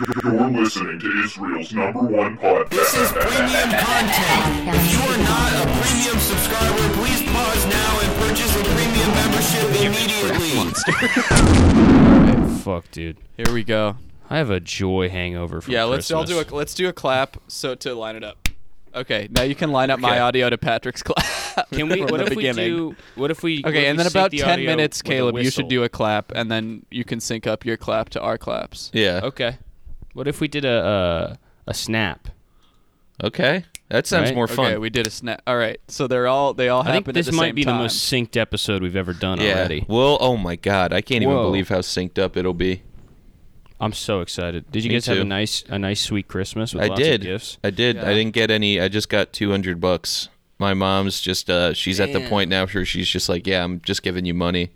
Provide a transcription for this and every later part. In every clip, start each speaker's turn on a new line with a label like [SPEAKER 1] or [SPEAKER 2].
[SPEAKER 1] You're listening to Israel's number one podcast.
[SPEAKER 2] This is premium content. If you are not a premium subscriber, please pause now and purchase a premium membership immediately.
[SPEAKER 3] Fuck, dude.
[SPEAKER 4] Here we go.
[SPEAKER 3] I have a joy hangover from
[SPEAKER 4] Yeah, let's all do
[SPEAKER 3] Christmas.
[SPEAKER 4] a let's do a clap so to line it up. Okay, now you can line up my audio to Patrick's clap.
[SPEAKER 3] Can we?
[SPEAKER 4] from
[SPEAKER 3] What
[SPEAKER 4] the
[SPEAKER 3] if
[SPEAKER 4] beginning.
[SPEAKER 3] we do? What if we?
[SPEAKER 4] Okay, and then about ten minutes, Caleb, you should do a clap, and then you can sync up your clap to our claps.
[SPEAKER 5] Yeah.
[SPEAKER 3] Okay. What if we did a a, a snap?
[SPEAKER 5] Okay. That sounds
[SPEAKER 3] Right?
[SPEAKER 5] more
[SPEAKER 4] Okay,
[SPEAKER 5] fun.
[SPEAKER 4] we did a snap. All right, so they're all they all
[SPEAKER 3] I think
[SPEAKER 4] happened
[SPEAKER 3] this
[SPEAKER 4] at the
[SPEAKER 3] might
[SPEAKER 4] same
[SPEAKER 3] be
[SPEAKER 4] time.
[SPEAKER 3] the most synced episode we've ever done
[SPEAKER 5] yeah.
[SPEAKER 3] already.
[SPEAKER 5] Well, oh my god, I can't
[SPEAKER 3] Whoa.
[SPEAKER 5] even believe how synced up it'll be.
[SPEAKER 3] I'm so excited. Did you
[SPEAKER 5] Me
[SPEAKER 3] guys have a
[SPEAKER 5] too.
[SPEAKER 3] nice a nice sweet Christmas with
[SPEAKER 5] I
[SPEAKER 3] lots
[SPEAKER 5] did.
[SPEAKER 3] of gifts?
[SPEAKER 5] I did.
[SPEAKER 4] Yeah.
[SPEAKER 5] I didn't get any. I just got 200 bucks. My mom's just uh she's at the
[SPEAKER 4] Damn.
[SPEAKER 5] point now where she's just like, "Yeah, I'm just giving you money."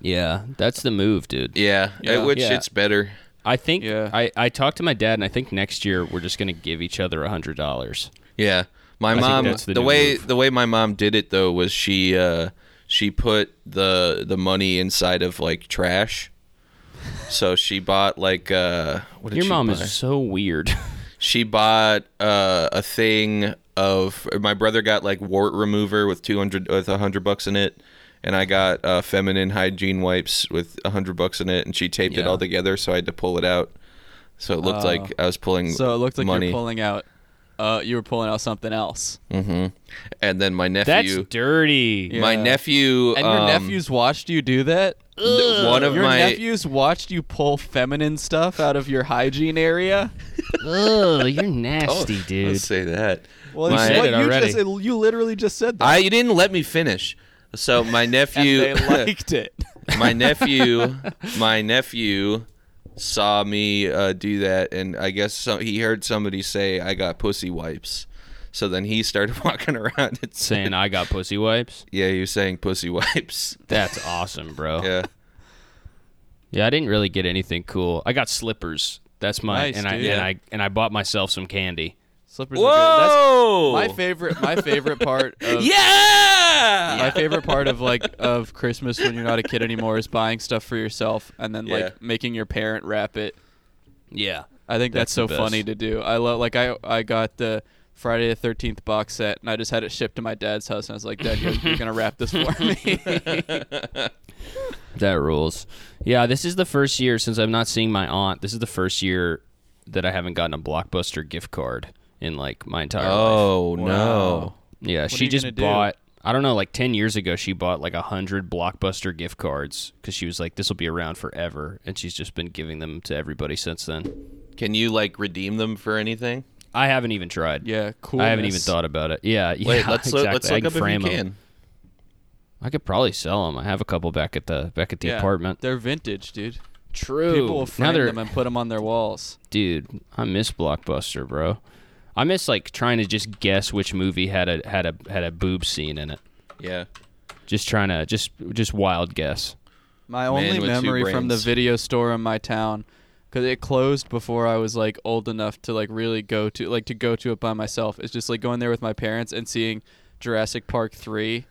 [SPEAKER 3] Yeah, that's the move, dude.
[SPEAKER 5] Yeah. Uh,
[SPEAKER 4] Yeah.
[SPEAKER 5] Which
[SPEAKER 3] Yeah.
[SPEAKER 5] it's better.
[SPEAKER 3] I think
[SPEAKER 4] Yeah.
[SPEAKER 3] I I talked to my dad, and I think next year we're just gonna give each other a hundred dollars.
[SPEAKER 5] Yeah. My
[SPEAKER 3] think
[SPEAKER 5] mom
[SPEAKER 3] that's the
[SPEAKER 5] the,
[SPEAKER 3] new
[SPEAKER 5] way
[SPEAKER 3] move.
[SPEAKER 5] the way my mom did it though was she uh she put the the money inside of like trash. So she bought like uh what did
[SPEAKER 3] Your
[SPEAKER 5] she
[SPEAKER 3] mom
[SPEAKER 5] buy?
[SPEAKER 3] is so weird.
[SPEAKER 5] she bought uh, a thing of my brother got like wart remover with 200 with 100 bucks in it and i got uh, feminine hygiene wipes with 100 bucks in it and she taped it
[SPEAKER 3] Yeah.
[SPEAKER 5] all together so i had to pull it out so it looked like i was pulling
[SPEAKER 4] Oh. So it looked like
[SPEAKER 5] money
[SPEAKER 4] you're pulling out. Uh, you were pulling out something else,
[SPEAKER 5] and then my
[SPEAKER 3] that's
[SPEAKER 5] nephew
[SPEAKER 3] dirty.
[SPEAKER 5] my
[SPEAKER 4] Yeah.
[SPEAKER 5] nephew
[SPEAKER 4] and your
[SPEAKER 5] um,
[SPEAKER 4] nephews watched you do that.
[SPEAKER 5] th- one of
[SPEAKER 4] your
[SPEAKER 5] my
[SPEAKER 4] nephews watched you pull feminine stuff out of your hygiene area.
[SPEAKER 3] Ugh, you're
[SPEAKER 5] oh,
[SPEAKER 3] nasty, dude.
[SPEAKER 5] let's say that
[SPEAKER 4] Well,
[SPEAKER 5] My-
[SPEAKER 4] you
[SPEAKER 3] said
[SPEAKER 4] what
[SPEAKER 3] it
[SPEAKER 4] you
[SPEAKER 3] already.
[SPEAKER 4] just you literally just said that.
[SPEAKER 5] i you didn't let me finish so my
[SPEAKER 4] and
[SPEAKER 5] nephew
[SPEAKER 4] they liked it.
[SPEAKER 5] my nephew my nephew saw me uh, do that and i guess some, he heard somebody say i got pussy wipes so then he started walking around and
[SPEAKER 3] Saying
[SPEAKER 5] saying
[SPEAKER 3] I got pussy wipes.
[SPEAKER 5] yeah you're saying pussy wipes
[SPEAKER 3] That's awesome, bro.
[SPEAKER 5] yeah
[SPEAKER 3] Yeah, I didn't really get anything cool. I got slippers. That's my
[SPEAKER 4] Nice,
[SPEAKER 3] and I
[SPEAKER 4] dude.
[SPEAKER 3] and I and I bought myself some candy.
[SPEAKER 4] Slippers. Are good. That's my
[SPEAKER 5] favorite.
[SPEAKER 4] favorite. My favorite part. Of,
[SPEAKER 5] yeah
[SPEAKER 4] My favorite part of like of Christmas when you're not a kid anymore is buying stuff for yourself and then
[SPEAKER 5] Yeah.
[SPEAKER 4] like making your parent wrap it.
[SPEAKER 3] Yeah.
[SPEAKER 4] I think
[SPEAKER 3] That's
[SPEAKER 4] that's,
[SPEAKER 3] the
[SPEAKER 4] so
[SPEAKER 3] best.
[SPEAKER 4] funny to do. I love like I I got the Friday the Thirteenth box set and I just had it shipped to my dad's house and I was like, Dad, you're, you're gonna wrap this for me.
[SPEAKER 3] That rules. Yeah, this is the first year since I'm not seeing my aunt. This is the first year that I haven't gotten a blockbuster gift card in like my entire life.
[SPEAKER 5] oh no
[SPEAKER 3] Yeah,
[SPEAKER 4] are
[SPEAKER 3] she
[SPEAKER 4] you gonna
[SPEAKER 3] just
[SPEAKER 4] do?
[SPEAKER 3] bought I don't know, like ten years ago, she bought like a hundred blockbuster gift cards because she was like, "This will be around forever," and she's just been giving them to everybody since then.
[SPEAKER 5] can you like redeem them for anything
[SPEAKER 3] I haven't even tried.
[SPEAKER 4] yeah, cool.
[SPEAKER 3] I haven't even thought about it. Yeah, yeah,
[SPEAKER 5] wait let's
[SPEAKER 3] exactly.
[SPEAKER 5] look, let's
[SPEAKER 3] I
[SPEAKER 5] look
[SPEAKER 3] can
[SPEAKER 5] up if
[SPEAKER 3] frame
[SPEAKER 5] you
[SPEAKER 3] 'em.
[SPEAKER 5] can
[SPEAKER 3] I could probably sell them. I have a couple back at the back at the apartment.
[SPEAKER 4] They're vintage, dude.
[SPEAKER 3] True.
[SPEAKER 4] People will
[SPEAKER 3] now
[SPEAKER 4] frame
[SPEAKER 3] they're
[SPEAKER 4] them and put them on their walls.
[SPEAKER 3] dude. I miss Blockbuster, bro. I miss like trying to just guess which movie had a had a had a boob scene in it.
[SPEAKER 5] yeah
[SPEAKER 3] Just trying to just just wild guess.
[SPEAKER 4] My
[SPEAKER 5] Man
[SPEAKER 4] only
[SPEAKER 5] with two
[SPEAKER 4] memory from the
[SPEAKER 5] brains.
[SPEAKER 4] video store in my town, because it closed before I was like old enough to like really go to like to go to it by myself. It's just like going there with my parents and seeing Jurassic Park 3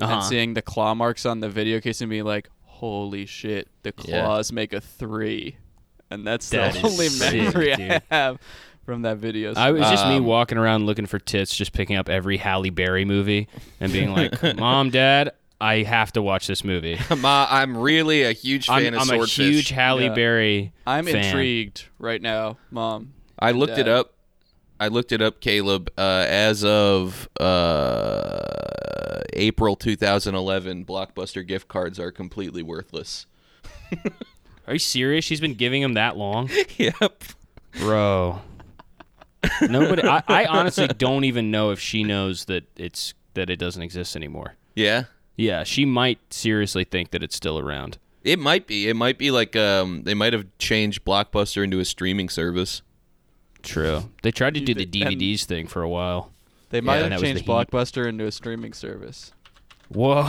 [SPEAKER 3] Uh-huh.
[SPEAKER 4] and seeing the claw marks on the video case and being like, "Holy shit, the
[SPEAKER 5] Yeah.
[SPEAKER 4] claws make a three. and that's
[SPEAKER 3] That
[SPEAKER 4] the
[SPEAKER 3] is
[SPEAKER 4] only
[SPEAKER 3] sick,
[SPEAKER 4] memory
[SPEAKER 3] dude.
[SPEAKER 4] I have from that video.
[SPEAKER 3] I
[SPEAKER 4] store.
[SPEAKER 3] was just me
[SPEAKER 5] Um,
[SPEAKER 3] walking around looking for tits, just picking up every Halle Berry movie and being like, "Mom, Dad, I have to watch this movie."
[SPEAKER 5] Ma, i'm really a huge fan
[SPEAKER 3] I'm,
[SPEAKER 5] of
[SPEAKER 3] I'm a
[SPEAKER 5] swordfish
[SPEAKER 3] huge Halle
[SPEAKER 4] Yeah.
[SPEAKER 3] Berry.
[SPEAKER 4] I'm
[SPEAKER 3] fan.
[SPEAKER 4] intrigued right now, Mom.
[SPEAKER 5] I looked it
[SPEAKER 4] uh,
[SPEAKER 5] up. I looked it up, Caleb. Uh, as of uh, April 2011, Blockbuster gift cards are completely worthless.
[SPEAKER 3] Are you serious? She's been giving him that long?
[SPEAKER 5] yep.
[SPEAKER 3] Bro. Nobody I, I honestly don't even know if she knows that it's that it doesn't exist anymore.
[SPEAKER 5] Yeah.
[SPEAKER 3] Yeah, she might seriously think that it's still around.
[SPEAKER 5] It might be. It might be like um, they might have changed Blockbuster into a streaming service.
[SPEAKER 3] True. They tried to do the
[SPEAKER 4] and-
[SPEAKER 3] DVDs thing for a while.
[SPEAKER 4] They might
[SPEAKER 3] and that was
[SPEAKER 4] have
[SPEAKER 3] the
[SPEAKER 4] changed
[SPEAKER 3] heat.
[SPEAKER 4] Blockbuster into a streaming service.
[SPEAKER 3] Whoa.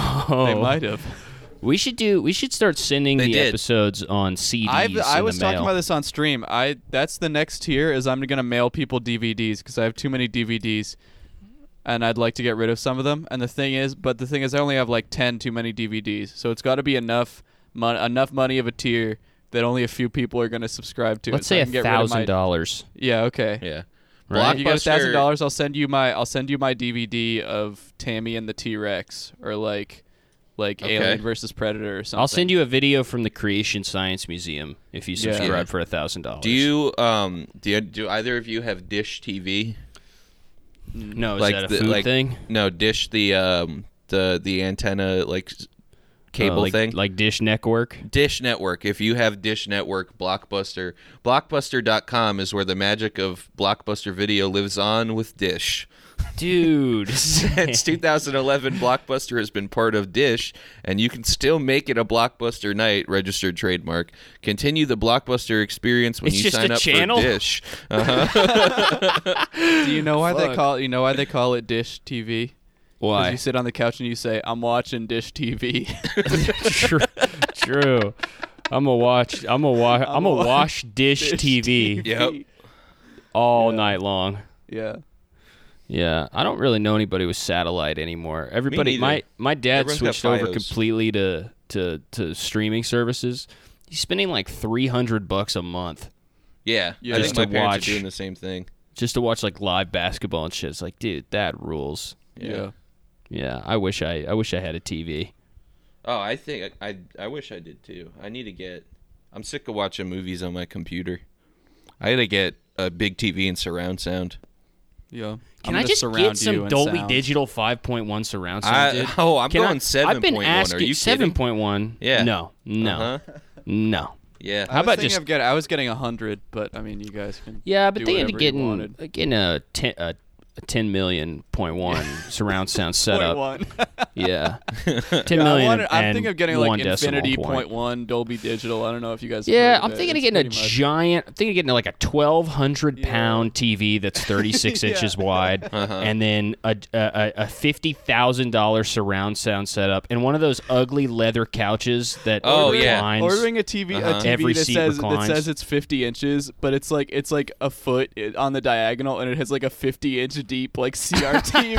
[SPEAKER 4] They might have.
[SPEAKER 3] We should do we should start sending
[SPEAKER 5] They
[SPEAKER 3] the
[SPEAKER 5] did.
[SPEAKER 3] episodes on CDs.
[SPEAKER 4] I've, I
[SPEAKER 3] in
[SPEAKER 4] was
[SPEAKER 3] the mail.
[SPEAKER 4] talking about this on stream. I that's the next tier is I'm gonna mail people DVDs because I have too many DVDs, and I'd like to get rid of some of them. And the thing is, but the thing is, I only have like ten too many DVDs, so it's got to be enough mon- enough money of a tier that only a few people are going to subscribe to.
[SPEAKER 3] Let's
[SPEAKER 4] it,
[SPEAKER 3] say
[SPEAKER 4] so I
[SPEAKER 3] a
[SPEAKER 4] can get rid of my-
[SPEAKER 3] thousand dollars.
[SPEAKER 4] Yeah. Okay.
[SPEAKER 5] Yeah.
[SPEAKER 4] Right. If you got a thousand
[SPEAKER 5] Blockbuster-
[SPEAKER 4] dollars, I'll send you my I'll send you my DVD of Tammy and the T Rex or like like
[SPEAKER 5] Okay.
[SPEAKER 4] Alien versus Predator or something.
[SPEAKER 3] I'll send you a video from the Creation Science Museum if you
[SPEAKER 4] Yeah.
[SPEAKER 3] subscribe
[SPEAKER 5] Yeah.
[SPEAKER 3] for a thousand dollars.
[SPEAKER 5] Do you um do you, do either of you have Dish TV?
[SPEAKER 3] No, is that a food thing?
[SPEAKER 5] No, Dish the um the the antenna like s- cable
[SPEAKER 3] Uh, like,
[SPEAKER 5] thing.
[SPEAKER 3] like Dish Network.
[SPEAKER 5] Dish Network. If you have Dish Network, Blockbuster, blockbuster.com is where the magic of Blockbuster Video lives on with Dish.
[SPEAKER 3] Dude,
[SPEAKER 5] Since 2011, Blockbuster has been part of Dish, and you can still make it a Blockbuster night, registered trademark. Continue the Blockbuster experience when
[SPEAKER 3] It's
[SPEAKER 5] you
[SPEAKER 3] just
[SPEAKER 5] sign
[SPEAKER 3] a
[SPEAKER 5] up
[SPEAKER 3] channel?
[SPEAKER 5] for Dish. Uh-huh.
[SPEAKER 4] Do you know why they
[SPEAKER 3] Fuck.
[SPEAKER 4] call it, you know why they call it Dish TV? 'Cause
[SPEAKER 3] why?
[SPEAKER 4] You sit on the couch and you say, "I'm watching Dish TV."
[SPEAKER 3] true, true. I'm a watch. I'm a watch. I'm a wash dish TV
[SPEAKER 5] yep.
[SPEAKER 3] all night long.
[SPEAKER 4] yeah.
[SPEAKER 3] Yeah, I don't really know anybody with satellite anymore. Everybody,
[SPEAKER 5] neither.
[SPEAKER 3] my my dad
[SPEAKER 5] Everyone's got
[SPEAKER 3] switched over
[SPEAKER 5] Fios.
[SPEAKER 3] completely to to to streaming services. He's spending like three hundred bucks a month
[SPEAKER 5] Yeah.
[SPEAKER 4] Yeah.
[SPEAKER 5] I
[SPEAKER 4] Just
[SPEAKER 5] think my
[SPEAKER 3] to
[SPEAKER 5] parents
[SPEAKER 3] watch.
[SPEAKER 5] are doing the same thing.
[SPEAKER 3] just to watch like live basketball and shit. It's like, dude, that rules.
[SPEAKER 4] Yeah.
[SPEAKER 3] Yeah, I wish I I wish I had a TV.
[SPEAKER 5] Oh, I think I, I I wish I did too. I need to get. I'm sick of watching movies on my computer. I gotta get a big TV and surround sound.
[SPEAKER 4] Yeah. I'm
[SPEAKER 3] Can
[SPEAKER 4] gonna
[SPEAKER 3] I just
[SPEAKER 4] surround
[SPEAKER 3] get
[SPEAKER 4] you
[SPEAKER 3] some
[SPEAKER 4] in
[SPEAKER 3] Dolby
[SPEAKER 4] sound.
[SPEAKER 3] Digital 5.1 surround sound?
[SPEAKER 5] I,
[SPEAKER 3] dude?
[SPEAKER 5] oh, I'm
[SPEAKER 3] Can I-
[SPEAKER 5] going seven
[SPEAKER 3] I've
[SPEAKER 5] point
[SPEAKER 3] been
[SPEAKER 5] one.
[SPEAKER 3] asking
[SPEAKER 5] Are you
[SPEAKER 3] seven
[SPEAKER 5] seven?
[SPEAKER 3] point one?
[SPEAKER 5] Yeah.
[SPEAKER 3] No. No.
[SPEAKER 5] Uh-huh.
[SPEAKER 3] No.
[SPEAKER 5] Yeah.
[SPEAKER 3] How
[SPEAKER 4] I
[SPEAKER 3] about
[SPEAKER 4] was thinking
[SPEAKER 3] just?
[SPEAKER 4] of getting, I was getting a hundred, but I mean, you guys can.
[SPEAKER 3] yeah, but
[SPEAKER 4] do
[SPEAKER 3] they ended
[SPEAKER 4] whatever
[SPEAKER 3] up
[SPEAKER 4] you
[SPEAKER 3] getting
[SPEAKER 4] wanted.
[SPEAKER 3] uh, getting a ten a, a ten million point one surround sound
[SPEAKER 4] Point
[SPEAKER 3] setup.
[SPEAKER 4] one.
[SPEAKER 3] yeah. ten
[SPEAKER 4] Yeah, I
[SPEAKER 3] million
[SPEAKER 4] wanted, I'm
[SPEAKER 3] and
[SPEAKER 4] thinking of getting
[SPEAKER 3] one
[SPEAKER 4] like
[SPEAKER 3] decimal
[SPEAKER 4] Infinity
[SPEAKER 3] point.
[SPEAKER 4] point one Dolby Digital. I don't know if you guys. have heard
[SPEAKER 3] Yeah,
[SPEAKER 4] of
[SPEAKER 3] I'm
[SPEAKER 4] it.
[SPEAKER 3] thinking of
[SPEAKER 4] It's
[SPEAKER 3] getting a
[SPEAKER 4] pretty much-
[SPEAKER 3] giant. I'm thinking of getting like a 1,200 pound TV that's 36 inches wide,
[SPEAKER 4] Uh-huh.
[SPEAKER 3] and then a a, a fifty thousand dollar surround sound setup, and one of those ugly leather couches that
[SPEAKER 5] Oh, yeah.
[SPEAKER 3] reclines.
[SPEAKER 4] ordering a TV,
[SPEAKER 5] Uh-huh.
[SPEAKER 4] a TV
[SPEAKER 3] Every
[SPEAKER 4] that
[SPEAKER 3] seat
[SPEAKER 4] says
[SPEAKER 3] reclines.
[SPEAKER 4] that says it's 50 inches, but it's like it's like a foot i- on the diagonal, and it has like a 50 inch deep like CRT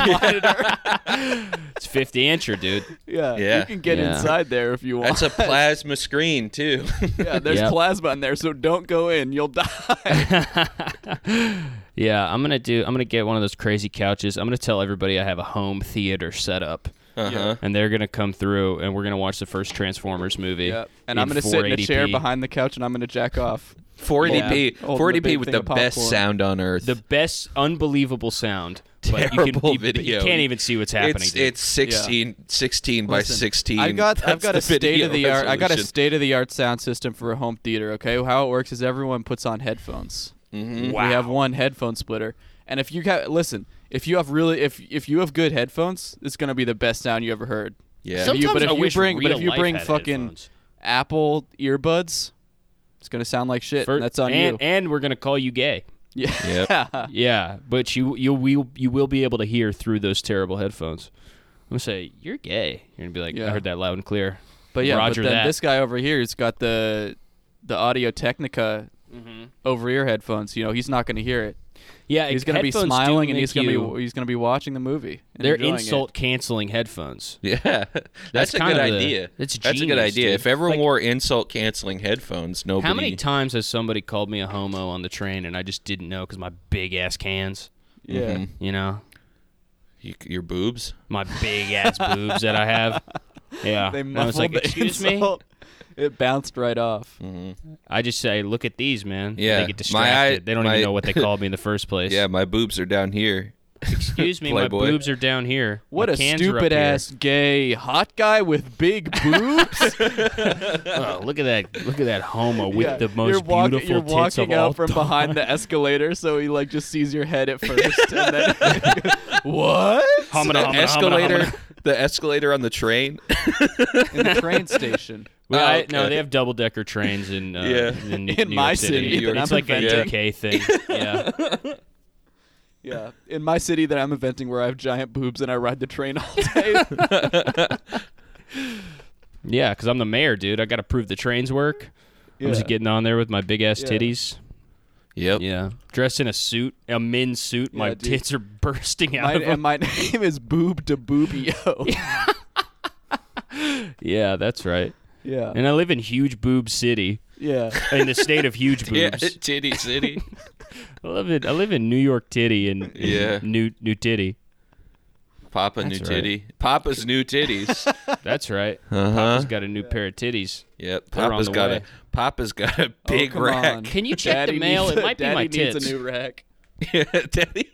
[SPEAKER 4] monitor.
[SPEAKER 3] It's 50 incher, dude.
[SPEAKER 4] Yeah,
[SPEAKER 5] Yeah.
[SPEAKER 4] you can get
[SPEAKER 3] Yeah.
[SPEAKER 4] inside there if you want.
[SPEAKER 5] That's a plasma screen too.
[SPEAKER 4] yeah, there's
[SPEAKER 3] Yep.
[SPEAKER 4] plasma in there, so don't go in, you'll die.
[SPEAKER 3] Yeah, I'm gonna do. I'm gonna get one of those crazy couches. I'm gonna tell everybody I have a home theater set up.
[SPEAKER 5] uh-huh.
[SPEAKER 3] And they're gonna come through, and we're gonna watch the first Transformers movie.
[SPEAKER 4] Yep. And I'm gonna sit in a chair
[SPEAKER 3] 480p.
[SPEAKER 4] behind the couch, and I'm gonna jack off.
[SPEAKER 5] 40p,
[SPEAKER 4] Yeah. Holding the
[SPEAKER 5] 40p
[SPEAKER 4] big
[SPEAKER 5] with
[SPEAKER 4] thing
[SPEAKER 5] the
[SPEAKER 4] of
[SPEAKER 5] best
[SPEAKER 4] popcorn.
[SPEAKER 5] sound on earth.
[SPEAKER 3] the best, unbelievable sound. But you, can,
[SPEAKER 5] Terrible
[SPEAKER 3] you- but
[SPEAKER 5] video.
[SPEAKER 3] You can't even see what's happening.
[SPEAKER 5] it's
[SPEAKER 3] dude.
[SPEAKER 5] it's 16, 16 by
[SPEAKER 4] Listen,
[SPEAKER 5] 16.
[SPEAKER 4] I got I've
[SPEAKER 5] That's
[SPEAKER 4] got
[SPEAKER 5] the
[SPEAKER 4] a state
[SPEAKER 5] video
[SPEAKER 4] of the art I got a
[SPEAKER 5] resolution.
[SPEAKER 4] state of the art sound system for a home theater. Okay, how it works is everyone puts on headphones. Mm-hmm.
[SPEAKER 3] Wow.
[SPEAKER 4] We have one headphone splitter, and if you got listen, if you have really if if you have good headphones, it's gonna be the best sound you ever heard.
[SPEAKER 5] Yeah.
[SPEAKER 4] If you- but
[SPEAKER 3] Sometimes
[SPEAKER 4] if
[SPEAKER 3] I
[SPEAKER 4] you
[SPEAKER 3] wish
[SPEAKER 4] bring but
[SPEAKER 3] real
[SPEAKER 4] if you
[SPEAKER 3] life
[SPEAKER 4] bring
[SPEAKER 3] had
[SPEAKER 4] fucking
[SPEAKER 3] headphones.
[SPEAKER 4] Apple earbuds, it's gonna sound like shit.
[SPEAKER 3] For-
[SPEAKER 4] and that's on
[SPEAKER 3] and,
[SPEAKER 4] you.
[SPEAKER 3] And we're gonna call you gay.
[SPEAKER 4] yeah.
[SPEAKER 3] Yeah, but you you will you will be able to hear through those terrible headphones. I'm gonna say you're gay. You're gonna be like, I
[SPEAKER 4] Yeah.
[SPEAKER 3] heard that loud and clear.
[SPEAKER 4] But yeah,
[SPEAKER 3] Roger
[SPEAKER 4] but then
[SPEAKER 3] that.
[SPEAKER 4] this guy over here, he's got the the Audio Technica
[SPEAKER 3] Mm-hmm.
[SPEAKER 4] over ear headphones. You know, he's not gonna hear it.
[SPEAKER 3] yeah,
[SPEAKER 4] He's gonna be
[SPEAKER 3] headphones do
[SPEAKER 4] smiling and
[SPEAKER 3] make
[SPEAKER 4] he's gonna
[SPEAKER 3] you-
[SPEAKER 4] be he's gonna be watching the movie. and
[SPEAKER 3] They're
[SPEAKER 4] enjoying it.
[SPEAKER 3] insult canceling headphones.
[SPEAKER 5] Yeah, that's, a
[SPEAKER 3] kind
[SPEAKER 5] good
[SPEAKER 3] of the-
[SPEAKER 5] idea.
[SPEAKER 3] it's
[SPEAKER 5] that's a good
[SPEAKER 3] genius,
[SPEAKER 5] idea.
[SPEAKER 3] dude.
[SPEAKER 5] If everyone
[SPEAKER 3] Like-
[SPEAKER 5] wore insult canceling headphones, nobody.
[SPEAKER 3] How many times has somebody called me a homo on the train and I just didn't know because my big ass cans,
[SPEAKER 4] Yeah.
[SPEAKER 3] you know,
[SPEAKER 5] Mm. you, your boobs?
[SPEAKER 3] my big ass boobs that I have. Yeah,
[SPEAKER 4] They
[SPEAKER 3] And I was like,
[SPEAKER 4] muffled the
[SPEAKER 3] excuse me.
[SPEAKER 4] insult. It bounced right off.
[SPEAKER 3] I just say, look at these, man.
[SPEAKER 5] Yeah.
[SPEAKER 3] they
[SPEAKER 5] My
[SPEAKER 3] get distracted.
[SPEAKER 5] eye-
[SPEAKER 3] they don't
[SPEAKER 5] my-
[SPEAKER 3] even know what they called me in the first place.
[SPEAKER 5] Yeah, my boobs are down here.
[SPEAKER 3] Excuse me, my
[SPEAKER 5] Playboy.
[SPEAKER 3] boobs are down here.
[SPEAKER 4] What
[SPEAKER 3] My
[SPEAKER 4] a
[SPEAKER 3] cans are up
[SPEAKER 4] stupid
[SPEAKER 3] here.
[SPEAKER 4] ass gay hot guy with big boobs.
[SPEAKER 3] Oh, look at that! Look at that homo with
[SPEAKER 4] Yeah.
[SPEAKER 3] the most
[SPEAKER 4] you're walk-
[SPEAKER 3] beautiful
[SPEAKER 4] You're
[SPEAKER 3] tits of
[SPEAKER 4] walking
[SPEAKER 3] all
[SPEAKER 4] out from
[SPEAKER 3] time.
[SPEAKER 4] behind the escalator, so he like just sees your head at first, and then what?
[SPEAKER 3] Humana,
[SPEAKER 5] the
[SPEAKER 3] humana, humana,
[SPEAKER 5] escalator,
[SPEAKER 3] humana.
[SPEAKER 5] the escalator on the train.
[SPEAKER 4] In the train station.
[SPEAKER 3] Well, I-
[SPEAKER 5] Oh,
[SPEAKER 3] No,
[SPEAKER 5] okay.
[SPEAKER 3] they have double decker trains in uh,
[SPEAKER 5] Yeah.
[SPEAKER 3] in, New-
[SPEAKER 4] In
[SPEAKER 3] New
[SPEAKER 4] my
[SPEAKER 3] York City.
[SPEAKER 4] city
[SPEAKER 5] that
[SPEAKER 3] it's
[SPEAKER 5] I'm
[SPEAKER 3] like a
[SPEAKER 5] inventing.
[SPEAKER 3] DK thing. Yeah,
[SPEAKER 4] Yeah, in my city that I'm inventing, where I have giant boobs and I ride the train all day.
[SPEAKER 3] yeah, because I'm the mayor, dude. I got to prove the trains work.
[SPEAKER 4] Yeah.
[SPEAKER 3] I'm just getting on there with my big ass
[SPEAKER 4] Yeah.
[SPEAKER 3] titties.
[SPEAKER 5] Yep.
[SPEAKER 3] Yeah, dressed in a suit, a men's suit. my
[SPEAKER 4] dude.
[SPEAKER 3] tits are bursting out
[SPEAKER 4] my,
[SPEAKER 3] of
[SPEAKER 4] and
[SPEAKER 3] them.
[SPEAKER 4] my name is Boob de Boobio.
[SPEAKER 3] Yeah, that's right.
[SPEAKER 4] yeah.
[SPEAKER 3] And I live in huge boob city.
[SPEAKER 4] Yeah.
[SPEAKER 3] in the state of huge boobs.
[SPEAKER 5] Yeah, titty city.
[SPEAKER 3] I live in I live in New York Titty and and
[SPEAKER 5] Yeah.
[SPEAKER 3] New New Titty.
[SPEAKER 5] Papa new
[SPEAKER 3] That's right.
[SPEAKER 5] titty. Papa's new titties.
[SPEAKER 3] That's right.
[SPEAKER 5] Uh-huh.
[SPEAKER 3] Papa's got a new pair of titties.
[SPEAKER 5] Yep.
[SPEAKER 3] They're on
[SPEAKER 5] Papa's
[SPEAKER 3] the
[SPEAKER 5] got
[SPEAKER 3] way. Oh,
[SPEAKER 5] a Papa's got a big
[SPEAKER 4] come
[SPEAKER 5] rack.
[SPEAKER 4] on.
[SPEAKER 3] Can you check
[SPEAKER 4] Daddy
[SPEAKER 3] the mail?
[SPEAKER 4] needs
[SPEAKER 3] It
[SPEAKER 4] a-
[SPEAKER 3] might be
[SPEAKER 4] Daddy
[SPEAKER 3] my tits.
[SPEAKER 4] needs a new rack.
[SPEAKER 5] Yeah, Daddy.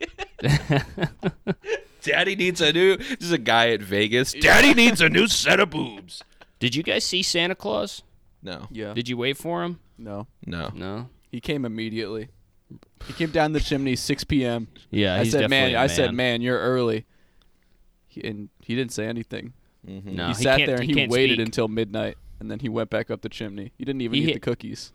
[SPEAKER 5] Daddy needs a new. This is a guy at Vegas. Daddy needs a new set of boobs.
[SPEAKER 3] Did you guys see Santa Claus?
[SPEAKER 5] No.
[SPEAKER 4] Yeah.
[SPEAKER 3] Did you wait for him?
[SPEAKER 4] no.
[SPEAKER 5] No.
[SPEAKER 3] No.
[SPEAKER 4] He came immediately. He came down the chimney 6 p.m.
[SPEAKER 3] Yeah,
[SPEAKER 4] I
[SPEAKER 3] he's
[SPEAKER 4] said, man,
[SPEAKER 3] definitely a
[SPEAKER 4] I said, man, you're early. He, and he didn't say anything.
[SPEAKER 3] No,
[SPEAKER 4] he, sat
[SPEAKER 3] can't-
[SPEAKER 4] there and he,
[SPEAKER 3] can't
[SPEAKER 4] waited
[SPEAKER 3] speak.
[SPEAKER 4] until midnight, and then he went back up the chimney. He didn't even
[SPEAKER 3] He
[SPEAKER 4] eat
[SPEAKER 3] hit-
[SPEAKER 4] the cookies.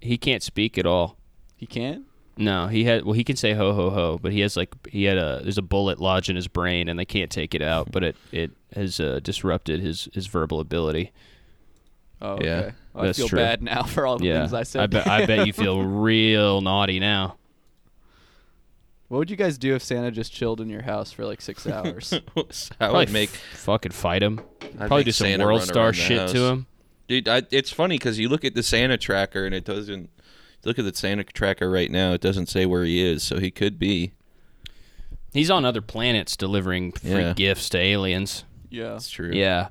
[SPEAKER 3] he can't speak at all.
[SPEAKER 4] He can't.
[SPEAKER 3] No, he had well, he can say ho ho ho, but he has like he had a there's a bullet lodged in his brain and they can't take it out, but it it has uh, disrupted his his verbal ability.
[SPEAKER 4] Oh,
[SPEAKER 5] Yeah,
[SPEAKER 4] okay. Well, I
[SPEAKER 3] that's
[SPEAKER 4] feel
[SPEAKER 3] true.
[SPEAKER 4] bad now for all the
[SPEAKER 3] Yeah,
[SPEAKER 4] things I said.
[SPEAKER 3] bet I bet you feel real naughty now.
[SPEAKER 4] what would you guys do if Santa just chilled in your house for like six hours?
[SPEAKER 5] I
[SPEAKER 3] Probably
[SPEAKER 5] would make
[SPEAKER 3] f- fucking fight him. Probably
[SPEAKER 5] make
[SPEAKER 3] do some
[SPEAKER 5] Santa
[SPEAKER 3] world
[SPEAKER 5] run
[SPEAKER 3] star
[SPEAKER 5] around the
[SPEAKER 3] shit to
[SPEAKER 5] house.
[SPEAKER 3] him.
[SPEAKER 5] dude. I, it's funny because you look at the Santa tracker and it doesn't. Look at the Santa tracker right now. It doesn't say where he is, so he could be.
[SPEAKER 3] He's on other planets delivering free
[SPEAKER 5] Yeah.
[SPEAKER 3] gifts to aliens.
[SPEAKER 4] yeah.
[SPEAKER 5] That's true.
[SPEAKER 3] Yeah,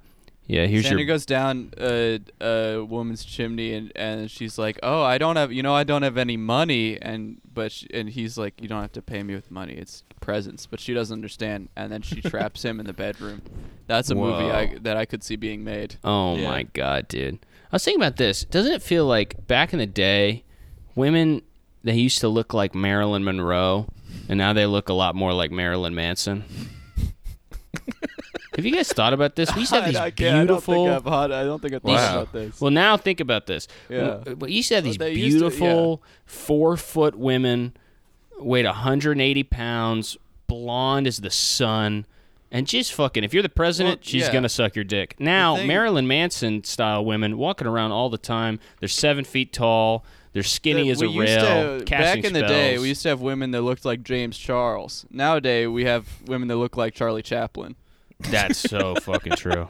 [SPEAKER 3] yeah. Here's
[SPEAKER 4] Santa
[SPEAKER 3] your
[SPEAKER 4] goes down a, a woman's chimney and, and she's like, "Oh, I don't have, you know, I don't have any money." And but sh and he's like, "You don't have to pay me with money. It's presents." But she doesn't understand, and then she traps him in the bedroom. That's a movie I,
[SPEAKER 3] Whoa.
[SPEAKER 4] that I could see being made.
[SPEAKER 3] Oh
[SPEAKER 5] Yeah.
[SPEAKER 3] my god, dude. I was thinking about this. Doesn't it feel like back in the day, women they used to look like Marilyn Monroe, and now they look a lot more like Marilyn Manson. Have you guys thought about this? We used to have these beautiful.
[SPEAKER 4] I don't think I've had, I don't think I've
[SPEAKER 5] Wow.
[SPEAKER 4] thought about this.
[SPEAKER 3] Well, now think about this.
[SPEAKER 4] Yeah.
[SPEAKER 3] W- We used to have these
[SPEAKER 4] they used to-
[SPEAKER 3] beautiful four foot women, weighed 180 pounds, blonde as the sun, and just fucking, if you're the president,
[SPEAKER 4] Well,
[SPEAKER 3] she's
[SPEAKER 4] yeah.
[SPEAKER 3] going to suck your dick. Now,
[SPEAKER 4] thing-
[SPEAKER 3] Marilyn Manson style women walking around all the time. They're seven feet tall. They're skinny
[SPEAKER 4] that
[SPEAKER 3] as a
[SPEAKER 4] we used
[SPEAKER 3] rail.
[SPEAKER 4] to-
[SPEAKER 3] casting
[SPEAKER 4] back in the day,
[SPEAKER 3] spells.
[SPEAKER 4] we used to have women that looked like James Charles. Nowadays, we have women that look like Charlie Chaplin.
[SPEAKER 3] That's so fucking true.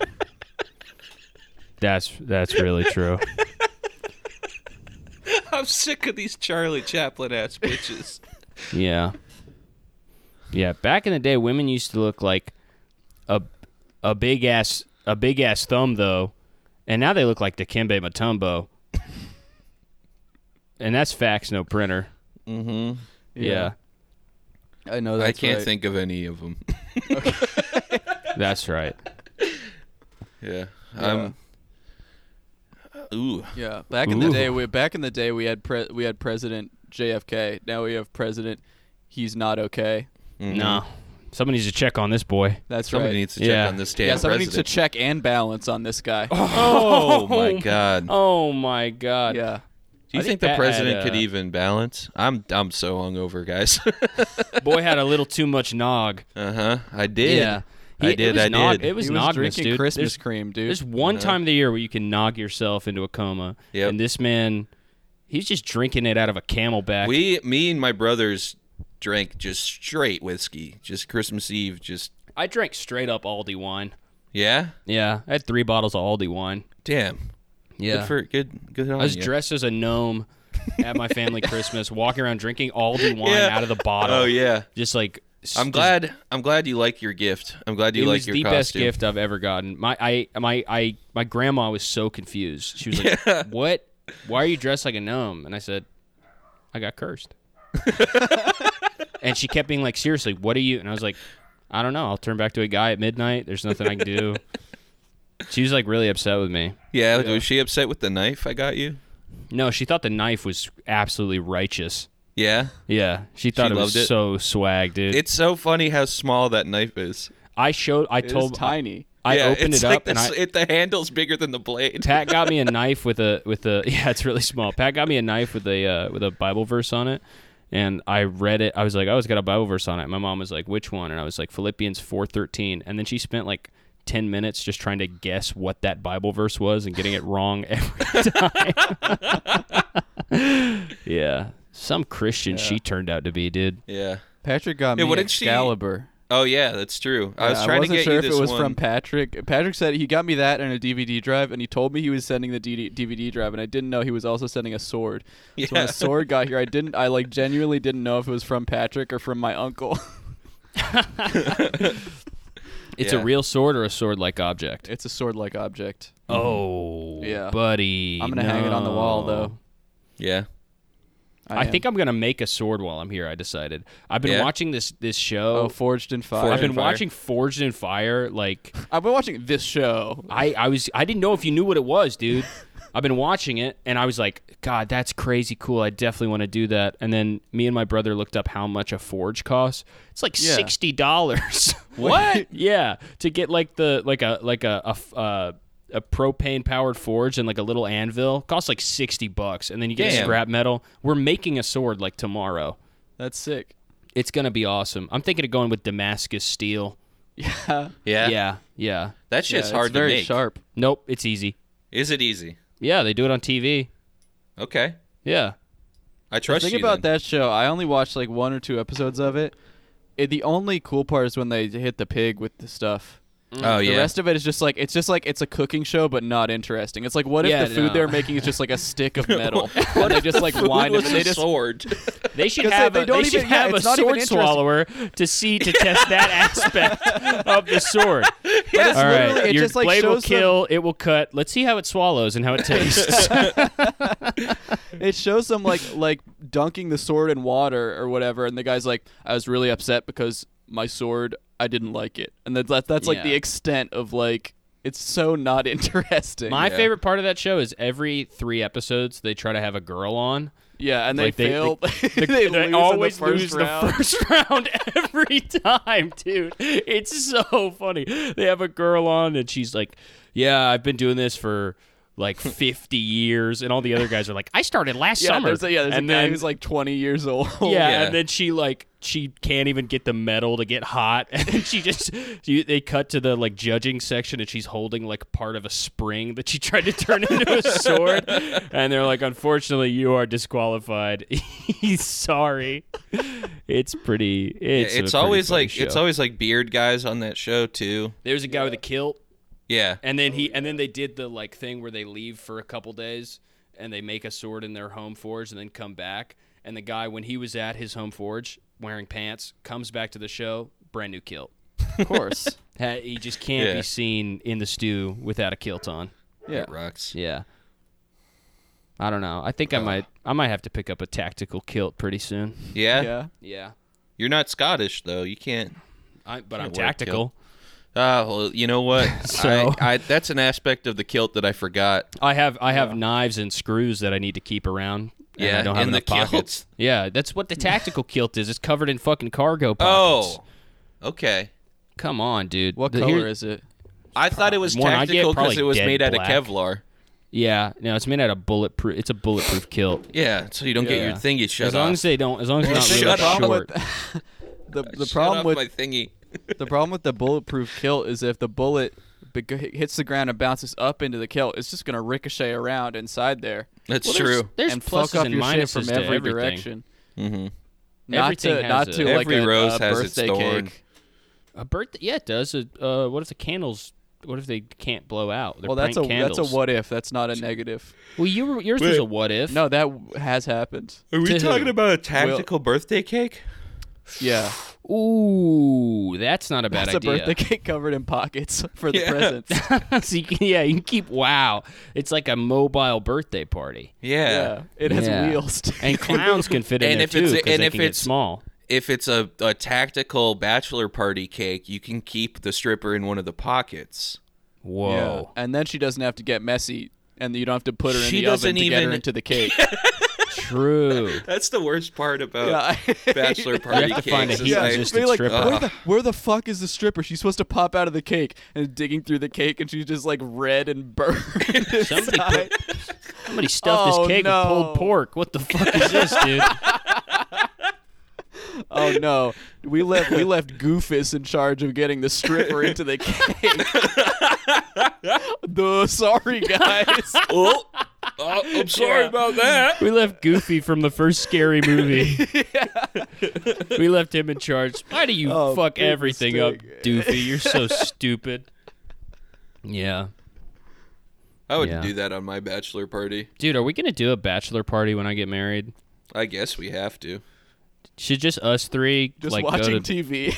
[SPEAKER 3] That's that's really true.
[SPEAKER 5] I'm sick of these Charlie Chaplin ass bitches.
[SPEAKER 3] Yeah. Yeah, back in the day women used to look like a a big ass a big ass thumb though, and now they look like Dikembe Mutombo. and that's fax no printer.
[SPEAKER 5] Mm-hmm.
[SPEAKER 3] Mhm. Yeah.
[SPEAKER 4] I know that's
[SPEAKER 5] I can't
[SPEAKER 4] right.
[SPEAKER 5] think of any of them.
[SPEAKER 3] That's right.
[SPEAKER 5] yeah. I'm. Ooh.
[SPEAKER 4] Yeah, back in the
[SPEAKER 3] Ooh.
[SPEAKER 4] day, we back in the day we had pre- we had President JFK. Now we have President. He's not okay.
[SPEAKER 5] Mm-hmm.
[SPEAKER 3] No. Somebody needs to check on this boy.
[SPEAKER 4] That's
[SPEAKER 5] Somebody
[SPEAKER 4] right.
[SPEAKER 5] needs to check
[SPEAKER 3] Yeah.
[SPEAKER 5] on this damn
[SPEAKER 4] yeah, somebody needs to
[SPEAKER 5] president.
[SPEAKER 4] check and balance on this guy.
[SPEAKER 5] oh my god.
[SPEAKER 3] Oh my god.
[SPEAKER 4] Yeah,
[SPEAKER 5] Do you
[SPEAKER 3] I
[SPEAKER 5] think,
[SPEAKER 3] think
[SPEAKER 5] the
[SPEAKER 3] that
[SPEAKER 5] president
[SPEAKER 3] had,
[SPEAKER 5] could
[SPEAKER 3] uh,
[SPEAKER 5] even balance? I'm I'm so hungover, guys.
[SPEAKER 3] Boy had a little too much nog.
[SPEAKER 5] uh huh. I did.
[SPEAKER 3] He-
[SPEAKER 5] I
[SPEAKER 3] it
[SPEAKER 5] did.
[SPEAKER 3] was
[SPEAKER 5] I
[SPEAKER 3] nog-
[SPEAKER 5] did.
[SPEAKER 3] It was,
[SPEAKER 4] he was
[SPEAKER 3] nogness,
[SPEAKER 4] drinking
[SPEAKER 3] dude.
[SPEAKER 4] Christmas
[SPEAKER 3] There's-
[SPEAKER 4] cream, dude.
[SPEAKER 3] There's one time of the year where you can nog yourself into a coma.
[SPEAKER 5] Uh-huh. Yep.
[SPEAKER 3] And this man, he's just drinking it out of a camelback.
[SPEAKER 5] we, me, and my brothers drank just straight whiskey, just Christmas Eve, just
[SPEAKER 3] I drank straight up Aldi wine.
[SPEAKER 5] yeah.
[SPEAKER 3] Yeah, I had three bottles of Aldi wine.
[SPEAKER 5] Damn.
[SPEAKER 3] Yeah.
[SPEAKER 5] Good for good. Good on
[SPEAKER 3] I was
[SPEAKER 5] you.
[SPEAKER 3] dressed as a gnome at my family Christmas, walking around drinking Aldi wine
[SPEAKER 5] Yeah.
[SPEAKER 3] out of the bottle.
[SPEAKER 5] Oh yeah.
[SPEAKER 3] Just like s-
[SPEAKER 5] I'm
[SPEAKER 3] just-
[SPEAKER 5] glad. I'm glad you like your gift. I'm glad you
[SPEAKER 3] It
[SPEAKER 5] like
[SPEAKER 3] was
[SPEAKER 5] your
[SPEAKER 3] the
[SPEAKER 5] costume.
[SPEAKER 3] best gift I've ever gotten. My I my I my grandma was so confused. She was like, "What? Why are you dressed like a gnome?" And I said, "I got cursed." and she kept being like, "Seriously, what are you?" And I was like, "I don't know. I'll turn back to a guy at midnight. There's nothing I can do." she was like really upset with me.
[SPEAKER 5] Yeah, Was she upset with the knife I got you?
[SPEAKER 3] No, she thought the knife was absolutely righteous.
[SPEAKER 5] Yeah.
[SPEAKER 3] Yeah, she thought
[SPEAKER 5] She
[SPEAKER 3] it
[SPEAKER 5] loved
[SPEAKER 3] was
[SPEAKER 5] it?
[SPEAKER 3] so swag, dude.
[SPEAKER 5] It's so funny how small that knife is.
[SPEAKER 3] I showed. I
[SPEAKER 4] It is
[SPEAKER 3] told.
[SPEAKER 4] tiny.
[SPEAKER 3] I
[SPEAKER 5] yeah,
[SPEAKER 3] opened
[SPEAKER 5] it's
[SPEAKER 3] it up
[SPEAKER 5] like
[SPEAKER 3] and
[SPEAKER 5] the,
[SPEAKER 3] I,
[SPEAKER 5] s- it, the handle's bigger than the blade.
[SPEAKER 3] Pat got me a knife with a with a yeah, it's really small. Pat got me a knife with a uh, with a Bible verse on it, and I read it. I was like, oh, it's got a Bible verse on it. My mom was like, which one? And I was like, Philippians four thirteen. And then she spent like ten minutes just trying to guess what that Bible verse was and getting it wrong every time. yeah, some Christian she turned out to be, dude.
[SPEAKER 5] yeah.
[SPEAKER 4] Patrick got
[SPEAKER 5] Yeah,
[SPEAKER 4] me
[SPEAKER 5] what did she-
[SPEAKER 4] Excalibur.
[SPEAKER 5] Oh yeah, that's true. I was
[SPEAKER 4] Yeah,
[SPEAKER 5] trying to
[SPEAKER 4] wasn't
[SPEAKER 5] get
[SPEAKER 4] sure
[SPEAKER 5] you
[SPEAKER 4] if
[SPEAKER 5] this
[SPEAKER 4] it was
[SPEAKER 5] one.
[SPEAKER 4] from Patrick. Patrick said he got me that and a DVD drive, and he told me he was sending the DD DVD drive, and I didn't know he was also sending a sword. So when
[SPEAKER 5] Yeah.
[SPEAKER 4] a sword got here, I didn't. I like genuinely didn't know if it was from Patrick or from my uncle.
[SPEAKER 3] It's
[SPEAKER 5] Yeah.
[SPEAKER 3] a real sword or a sword-like object.
[SPEAKER 4] it's a sword-like object.
[SPEAKER 3] Oh,
[SPEAKER 4] Yeah.
[SPEAKER 3] buddy.
[SPEAKER 4] I'm gonna hang it on the wall
[SPEAKER 3] no.
[SPEAKER 4] though.
[SPEAKER 5] yeah.
[SPEAKER 3] I,
[SPEAKER 4] am.
[SPEAKER 3] think I'm gonna make a sword while I'm here. I decided. I've been
[SPEAKER 5] Yeah?
[SPEAKER 3] watching this this
[SPEAKER 4] Oh,
[SPEAKER 3] show.
[SPEAKER 4] forged in fire.
[SPEAKER 5] Forged
[SPEAKER 3] I've
[SPEAKER 5] in
[SPEAKER 3] been
[SPEAKER 5] Fire.
[SPEAKER 3] watching Forged in Fire. Like
[SPEAKER 4] I've been watching this show.
[SPEAKER 3] I, I was I didn't know if you knew what it was, dude. I've been watching it and I was like, God, that's crazy cool. I definitely want to do that. And then me and my brother looked up how much a forge costs. It's like
[SPEAKER 4] Yeah.
[SPEAKER 3] sixty dollars. what? yeah, to get like the like a like a a f- uh, a propane powered forge and like a little anvil costs like sixty bucks, and then you get
[SPEAKER 5] Damn.
[SPEAKER 3] scrap metal. We're making a sword like tomorrow.
[SPEAKER 4] That's sick.
[SPEAKER 3] It's gonna be awesome. I'm thinking of going with Damascus steel.
[SPEAKER 4] Yeah.
[SPEAKER 5] Yeah.
[SPEAKER 3] yeah, yeah.
[SPEAKER 5] That shit's
[SPEAKER 4] it's
[SPEAKER 5] hard
[SPEAKER 4] very
[SPEAKER 5] to make.
[SPEAKER 4] sharp.
[SPEAKER 3] Nope, it's easy.
[SPEAKER 5] Is it easy?
[SPEAKER 3] Yeah, they do it on TV.
[SPEAKER 5] Okay.
[SPEAKER 3] Yeah.
[SPEAKER 5] I trust
[SPEAKER 4] Think
[SPEAKER 5] you.
[SPEAKER 4] about
[SPEAKER 5] then.
[SPEAKER 4] that show. I only watched like one or two episodes of it. it. The only cool part is when they hit the pig with the stuff.
[SPEAKER 5] Oh
[SPEAKER 4] The
[SPEAKER 5] yeah.
[SPEAKER 4] rest of it is just like it's just like it's a cooking show, but not interesting. It's like what if
[SPEAKER 3] Yeah,
[SPEAKER 4] the food
[SPEAKER 3] no.
[SPEAKER 4] they're making is just like a stick of metal, and they just like wind it.
[SPEAKER 5] was
[SPEAKER 4] and
[SPEAKER 5] a
[SPEAKER 4] They just
[SPEAKER 5] sword.
[SPEAKER 3] They should
[SPEAKER 4] 'Cause they-
[SPEAKER 3] have
[SPEAKER 4] they
[SPEAKER 3] a,
[SPEAKER 4] don't
[SPEAKER 3] they should
[SPEAKER 4] even- yeah,
[SPEAKER 3] have a
[SPEAKER 4] it's not even
[SPEAKER 3] sword
[SPEAKER 4] interesting.
[SPEAKER 3] swallower to see to test that aspect of the sword.
[SPEAKER 4] it's
[SPEAKER 3] All
[SPEAKER 4] literally-
[SPEAKER 3] right,
[SPEAKER 4] it
[SPEAKER 3] your
[SPEAKER 4] just, like,
[SPEAKER 3] blade will
[SPEAKER 4] shows them-
[SPEAKER 3] kill, it will cut. Let's see how it swallows and how it tastes.
[SPEAKER 4] it shows them like like dunking the sword in water or whatever, and the guy's like, I was really upset because my sword, I didn't like it, and that, that that's like
[SPEAKER 3] Yeah.
[SPEAKER 4] the extent of like it's so not interesting.
[SPEAKER 3] My favorite part of that show is every three episodes they try to have a girl on.
[SPEAKER 4] yeah, and they
[SPEAKER 3] Like, they-
[SPEAKER 4] fail. They,
[SPEAKER 3] They,
[SPEAKER 4] lose in the
[SPEAKER 3] always
[SPEAKER 4] first
[SPEAKER 3] lose
[SPEAKER 4] round.
[SPEAKER 3] the first round every time, dude. It's so funny. They have a girl on and she's like, "Yeah, I've been doing this for." Like fifty years, and all the other guys are like, "I started last
[SPEAKER 4] Yeah,
[SPEAKER 3] summer."
[SPEAKER 4] there's a, yeah, there's
[SPEAKER 3] and
[SPEAKER 4] a guy
[SPEAKER 3] then
[SPEAKER 4] who's like 20 years old.
[SPEAKER 3] Yeah,
[SPEAKER 5] Yeah.
[SPEAKER 3] and then she like she can't even get the medal to get hot, and she just she, they cut to the like judging section, and she's holding like part of a spring that she tried to turn into a sword, and they're like, "Unfortunately, you are disqualified." Sorry, it's pretty.
[SPEAKER 5] it's
[SPEAKER 3] It's, a pretty
[SPEAKER 5] always
[SPEAKER 3] funny
[SPEAKER 5] like it's
[SPEAKER 3] show.
[SPEAKER 5] always like beard guys on that show too.
[SPEAKER 3] There's a guy with a kilt,
[SPEAKER 5] Oh, Yeah.
[SPEAKER 3] and then he and then they did the like thing where they leave for a couple days and they make a sword in their home forge and then come back. And the guy, when he was at his home forge wearing pants, comes back to the show, brand new kilt.
[SPEAKER 4] of course.
[SPEAKER 3] Ha- He just can't
[SPEAKER 5] Yeah.
[SPEAKER 3] be seen in the stew without a kilt on.
[SPEAKER 4] Yeah.
[SPEAKER 5] It rocks.
[SPEAKER 3] Yeah. I don't know. I think I might I might have to pick up a tactical kilt pretty soon.
[SPEAKER 5] Yeah.
[SPEAKER 4] Yeah.
[SPEAKER 3] Yeah.
[SPEAKER 5] You're not Scottish though. You can't.
[SPEAKER 3] I, but I'm
[SPEAKER 5] wear a kilt.
[SPEAKER 3] tactical.
[SPEAKER 5] Ah, well, you know what?
[SPEAKER 3] So-
[SPEAKER 5] I, I, that's an aspect of the kilt that I forgot.
[SPEAKER 3] I have I have knives and screws that I need to keep around. and
[SPEAKER 5] Yeah,
[SPEAKER 3] I don't have
[SPEAKER 5] in the
[SPEAKER 3] enough pockets.
[SPEAKER 5] kilt.
[SPEAKER 3] Yeah, that's what the tactical kilt is. It's covered in fucking cargo pockets.
[SPEAKER 5] Oh, okay.
[SPEAKER 3] come on, dude.
[SPEAKER 4] What
[SPEAKER 3] The-
[SPEAKER 4] color
[SPEAKER 3] here-
[SPEAKER 4] is it?
[SPEAKER 5] I thought it was
[SPEAKER 3] One I get,
[SPEAKER 5] tactical because
[SPEAKER 3] probably
[SPEAKER 5] it was
[SPEAKER 3] dead
[SPEAKER 5] made out of
[SPEAKER 3] black.
[SPEAKER 5] Kevlar.
[SPEAKER 3] Yeah, no, it's made out of bulletproof. It's a bulletproof kilt.
[SPEAKER 5] Yeah, so you don't get
[SPEAKER 4] Yeah.
[SPEAKER 5] your thingy shut
[SPEAKER 3] as long
[SPEAKER 5] off.
[SPEAKER 3] as they don't, as long as they're not really
[SPEAKER 5] Shut off
[SPEAKER 3] short.
[SPEAKER 4] The, the
[SPEAKER 5] Shut
[SPEAKER 4] problem
[SPEAKER 5] off
[SPEAKER 4] with
[SPEAKER 5] my thingy.
[SPEAKER 4] the problem with the bulletproof kilt is if the bullet be- hits the ground and bounces up into the kilt, it's just gonna ricochet around inside there.
[SPEAKER 5] That's
[SPEAKER 3] Well,
[SPEAKER 5] true.
[SPEAKER 3] There's,
[SPEAKER 4] and
[SPEAKER 3] there's
[SPEAKER 4] fuck
[SPEAKER 3] pluses
[SPEAKER 4] up
[SPEAKER 3] and
[SPEAKER 4] your shit
[SPEAKER 3] minuses
[SPEAKER 4] from
[SPEAKER 3] to
[SPEAKER 4] every
[SPEAKER 3] everything.
[SPEAKER 4] direction.
[SPEAKER 5] Mm-hmm.
[SPEAKER 4] Not
[SPEAKER 3] Everything
[SPEAKER 4] to
[SPEAKER 3] has
[SPEAKER 4] not
[SPEAKER 3] a-
[SPEAKER 4] to like
[SPEAKER 5] Every
[SPEAKER 4] a,
[SPEAKER 5] rose
[SPEAKER 4] a
[SPEAKER 5] has its
[SPEAKER 4] birthday
[SPEAKER 5] thorn.
[SPEAKER 4] cake.
[SPEAKER 3] A birthday, yeah, it does. A, uh, what if the candles? What if they can't blow out? They're
[SPEAKER 4] Well, that's a
[SPEAKER 3] prank candles.
[SPEAKER 4] that's a what if. That's not a negative.
[SPEAKER 3] Well, you were, yours was a what if.
[SPEAKER 4] No, that w- has happened.
[SPEAKER 5] Are
[SPEAKER 3] To who?
[SPEAKER 5] about a birthday cake?
[SPEAKER 4] Yeah,
[SPEAKER 3] Ooh, that's not a bad
[SPEAKER 4] that's a
[SPEAKER 3] idea.
[SPEAKER 4] birthday cake covered in pockets for the
[SPEAKER 5] Yeah.
[SPEAKER 4] presents.
[SPEAKER 3] so you can, yeah, you can keep. Wow, it's like a mobile birthday party,
[SPEAKER 5] Yeah.
[SPEAKER 4] Yeah, it has
[SPEAKER 3] Yeah.
[SPEAKER 4] wheels. too.
[SPEAKER 3] and clowns can fit in
[SPEAKER 5] And
[SPEAKER 3] there
[SPEAKER 5] if
[SPEAKER 3] too
[SPEAKER 5] it's-
[SPEAKER 3] 'cause
[SPEAKER 5] and
[SPEAKER 3] they
[SPEAKER 5] if
[SPEAKER 3] can get
[SPEAKER 5] it's-
[SPEAKER 3] small.
[SPEAKER 5] If it's a, a tactical bachelor party cake, you can keep the stripper in one of the pockets.
[SPEAKER 4] Yeah.
[SPEAKER 3] Whoa,
[SPEAKER 4] And then she doesn't have to get messy, and you don't have to put her in
[SPEAKER 5] She
[SPEAKER 4] the oven
[SPEAKER 5] doesn't
[SPEAKER 4] to get her
[SPEAKER 5] even-
[SPEAKER 4] into the cake.
[SPEAKER 3] true.
[SPEAKER 5] That's the worst part about
[SPEAKER 4] Yeah, I-
[SPEAKER 5] bachelor
[SPEAKER 3] You
[SPEAKER 5] party
[SPEAKER 3] have to
[SPEAKER 5] cakes.
[SPEAKER 3] find a
[SPEAKER 5] is
[SPEAKER 3] heat
[SPEAKER 5] like-
[SPEAKER 3] resistant
[SPEAKER 4] They're like,
[SPEAKER 3] stripper.
[SPEAKER 4] where the, where the fuck is the stripper? She's supposed to pop out of the cake and digging through the cake, and she's just like red and burned.
[SPEAKER 3] Somebody
[SPEAKER 4] inside.
[SPEAKER 3] Somebody stuffed
[SPEAKER 4] Oh,
[SPEAKER 3] this cake
[SPEAKER 4] no.
[SPEAKER 3] with pulled pork. What the fuck is this, dude?
[SPEAKER 4] oh no, we left we left Goofus in charge of getting the stripper into the cake. the sorry guys.
[SPEAKER 5] oh, oh, I'm sorry about that.
[SPEAKER 3] we left Goofy from the first scary movie. we left him in charge. Why do you
[SPEAKER 6] Oh,
[SPEAKER 3] fuck
[SPEAKER 6] big
[SPEAKER 3] everything up,
[SPEAKER 6] mistake.
[SPEAKER 3] Doofy? You're so stupid. Yeah.
[SPEAKER 5] I would
[SPEAKER 3] Yeah.
[SPEAKER 5] do that on my bachelor party.
[SPEAKER 3] Dude, are we gonna do a bachelor party when I get married?
[SPEAKER 5] I guess we have to.
[SPEAKER 3] Should just us three
[SPEAKER 4] Just
[SPEAKER 3] like go
[SPEAKER 4] watching
[SPEAKER 3] to,
[SPEAKER 4] TV.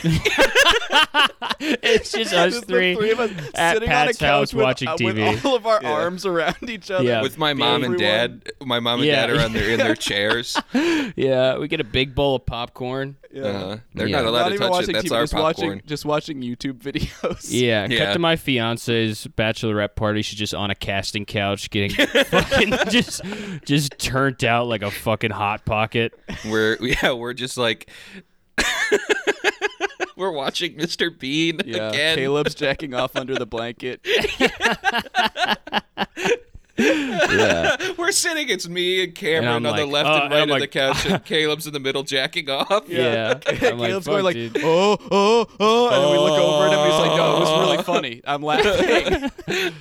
[SPEAKER 3] It's just us
[SPEAKER 4] Just the
[SPEAKER 3] three,
[SPEAKER 4] three of us
[SPEAKER 3] at
[SPEAKER 4] sitting
[SPEAKER 3] Pat's
[SPEAKER 4] on a couch
[SPEAKER 3] house watching
[SPEAKER 4] with, uh,
[SPEAKER 3] TV.
[SPEAKER 4] with all of our
[SPEAKER 5] Yeah.
[SPEAKER 4] arms around each other.
[SPEAKER 3] Yeah.
[SPEAKER 5] With my mom and
[SPEAKER 4] Everyone.
[SPEAKER 5] dad, my mom and
[SPEAKER 3] Yeah.
[SPEAKER 5] dad are on their in their chairs. Uh-huh.
[SPEAKER 3] yeah, we get a big bowl of popcorn.
[SPEAKER 5] Uh, they're
[SPEAKER 3] Yeah.
[SPEAKER 5] not allowed
[SPEAKER 4] Not
[SPEAKER 5] to
[SPEAKER 4] even
[SPEAKER 5] touch it.
[SPEAKER 4] watching
[SPEAKER 5] That's
[SPEAKER 4] TV,
[SPEAKER 5] our
[SPEAKER 4] just
[SPEAKER 5] popcorn.
[SPEAKER 4] watching just watching YouTube videos.
[SPEAKER 3] Yeah, cut
[SPEAKER 5] Yeah.
[SPEAKER 3] to my fiance's bachelorette party. She's just on a casting couch, getting fucking just just turned out like a fucking hot pocket.
[SPEAKER 5] We're yeah, we're just like we're watching Mr. Bean
[SPEAKER 4] Yeah,
[SPEAKER 5] again.
[SPEAKER 4] Caleb's jacking off under the blanket.
[SPEAKER 5] We're sitting. It's me and
[SPEAKER 3] And
[SPEAKER 5] Cameron
[SPEAKER 3] I'm
[SPEAKER 5] on the
[SPEAKER 3] like,
[SPEAKER 5] left
[SPEAKER 3] oh,
[SPEAKER 5] and right
[SPEAKER 3] and I'm
[SPEAKER 5] of the
[SPEAKER 3] like,
[SPEAKER 5] couch, and Caleb's in the middle jacking off.
[SPEAKER 3] Yeah, I'm like,
[SPEAKER 4] Caleb's
[SPEAKER 3] "Fuck,
[SPEAKER 4] going like,
[SPEAKER 3] dude."
[SPEAKER 4] oh, oh, oh, and then we look over at him. He's like, no, it was
[SPEAKER 5] Oh.
[SPEAKER 4] really funny. I'm laughing.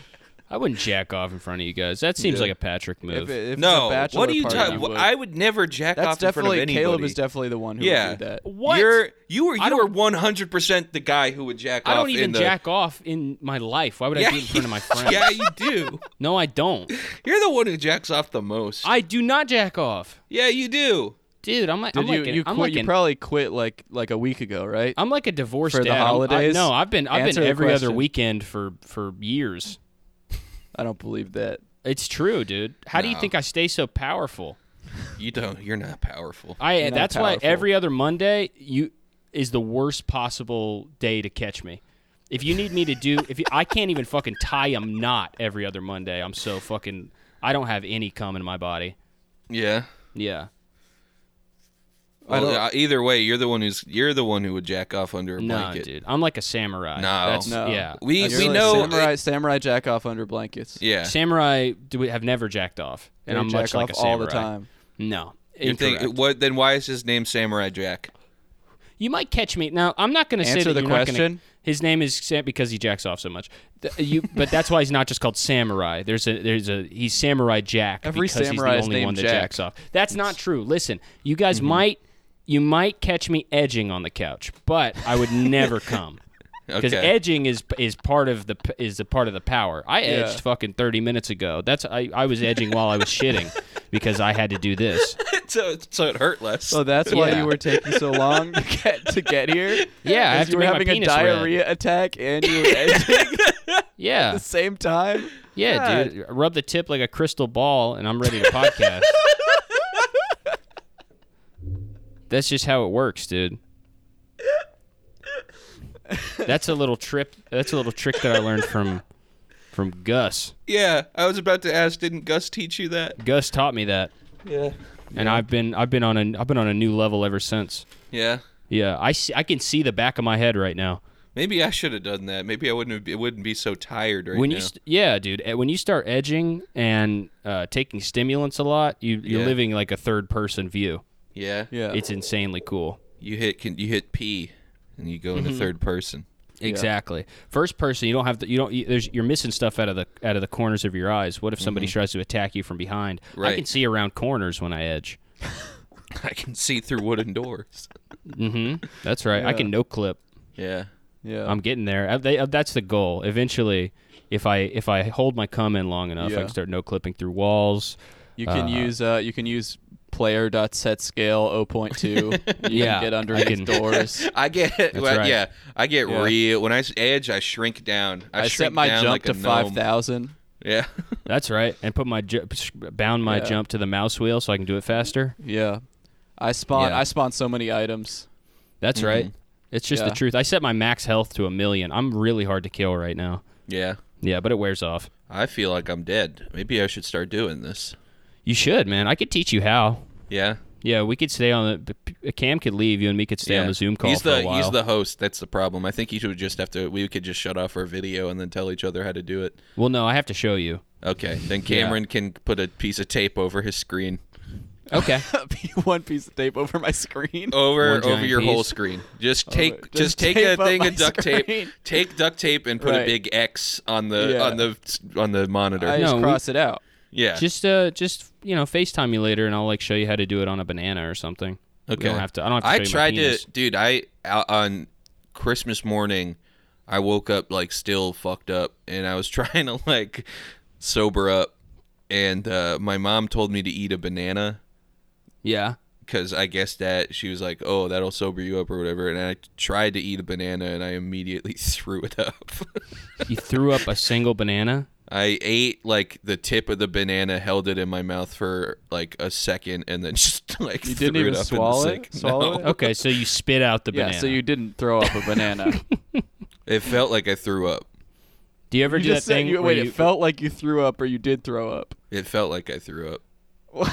[SPEAKER 3] I wouldn't jack off in front of you guys. That seems like a Patrick move.
[SPEAKER 4] If it- if it's a
[SPEAKER 5] No,
[SPEAKER 4] bachelor
[SPEAKER 5] what are you
[SPEAKER 4] party,
[SPEAKER 5] talking?
[SPEAKER 4] would.
[SPEAKER 5] I would never jack
[SPEAKER 4] That's
[SPEAKER 5] off in front of
[SPEAKER 4] definitely
[SPEAKER 5] anybody.
[SPEAKER 4] Caleb is definitely the one who
[SPEAKER 5] yeah.
[SPEAKER 4] would do that.
[SPEAKER 3] What?
[SPEAKER 5] You're you were you were one hundred percent the guy who would jack
[SPEAKER 3] I
[SPEAKER 5] off.
[SPEAKER 3] don't even
[SPEAKER 5] in the,
[SPEAKER 3] jack off in my life. Why would I
[SPEAKER 5] Yeah,
[SPEAKER 3] do it in front of my friends?
[SPEAKER 5] Yeah, you do.
[SPEAKER 3] No, I don't.
[SPEAKER 5] You're the one who jacks off the most.
[SPEAKER 3] I do not jack off,
[SPEAKER 5] yeah, you do.
[SPEAKER 3] dude. I'm like,
[SPEAKER 4] Did
[SPEAKER 3] I'm
[SPEAKER 4] you
[SPEAKER 3] like, an-
[SPEAKER 4] you
[SPEAKER 3] I'm
[SPEAKER 4] quit?
[SPEAKER 3] like
[SPEAKER 4] you
[SPEAKER 3] an-
[SPEAKER 4] probably quit like like a week ago, right?
[SPEAKER 3] I'm like a divorced
[SPEAKER 4] For the
[SPEAKER 3] dad. I'm- I-
[SPEAKER 4] holidays?
[SPEAKER 3] no, I've been I've
[SPEAKER 4] Answer
[SPEAKER 3] been
[SPEAKER 4] the
[SPEAKER 3] every other
[SPEAKER 4] question.
[SPEAKER 3] weekend for for years.
[SPEAKER 4] I don't believe that.
[SPEAKER 3] It's true, dude. How do you
[SPEAKER 5] No.
[SPEAKER 3] think I stay so powerful?
[SPEAKER 5] You don't. You're not powerful.
[SPEAKER 3] I
[SPEAKER 4] not
[SPEAKER 3] that's why
[SPEAKER 4] powerful.
[SPEAKER 3] every other Monday you is the worst possible day to catch me. If you need me to do if you, I can't even fucking tie a knot every other Monday. I'm so fucking I don't have any cum in my body.
[SPEAKER 5] yeah.
[SPEAKER 3] Yeah.
[SPEAKER 5] Well, uh, either way, you're the one who's you're the one who would jack off under a
[SPEAKER 3] No,
[SPEAKER 5] blanket.
[SPEAKER 3] dude. I'm like a samurai.
[SPEAKER 5] No.
[SPEAKER 3] That's
[SPEAKER 4] No.
[SPEAKER 3] yeah.
[SPEAKER 5] We
[SPEAKER 4] That's
[SPEAKER 5] we
[SPEAKER 4] really
[SPEAKER 5] know
[SPEAKER 4] samurai samurai jack off under blankets.
[SPEAKER 5] Yeah.
[SPEAKER 3] Samurai do we have never jacked off. And
[SPEAKER 4] They
[SPEAKER 3] I'm
[SPEAKER 4] jack
[SPEAKER 3] much like
[SPEAKER 4] off
[SPEAKER 3] a samurai.
[SPEAKER 4] all the time.
[SPEAKER 3] No.
[SPEAKER 5] You think-
[SPEAKER 3] Incorrect.
[SPEAKER 5] what then why is his name Samurai Jack?
[SPEAKER 3] You might catch me now. I'm not going to say
[SPEAKER 4] Answer
[SPEAKER 3] that
[SPEAKER 4] the
[SPEAKER 3] you're not gonna-
[SPEAKER 4] question.
[SPEAKER 3] his name is Sam because he jacks off so much. Th- you, but that's why he's not just called Samurai. There's a there's a he's Samurai Jack
[SPEAKER 4] Every
[SPEAKER 3] because he's the
[SPEAKER 4] samurai is
[SPEAKER 3] only
[SPEAKER 4] named
[SPEAKER 3] one that
[SPEAKER 4] Jack. Mm-hmm.
[SPEAKER 3] jacks off. That's not true. Listen, you guys might you might catch me edging on the couch, but I would never come. Because
[SPEAKER 5] Okay.
[SPEAKER 3] edging is is part of the p- is the part of the power. I edged fucking thirty minutes ago. That's I, I was edging while I was shitting because I had to do this.
[SPEAKER 5] so so it hurt less.
[SPEAKER 4] So that's why
[SPEAKER 3] Yeah.
[SPEAKER 4] you were taking so long to get to get here.
[SPEAKER 3] Yeah, I
[SPEAKER 4] Because
[SPEAKER 3] have to
[SPEAKER 4] you were
[SPEAKER 3] make my
[SPEAKER 4] having a
[SPEAKER 3] penis red.
[SPEAKER 4] diarrhea attack and you were edging at
[SPEAKER 3] Yeah,
[SPEAKER 4] the same time.
[SPEAKER 3] yeah, dude. Rub the tip like a crystal ball, and I'm ready to podcast. That's just how it works, dude. That's a little trip. That's a little trick that I learned from from Gus.
[SPEAKER 5] yeah, I was about to ask didn't Gus teach you that?
[SPEAKER 3] Gus taught me that. Yeah. And I've been I've been on a I've been on a new level ever since.
[SPEAKER 5] Yeah.
[SPEAKER 3] Yeah, I see, I can see the back of my head right now.
[SPEAKER 5] Maybe I should have done that. Maybe I wouldn't have, it wouldn't be so tired right
[SPEAKER 3] when
[SPEAKER 5] now.
[SPEAKER 3] you st- yeah, dude, eh, when you start edging and uh, taking stimulants a lot, you you're
[SPEAKER 5] Yeah.
[SPEAKER 3] living like a third person view.
[SPEAKER 5] yeah.
[SPEAKER 4] Yeah.
[SPEAKER 3] It's insanely cool.
[SPEAKER 5] You hit can you hit P and you go into
[SPEAKER 3] Mm-hmm.
[SPEAKER 5] third person.
[SPEAKER 3] Exactly. First person, you don't have the, you don't you, there's you're missing stuff out of the out of the corners of your eyes. What if somebody
[SPEAKER 4] Mm-hmm.
[SPEAKER 3] tries to attack you from behind? I can
[SPEAKER 5] Right.
[SPEAKER 3] see around corners when I edge.
[SPEAKER 5] I can see through wooden doors.
[SPEAKER 4] Mm-hmm.
[SPEAKER 3] That's right. I can no clip.
[SPEAKER 5] Yeah.
[SPEAKER 4] yeah.
[SPEAKER 3] I'm getting there. Uh, they, uh, that's the goal. Eventually, if I if I hold my cum in long enough, I
[SPEAKER 4] Yeah.
[SPEAKER 3] can start no clipping through walls.
[SPEAKER 4] you can use uh you can use player dot set scale 0.2 you
[SPEAKER 3] Yeah,
[SPEAKER 4] can get
[SPEAKER 3] I
[SPEAKER 4] underneath
[SPEAKER 3] can-
[SPEAKER 4] doors
[SPEAKER 5] I get well,
[SPEAKER 3] right.
[SPEAKER 5] yeah. I get
[SPEAKER 4] Yeah.
[SPEAKER 5] real when I s- edge I shrink down. I,
[SPEAKER 4] i,
[SPEAKER 5] shrink
[SPEAKER 4] set my
[SPEAKER 5] down
[SPEAKER 4] jump
[SPEAKER 5] like a
[SPEAKER 4] to
[SPEAKER 5] gnome.
[SPEAKER 4] 5000
[SPEAKER 5] Yeah.
[SPEAKER 3] That's right. And put my ju- bound my
[SPEAKER 4] Yeah.
[SPEAKER 3] jump to the mouse wheel so I can do it faster.
[SPEAKER 4] yeah i spawn
[SPEAKER 3] Yeah.
[SPEAKER 4] i spawn so many items
[SPEAKER 3] That's right. It's just
[SPEAKER 4] Mm-hmm. Yeah.
[SPEAKER 3] the truth. I set my max health to a million. I'm really hard to kill right now.
[SPEAKER 5] yeah.
[SPEAKER 3] Yeah, but it wears off.
[SPEAKER 5] I feel like I'm dead. Maybe I should start doing this.
[SPEAKER 3] You should, man. I could teach you how.
[SPEAKER 5] Yeah.
[SPEAKER 3] Yeah, we could stay on the. p- p- Cam could leave. You and me could stay on the Zoom call
[SPEAKER 5] He's
[SPEAKER 3] for
[SPEAKER 5] the
[SPEAKER 3] a while.
[SPEAKER 5] he's the host. That's the problem. I think you should just have to. We could just shut off our video and then tell each other how to do it.
[SPEAKER 3] well, no, I have to show you.
[SPEAKER 5] Okay. Then Cameron can put a piece of tape over his screen,
[SPEAKER 3] Okay.
[SPEAKER 4] one piece of tape over my screen
[SPEAKER 5] over
[SPEAKER 3] One giant
[SPEAKER 5] over your whole
[SPEAKER 3] piece.
[SPEAKER 5] screen. Just take
[SPEAKER 4] just
[SPEAKER 5] just, take a
[SPEAKER 4] tape up
[SPEAKER 5] thing
[SPEAKER 4] my
[SPEAKER 5] of duct tape.
[SPEAKER 4] screen.
[SPEAKER 5] Take duct tape and put a
[SPEAKER 4] Right.
[SPEAKER 5] big X on the
[SPEAKER 4] Yeah.
[SPEAKER 5] on the on the monitor.
[SPEAKER 4] i
[SPEAKER 3] No,
[SPEAKER 4] just
[SPEAKER 3] we-
[SPEAKER 4] cross it out
[SPEAKER 5] yeah.
[SPEAKER 3] just uh, just you know, Facetime you later, and I'll like show you how to do it on a banana or something.
[SPEAKER 5] Okay.
[SPEAKER 3] don't have to- I don't have to
[SPEAKER 5] I
[SPEAKER 3] show you my
[SPEAKER 5] tried
[SPEAKER 3] penis.
[SPEAKER 5] to, dude. I o- on Christmas morning, I woke up like still fucked up, and I was trying to like sober up, and uh, my mom told me to eat a banana
[SPEAKER 4] Yeah.
[SPEAKER 5] because I guess that she was like, "Oh, that'll sober you up" or whatever. And I tried to eat a banana, and I immediately threw it up.
[SPEAKER 3] You threw up a single banana.
[SPEAKER 5] I ate like the tip of the banana, held it in my mouth for like a second, and then just like
[SPEAKER 4] You didn't
[SPEAKER 5] threw
[SPEAKER 4] even
[SPEAKER 5] it up
[SPEAKER 4] swallow
[SPEAKER 5] in the
[SPEAKER 4] it?
[SPEAKER 5] sink.
[SPEAKER 4] Swallow it?
[SPEAKER 3] Okay, so you spit out the
[SPEAKER 4] Yeah,
[SPEAKER 3] banana.
[SPEAKER 4] so you didn't throw up a banana.
[SPEAKER 5] It felt like I threw up.
[SPEAKER 3] do you ever
[SPEAKER 4] you
[SPEAKER 3] do that
[SPEAKER 4] just said
[SPEAKER 3] thing?
[SPEAKER 4] you,
[SPEAKER 3] where
[SPEAKER 4] wait,
[SPEAKER 3] you-
[SPEAKER 4] it felt like you threw up or you did throw up.
[SPEAKER 5] It felt like I threw up.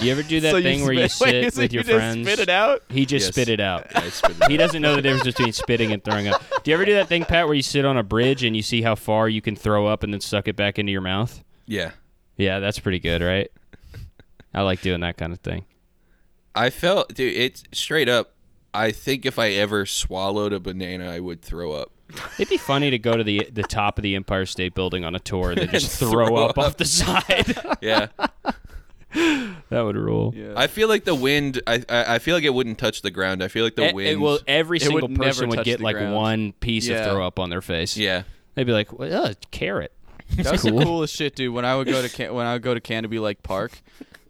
[SPEAKER 3] You ever do that
[SPEAKER 4] So
[SPEAKER 3] thing where you
[SPEAKER 4] spit- wait,
[SPEAKER 3] sit
[SPEAKER 4] so
[SPEAKER 3] with
[SPEAKER 4] you
[SPEAKER 3] your
[SPEAKER 4] just
[SPEAKER 3] friends?
[SPEAKER 4] Spit it out.
[SPEAKER 3] He just
[SPEAKER 5] Yes.
[SPEAKER 3] spit it out.
[SPEAKER 5] I spit it
[SPEAKER 3] He doesn't know the difference between spitting and throwing up. Do you ever do that thing, Pat, where you sit on a bridge and you see how far you can throw up and then suck it back into your mouth?
[SPEAKER 5] Yeah.
[SPEAKER 3] Yeah, that's pretty good, right? I like doing that kind of thing.
[SPEAKER 5] I felt, dude, it's straight up. I think if I ever swallowed a banana, I would throw up.
[SPEAKER 3] It'd be funny to go to the the top of the Empire State Building on a tour and then just throw,
[SPEAKER 5] throw
[SPEAKER 3] up,
[SPEAKER 5] up.
[SPEAKER 3] off the side.
[SPEAKER 5] Yeah.
[SPEAKER 3] that would rule.
[SPEAKER 4] Yeah.
[SPEAKER 5] I feel like the wind, I, I I feel like it wouldn't touch the ground. I feel like the
[SPEAKER 3] It-
[SPEAKER 5] wind.
[SPEAKER 3] it- well, every
[SPEAKER 4] would
[SPEAKER 3] single
[SPEAKER 4] never
[SPEAKER 3] person would
[SPEAKER 4] touch
[SPEAKER 3] get
[SPEAKER 4] the
[SPEAKER 3] like
[SPEAKER 4] ground.
[SPEAKER 3] one piece
[SPEAKER 4] Yeah.
[SPEAKER 3] of throw up on their face.
[SPEAKER 5] yeah.
[SPEAKER 3] They'd be like, well, uh, carrot.
[SPEAKER 4] That was the coolest shit, dude. When I would go to Can- when I would go to Canopy Lake Park,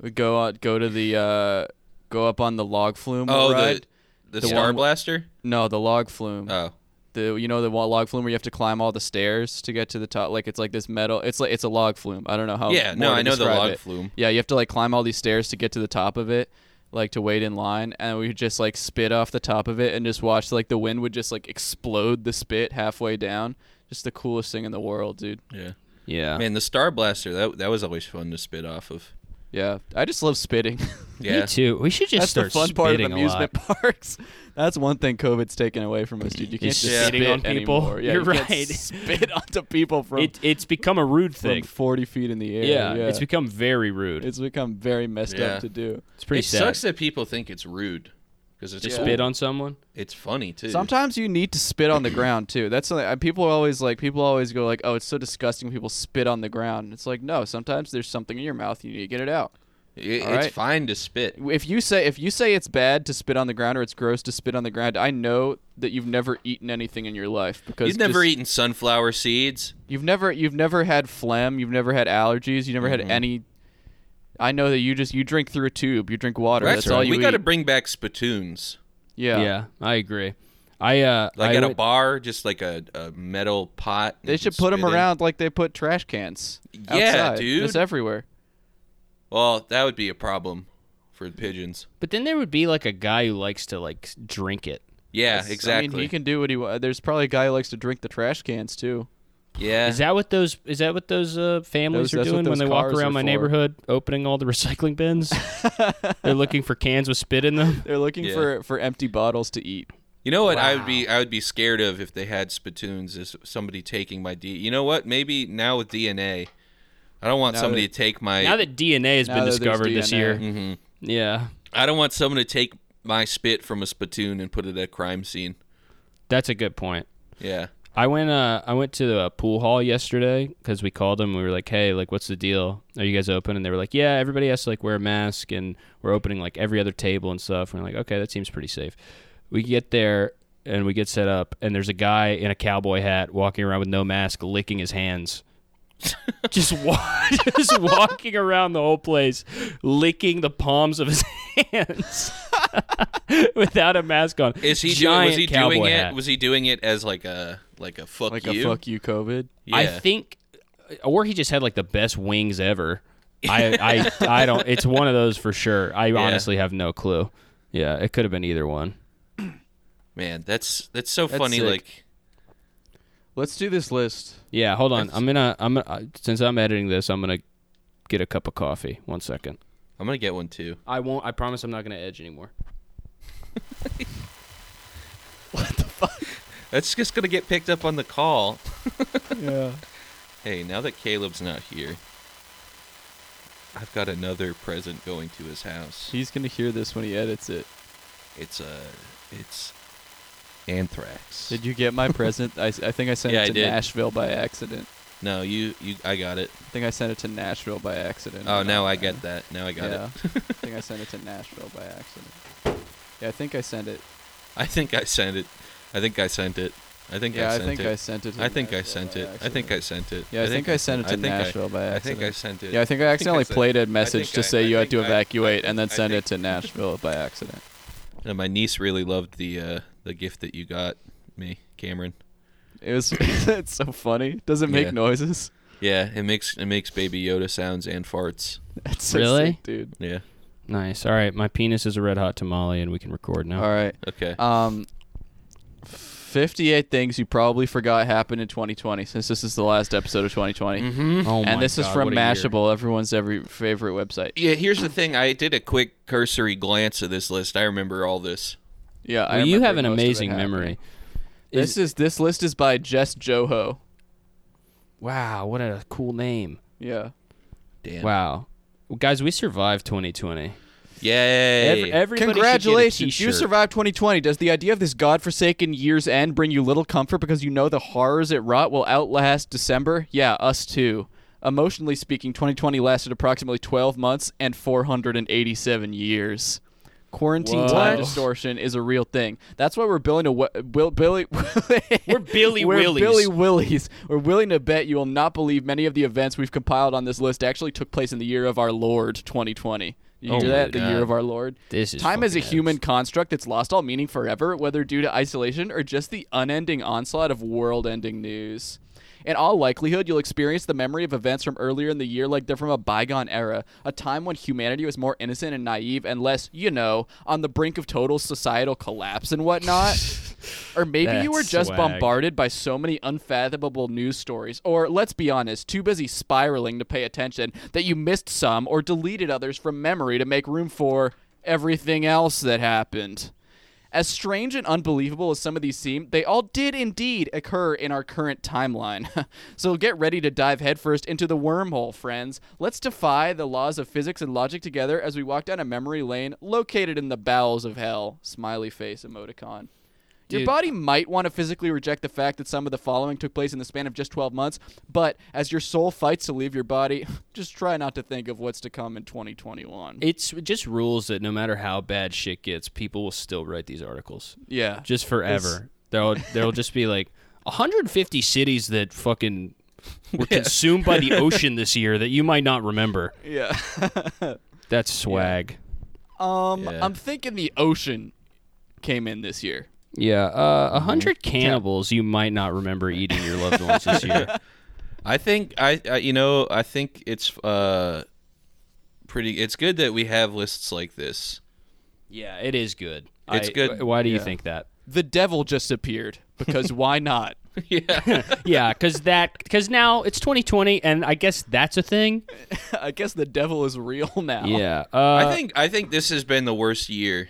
[SPEAKER 4] we'd go out, go to the uh, go up on the log flume
[SPEAKER 5] Oh,
[SPEAKER 4] ride.
[SPEAKER 5] the, the,
[SPEAKER 4] The
[SPEAKER 5] Star
[SPEAKER 4] one-
[SPEAKER 5] Blaster?
[SPEAKER 4] no, the log flume.
[SPEAKER 5] Oh.
[SPEAKER 4] the you know the wa- log flume where you have to climb all the stairs to get to the top. Like it's like this metal. It's like it's a log flume. I don't know how.
[SPEAKER 5] Yeah, no,
[SPEAKER 4] more to
[SPEAKER 5] I know the
[SPEAKER 4] describe
[SPEAKER 5] log
[SPEAKER 4] it.
[SPEAKER 5] flume.
[SPEAKER 4] Yeah, you have to like climb all these stairs to get to the top of it, like to wait in line, and we just like spit off the top of it and just watch like the wind would just like explode the spit halfway down. Just the coolest thing in the world, dude.
[SPEAKER 5] Yeah.
[SPEAKER 3] Yeah.
[SPEAKER 5] Man, the Star Blaster, that, that was always fun to spit off of.
[SPEAKER 4] Yeah, I just love spitting.
[SPEAKER 5] Yeah.
[SPEAKER 3] Me too. We should just
[SPEAKER 4] That's the
[SPEAKER 3] start
[SPEAKER 4] fun
[SPEAKER 3] spitting
[SPEAKER 4] part of
[SPEAKER 3] a lot.
[SPEAKER 4] amusement parks. That's one thing COVID's taken away from us, dude. You can't
[SPEAKER 3] It's
[SPEAKER 4] just
[SPEAKER 5] just
[SPEAKER 4] spit
[SPEAKER 3] spitting on people.
[SPEAKER 4] anymore. Yeah,
[SPEAKER 3] You're
[SPEAKER 4] you can't
[SPEAKER 3] right.
[SPEAKER 4] spit onto people from,
[SPEAKER 3] It, it's become a rude
[SPEAKER 4] from
[SPEAKER 3] thing.
[SPEAKER 4] 40 feet in the air.
[SPEAKER 3] Yeah, it's become very rude. It's,
[SPEAKER 4] It's become very messed
[SPEAKER 5] Yeah.
[SPEAKER 4] up to do.
[SPEAKER 3] pretty
[SPEAKER 5] it
[SPEAKER 3] sad.
[SPEAKER 5] sucks that people think it's rude because it's
[SPEAKER 3] to
[SPEAKER 5] just
[SPEAKER 3] spit on someone.
[SPEAKER 5] It's funny too.
[SPEAKER 4] Sometimes you need to spit on the ground too. That's something uh, people are always like. People always go like, "Oh, it's so disgusting." People spit on the ground. It's like, no. Sometimes there's something in your mouth. You need to get it out.
[SPEAKER 5] It- it's
[SPEAKER 4] Alright.
[SPEAKER 5] fine to spit.
[SPEAKER 4] If you say if you say it's bad to spit on the ground or it's gross to spit on the ground, I know that you've never eaten anything in your life because
[SPEAKER 5] You've never
[SPEAKER 4] just-
[SPEAKER 5] eaten sunflower seeds.
[SPEAKER 4] You've never you've never had phlegm. You've never had allergies. You never had any. I know that you just you drink through a tube. You drink water. That's all you
[SPEAKER 5] we
[SPEAKER 4] eat.
[SPEAKER 5] got to bring back spittoons.
[SPEAKER 4] yeah.
[SPEAKER 3] Yeah, I agree. I uh,
[SPEAKER 5] like
[SPEAKER 3] I
[SPEAKER 5] at a
[SPEAKER 3] would-
[SPEAKER 5] bar, just like a, a metal pot.
[SPEAKER 4] They
[SPEAKER 5] and
[SPEAKER 4] should
[SPEAKER 5] spit
[SPEAKER 4] put them
[SPEAKER 5] in.
[SPEAKER 4] around like they put trash cans.
[SPEAKER 5] Yeah,
[SPEAKER 4] outside.
[SPEAKER 5] dude.
[SPEAKER 4] It's everywhere.
[SPEAKER 5] Well, that would be a problem for the pigeons.
[SPEAKER 3] But then there would be like a guy who likes to like s- drink it.
[SPEAKER 5] Yeah,
[SPEAKER 4] I
[SPEAKER 5] exactly.
[SPEAKER 4] mean, he can do what he wants. There's probably a guy who likes to drink the trash cans too.
[SPEAKER 5] yeah,
[SPEAKER 3] Is that what those? Is that what those uh, families
[SPEAKER 4] Those- that's
[SPEAKER 3] are
[SPEAKER 4] what
[SPEAKER 3] doing when
[SPEAKER 4] those
[SPEAKER 3] they walk
[SPEAKER 4] cars are
[SPEAKER 3] around my
[SPEAKER 4] for.
[SPEAKER 3] neighborhood, opening all the recycling bins? They're looking for cans with spit in them.
[SPEAKER 4] They're looking
[SPEAKER 5] Yeah.
[SPEAKER 4] for for empty bottles to eat.
[SPEAKER 5] you know what I would be I would be scared of if they had spittoons is somebody taking my D. You know what? Maybe now with DNA, I don't want
[SPEAKER 4] Now
[SPEAKER 5] somebody
[SPEAKER 4] that-
[SPEAKER 5] to take my.
[SPEAKER 3] Now that DNA has
[SPEAKER 4] Now
[SPEAKER 3] been
[SPEAKER 4] that there's
[SPEAKER 3] discovered this
[SPEAKER 4] DNA.
[SPEAKER 3] year,
[SPEAKER 5] Mm-hmm.
[SPEAKER 3] yeah,
[SPEAKER 5] I don't want someone to take my spit from a spittoon and put it at a crime scene.
[SPEAKER 3] that's a good point.
[SPEAKER 5] Yeah.
[SPEAKER 3] I went uh I went to the pool hall yesterday because we called them. We were like, hey, like, what's the deal? Are you guys open? And they were like, yeah, everybody has to like wear a mask, and we're opening like every other table and stuff. And we're like, okay, that seems pretty safe. We get there and we get set up, and there's a guy in a cowboy hat walking around with no mask, licking his hands. just, wa- just walking around the whole place, licking the palms of his hands without a mask on.
[SPEAKER 5] Is he doing?
[SPEAKER 3] Giant
[SPEAKER 5] Was he
[SPEAKER 3] cowboy
[SPEAKER 5] doing
[SPEAKER 3] hat.
[SPEAKER 5] it? Was he doing it as like a like a fuck
[SPEAKER 4] Like
[SPEAKER 5] you?
[SPEAKER 4] a fuck you, COVID.
[SPEAKER 5] Yeah.
[SPEAKER 3] I think, uh, or he just had like the best wings ever. I, I, I don't. It's one of those for sure. I honestly have no clue. Yeah, it could have been either one.
[SPEAKER 5] Man, that's that's so funny.
[SPEAKER 4] sick.
[SPEAKER 5] Like,
[SPEAKER 4] Let's do this list.
[SPEAKER 3] Yeah, hold on. I'm gonna. I'm gonna, since I'm editing this, I'm gonna get a cup of coffee. One second.
[SPEAKER 5] I'm gonna get one too.
[SPEAKER 3] I won't. I promise I'm not gonna edge anymore.
[SPEAKER 5] That's just gonna get picked up on the call.
[SPEAKER 4] Yeah.
[SPEAKER 5] Hey, now that Caleb's not here, I've got another present going to his house.
[SPEAKER 4] He's gonna hear this when he edits it.
[SPEAKER 5] It's a, it's anthrax.
[SPEAKER 4] Did you get my present? I, I think I sent
[SPEAKER 5] Yeah, I
[SPEAKER 4] it to
[SPEAKER 5] did.
[SPEAKER 4] Nashville by accident.
[SPEAKER 5] no, you you I got it.
[SPEAKER 4] I think I sent it to Nashville by accident.
[SPEAKER 5] Oh, now I get that. Now I got
[SPEAKER 4] yeah.
[SPEAKER 5] it.
[SPEAKER 4] I think I sent it to Nashville by accident. Yeah, I think I sent it.
[SPEAKER 5] I think I sent it. I think I sent it. I think
[SPEAKER 4] Yeah,
[SPEAKER 5] I
[SPEAKER 4] I
[SPEAKER 5] sent
[SPEAKER 4] think
[SPEAKER 5] it.
[SPEAKER 4] I sent it. to
[SPEAKER 5] I think I
[SPEAKER 4] Nashville
[SPEAKER 5] sent
[SPEAKER 4] by
[SPEAKER 5] it. I think
[SPEAKER 4] accident.
[SPEAKER 5] I sent it.
[SPEAKER 4] Yeah, I think I sent it to
[SPEAKER 5] I think I-
[SPEAKER 4] Nashville by
[SPEAKER 5] I think I
[SPEAKER 4] accident.
[SPEAKER 5] sent it.
[SPEAKER 4] Yeah, I think I accidentally
[SPEAKER 5] sent-
[SPEAKER 4] played
[SPEAKER 5] I
[SPEAKER 4] a
[SPEAKER 5] think
[SPEAKER 4] message
[SPEAKER 5] I-
[SPEAKER 4] to say you
[SPEAKER 5] I
[SPEAKER 4] had to
[SPEAKER 5] think I-
[SPEAKER 4] evacuate
[SPEAKER 5] I
[SPEAKER 4] and then
[SPEAKER 5] think- I
[SPEAKER 4] send
[SPEAKER 5] think-
[SPEAKER 4] it to Nashville by accident.
[SPEAKER 5] And my niece really loved the uh, the gift that you got me, Cameron.
[SPEAKER 4] It was it's so funny. Does it make
[SPEAKER 5] Yeah.
[SPEAKER 4] noises?
[SPEAKER 5] Yeah, it makes it makes Baby Yoda sounds and farts.
[SPEAKER 4] That's so
[SPEAKER 3] Really?
[SPEAKER 4] sick, dude.
[SPEAKER 5] Yeah.
[SPEAKER 3] Nice. All right, my penis is a red hot tamale, and we can record now.
[SPEAKER 4] All right.
[SPEAKER 5] Okay.
[SPEAKER 3] Uh,
[SPEAKER 4] Um, 58 things you probably forgot happened in 2020 since this is the last episode of 2020.
[SPEAKER 5] Mm-hmm.
[SPEAKER 3] Oh my
[SPEAKER 4] and this is
[SPEAKER 3] God,
[SPEAKER 4] from
[SPEAKER 3] what a year.
[SPEAKER 4] Mashable, everyone's every favorite website.
[SPEAKER 5] yeah. Here's the thing. I did a quick cursory glance at this list. I remember all this.
[SPEAKER 4] Yeah, I
[SPEAKER 3] Well, you
[SPEAKER 4] remember
[SPEAKER 3] have an
[SPEAKER 4] most of it
[SPEAKER 3] amazing
[SPEAKER 4] happening.
[SPEAKER 3] memory.
[SPEAKER 4] This is this list is by Jess Joho.
[SPEAKER 3] Wow, what a cool name.
[SPEAKER 4] Yeah.
[SPEAKER 5] Damn.
[SPEAKER 3] Wow. Well, guys, we survived 2020.
[SPEAKER 5] Yay.
[SPEAKER 3] Every, everybody should get a
[SPEAKER 4] Congratulations! You
[SPEAKER 3] t-shirt.
[SPEAKER 4] survived 2020. Does the idea of this godforsaken year's end bring you little comfort because you know the horrors it wrought will outlast December? Yeah, us too. Emotionally speaking, 2020 lasted approximately 12 months and 487 years. Quarantine
[SPEAKER 3] Whoa.
[SPEAKER 4] time
[SPEAKER 3] What?
[SPEAKER 4] distortion is a real thing. That's why we're building a we- Bill, Billy.
[SPEAKER 3] We're Billy
[SPEAKER 4] we're
[SPEAKER 3] Willies.
[SPEAKER 4] Billy Willies. We're willing to bet you will not believe many of the events we've compiled on this list actually took place in the year of our Lord 2020. You
[SPEAKER 5] Oh
[SPEAKER 4] hear
[SPEAKER 5] my
[SPEAKER 4] that? The year
[SPEAKER 5] God.
[SPEAKER 4] of our Lord.
[SPEAKER 3] This is
[SPEAKER 4] Time is a
[SPEAKER 3] fucking
[SPEAKER 4] human construct that's lost all meaning forever, whether due to isolation or just the unending onslaught of world ending news. In all likelihood, you'll experience the memory of events from earlier in the year like they're from a bygone era, a time when humanity was more innocent and naive and less, you know, on the brink of total societal collapse and whatnot. or maybe you were
[SPEAKER 3] That's
[SPEAKER 4] just
[SPEAKER 3] swag.
[SPEAKER 4] bombarded by so many unfathomable news stories, or let's be honest, too busy spiraling to pay attention that you missed some or deleted others from memory to make room for everything else that happened. As strange and unbelievable as some of these seem, they all did indeed occur in our current timeline. so get ready to dive headfirst into the wormhole, friends. Let's defy the laws of physics and logic together as we walk down a memory lane located in the bowels of hell. Smiley face emoticon. Your
[SPEAKER 3] Dude.
[SPEAKER 4] body might want to physically reject the fact that some of the following took place in the span of just 12 months, but as your soul fights to leave your body, just try not to think of what's to come in 2021.
[SPEAKER 3] It's it just rules that no matter how bad shit gets, people will still write these articles
[SPEAKER 4] yeah.
[SPEAKER 3] just forever. There'll there'll just be like 150 cities that fucking were consumed by the ocean this year that you might not remember.
[SPEAKER 4] yeah.
[SPEAKER 3] That's swag.
[SPEAKER 4] Um,
[SPEAKER 5] Yeah.
[SPEAKER 4] I'm thinking the ocean came in this year.
[SPEAKER 3] Yeah, uh,
[SPEAKER 5] Mm-hmm.
[SPEAKER 3] a hundred cannibals you might not remember eating your loved ones this year.
[SPEAKER 5] I think I, I you know I think it's uh pretty. It's good that we have lists like this.
[SPEAKER 3] Yeah, it is good.
[SPEAKER 5] It's
[SPEAKER 3] I-
[SPEAKER 5] good.
[SPEAKER 3] Why do you think that?
[SPEAKER 4] The devil just appeared because why not?
[SPEAKER 3] Yeah, because that because now it's 2020, and I guess that's a thing.
[SPEAKER 4] I guess the devil is real now.
[SPEAKER 3] Yeah. Uh,
[SPEAKER 5] I think I think this has been the worst year.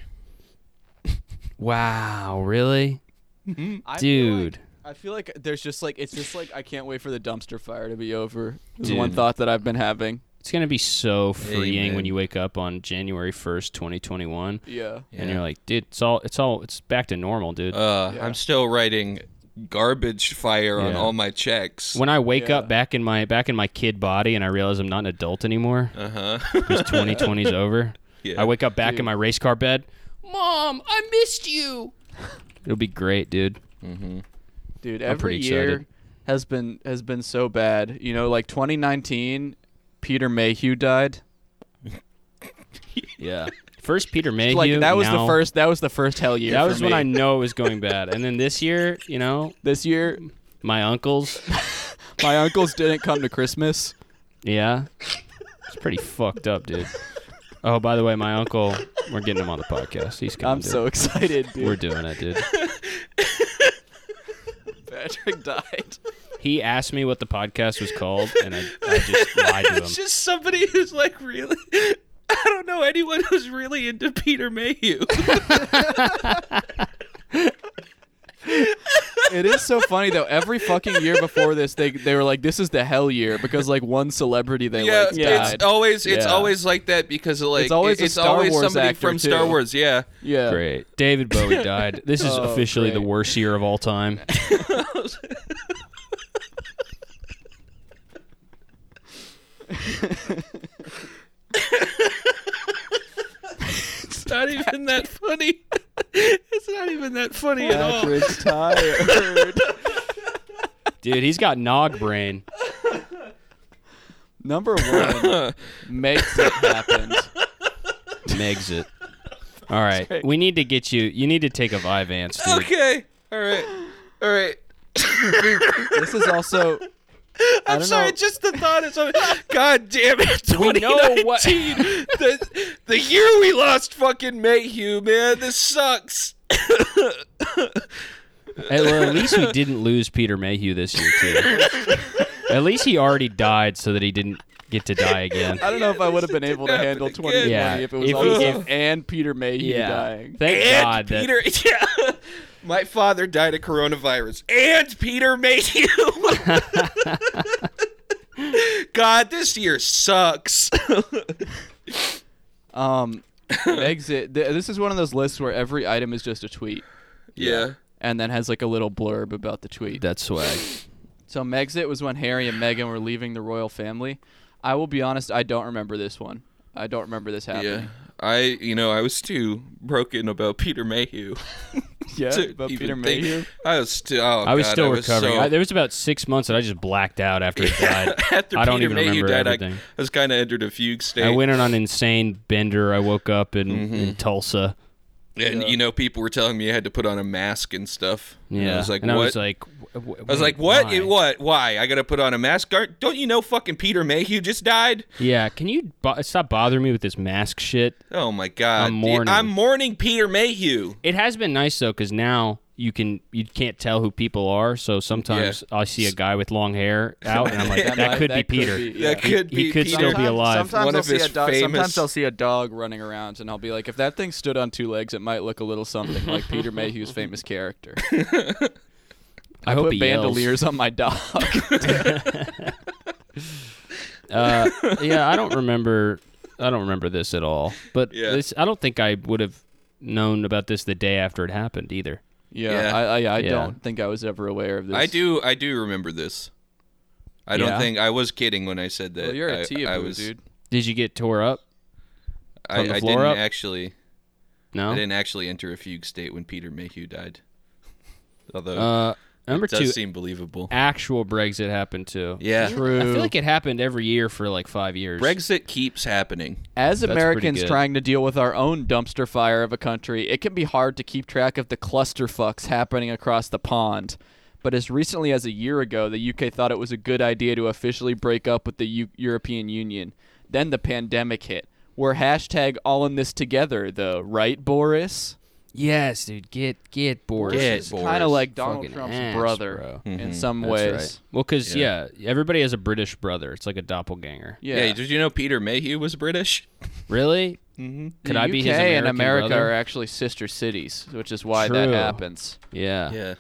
[SPEAKER 3] wow, really, Mm-hmm.
[SPEAKER 4] I feel like-
[SPEAKER 3] dude.
[SPEAKER 4] I feel like there's just like it's just like I can't wait for the dumpster fire to be over. Is
[SPEAKER 5] Dude.
[SPEAKER 4] one thought that I've been having.
[SPEAKER 3] It's gonna be so freeing
[SPEAKER 5] man.
[SPEAKER 3] when you wake up on January 1st, 2021,
[SPEAKER 4] Yeah.
[SPEAKER 3] and you're like, dude, it's all it's all it's back to normal, dude.
[SPEAKER 5] Uh,
[SPEAKER 4] Yeah.
[SPEAKER 5] I'm still writing garbage fire on
[SPEAKER 3] Yeah.
[SPEAKER 5] all my checks.
[SPEAKER 3] when I wake
[SPEAKER 4] yeah.
[SPEAKER 3] up back in my back in my kid body, and I realize I'm not an adult anymore. Uh huh.
[SPEAKER 4] Uh-huh.
[SPEAKER 3] Because 2020's over.
[SPEAKER 5] Yeah.
[SPEAKER 3] I wake up back in my race car bed. Mom, I missed you. It'll be great, dude.
[SPEAKER 4] Dude, every
[SPEAKER 3] pretty
[SPEAKER 4] year
[SPEAKER 3] excited.
[SPEAKER 4] has been has been so bad. You know, like 2019, Peter Mayhew died.
[SPEAKER 3] Yeah. First Peter Mayhew.
[SPEAKER 4] Like that was the
[SPEAKER 3] now-
[SPEAKER 4] first that was the first hell year.
[SPEAKER 3] That
[SPEAKER 4] for
[SPEAKER 3] was when
[SPEAKER 4] me.
[SPEAKER 3] I know it was going bad. And then this year, you know,
[SPEAKER 4] this year
[SPEAKER 3] my uncles.
[SPEAKER 4] my uncles didn't come to Christmas.
[SPEAKER 3] Yeah. It's pretty fucked up, dude. Oh, by the way, my uncle, we're getting him on the podcast. He's coming.
[SPEAKER 4] I'm
[SPEAKER 3] dude.
[SPEAKER 4] so excited, dude.
[SPEAKER 3] We're doing it, dude.
[SPEAKER 4] Patrick died.
[SPEAKER 3] He asked me what the podcast was called, and I, I just lied to him.
[SPEAKER 5] It's just somebody who's like really. I don't know anyone who's really into Peter Mayhew.
[SPEAKER 4] It is so funny though. Every fucking year before this, they they were like, "This is the hell year" because like one celebrity they
[SPEAKER 5] yeah,
[SPEAKER 4] liked died.
[SPEAKER 5] it's always it's
[SPEAKER 4] Yeah.
[SPEAKER 5] always like that because of, like
[SPEAKER 4] It's always a
[SPEAKER 5] it's
[SPEAKER 4] Star
[SPEAKER 5] always
[SPEAKER 4] Wars
[SPEAKER 5] somebody
[SPEAKER 4] actor,
[SPEAKER 5] from Star
[SPEAKER 4] too.
[SPEAKER 5] Wars. Yeah,
[SPEAKER 4] yeah,
[SPEAKER 3] Great. David Bowie died. This is
[SPEAKER 4] Oh,
[SPEAKER 3] officially the
[SPEAKER 4] great.
[SPEAKER 3] worst year of all time.
[SPEAKER 5] it's not even that funny. It's not even that funny at all.
[SPEAKER 6] Patrick's tired.
[SPEAKER 3] Dude, he's got nog brain.
[SPEAKER 4] Number one makes it happen.
[SPEAKER 3] Megs it. All right. We need to get you. You need to take a Vyvanse, dude.
[SPEAKER 5] Okay. All right. All right.
[SPEAKER 4] This is also. I
[SPEAKER 5] I'm
[SPEAKER 4] don't
[SPEAKER 5] sorry,
[SPEAKER 4] know.
[SPEAKER 5] just the thought of something. God damn it,
[SPEAKER 3] We
[SPEAKER 5] 2019.
[SPEAKER 3] know what-
[SPEAKER 5] the, the year we lost fucking Mayhew, man. This sucks.
[SPEAKER 3] Hey, well, at least we didn't lose Peter Mayhew this year, too. at least he already died so that he didn't get to die again.
[SPEAKER 4] I don't know if I would have been able to
[SPEAKER 5] happened
[SPEAKER 4] handle
[SPEAKER 5] again.
[SPEAKER 4] 2020
[SPEAKER 3] Yeah,
[SPEAKER 4] if it was
[SPEAKER 3] if
[SPEAKER 4] all
[SPEAKER 3] we-
[SPEAKER 4] him and Peter Mayhew dying.
[SPEAKER 3] Thank
[SPEAKER 5] and
[SPEAKER 3] God that
[SPEAKER 5] Peter. Yeah. My father died of coronavirus. And Peter Mayhew. God, this year sucks.
[SPEAKER 4] Um, exit. Th- this is one of those lists where every item is just a tweet
[SPEAKER 5] yeah.
[SPEAKER 4] and then has like a little blurb about the tweet.
[SPEAKER 3] that swag.
[SPEAKER 4] So Megxit was when Harry and Meghan were leaving the royal family. I will be honest, I don't remember this one. I don't remember this
[SPEAKER 5] Yeah.
[SPEAKER 4] happening.
[SPEAKER 5] I, you know, I was too broken about Peter Mayhew.
[SPEAKER 4] Yeah,
[SPEAKER 5] to
[SPEAKER 4] but
[SPEAKER 5] even
[SPEAKER 4] Peter
[SPEAKER 5] think-
[SPEAKER 4] Mayhew.
[SPEAKER 5] I was still. Oh,
[SPEAKER 3] I was
[SPEAKER 5] God,
[SPEAKER 3] still recovering.
[SPEAKER 5] so-
[SPEAKER 3] I, there was about six months that I just blacked out after he died.
[SPEAKER 5] After
[SPEAKER 3] I don't
[SPEAKER 5] Peter
[SPEAKER 3] even
[SPEAKER 5] Mayhew
[SPEAKER 3] remember
[SPEAKER 5] died, I,
[SPEAKER 3] everything.
[SPEAKER 5] I was kind of entered a fugue state.
[SPEAKER 3] I went on an insane bender. I woke up in,
[SPEAKER 5] Mm-hmm.
[SPEAKER 3] in Tulsa.
[SPEAKER 5] and you know, people were telling me I had to put on a mask and stuff.
[SPEAKER 3] Yeah,
[SPEAKER 5] and I was like,
[SPEAKER 3] and
[SPEAKER 5] what?
[SPEAKER 3] I was like, w-
[SPEAKER 5] I was
[SPEAKER 3] wait,
[SPEAKER 5] like, what?
[SPEAKER 3] why?
[SPEAKER 5] It, what? Why? I gotta put on a mask? Aren't- Don't you know fucking Peter Mayhew just died?
[SPEAKER 3] Yeah, can you bo- stop bothering me with this mask shit?
[SPEAKER 5] Oh my god!
[SPEAKER 3] I'm
[SPEAKER 5] dude,
[SPEAKER 3] mourning.
[SPEAKER 5] I'm mourning Peter Mayhew.
[SPEAKER 3] It has been nice though, because now you can you can't tell who people are. So sometimes I see a guy with long hair out, and I'm like, that,
[SPEAKER 4] That might-
[SPEAKER 3] could
[SPEAKER 4] that
[SPEAKER 3] be
[SPEAKER 4] could
[SPEAKER 3] Peter.
[SPEAKER 4] be,
[SPEAKER 5] That
[SPEAKER 4] yeah.
[SPEAKER 5] could
[SPEAKER 3] he
[SPEAKER 5] be
[SPEAKER 3] could
[SPEAKER 5] Peter.
[SPEAKER 3] still be alive.
[SPEAKER 4] Sometimes
[SPEAKER 5] One
[SPEAKER 4] I'll
[SPEAKER 5] of
[SPEAKER 4] see
[SPEAKER 5] his
[SPEAKER 4] a dog.
[SPEAKER 5] famous-
[SPEAKER 4] Sometimes I'll see a dog running around, and I'll be like, if that thing stood on two legs, it might look a little something like Peter Mayhew's famous character.
[SPEAKER 3] I hope
[SPEAKER 4] Put
[SPEAKER 3] he
[SPEAKER 4] bandoliers on my dog.
[SPEAKER 3] Yells. Uh, yeah, I don't remember. I don't remember this at all. But
[SPEAKER 5] Yeah.
[SPEAKER 3] this, I don't think I would have known about this the day after it happened either.
[SPEAKER 4] yeah,
[SPEAKER 5] Yeah.
[SPEAKER 4] I, I, I
[SPEAKER 3] Yeah.
[SPEAKER 4] don't think I was ever aware of this.
[SPEAKER 5] I do. I do remember this. I don't
[SPEAKER 4] Yeah.
[SPEAKER 5] think I was kidding when I said that.
[SPEAKER 4] Well, you're a
[SPEAKER 5] I-
[SPEAKER 4] Tia
[SPEAKER 5] I
[SPEAKER 4] boo,
[SPEAKER 5] was-
[SPEAKER 4] dude.
[SPEAKER 3] Did you get tore up?
[SPEAKER 5] I,
[SPEAKER 3] On the
[SPEAKER 5] I
[SPEAKER 3] floor
[SPEAKER 5] didn't
[SPEAKER 3] up?
[SPEAKER 5] actually. I
[SPEAKER 3] No.
[SPEAKER 5] didn't actually enter a fugue state when Peter Mayhew died. Although
[SPEAKER 3] Uh, number
[SPEAKER 5] it does
[SPEAKER 3] two,
[SPEAKER 5] seem believable.
[SPEAKER 3] actual Brexit happened too.
[SPEAKER 5] Yeah.
[SPEAKER 3] True. I feel like it happened every year for like five years.
[SPEAKER 5] Brexit keeps happening.
[SPEAKER 4] As
[SPEAKER 3] pretty
[SPEAKER 4] Americans
[SPEAKER 3] good.
[SPEAKER 4] trying to deal with our own dumpster fire of a country, it can be hard to keep track of the cluster fucks happening across the pond. But as recently as a year ago, the UK thought it was a good idea to officially break up with the U- European Union. Then the pandemic hit. We're hashtag all in this together, though, right, Boris?
[SPEAKER 3] Yes, dude. Get get Boris.
[SPEAKER 5] Get Boris.
[SPEAKER 4] Kind of like Donald
[SPEAKER 3] fucking
[SPEAKER 4] Trump's
[SPEAKER 3] ass,
[SPEAKER 4] brother
[SPEAKER 3] bro. Mm-hmm.
[SPEAKER 4] in some
[SPEAKER 3] That's
[SPEAKER 4] ways.
[SPEAKER 3] right. Well, because yeah. everybody has a British brother. It's like a doppelganger.
[SPEAKER 4] Yeah,
[SPEAKER 5] Yeah. did you know Peter Mayhew was British?
[SPEAKER 3] Really? Mm-hmm. Could
[SPEAKER 4] the
[SPEAKER 3] I be
[SPEAKER 4] UK
[SPEAKER 3] his American
[SPEAKER 4] and America
[SPEAKER 3] brother?
[SPEAKER 4] are actually sister cities, which is why that
[SPEAKER 3] True.
[SPEAKER 4] happens.
[SPEAKER 3] Yeah.
[SPEAKER 5] Yeah.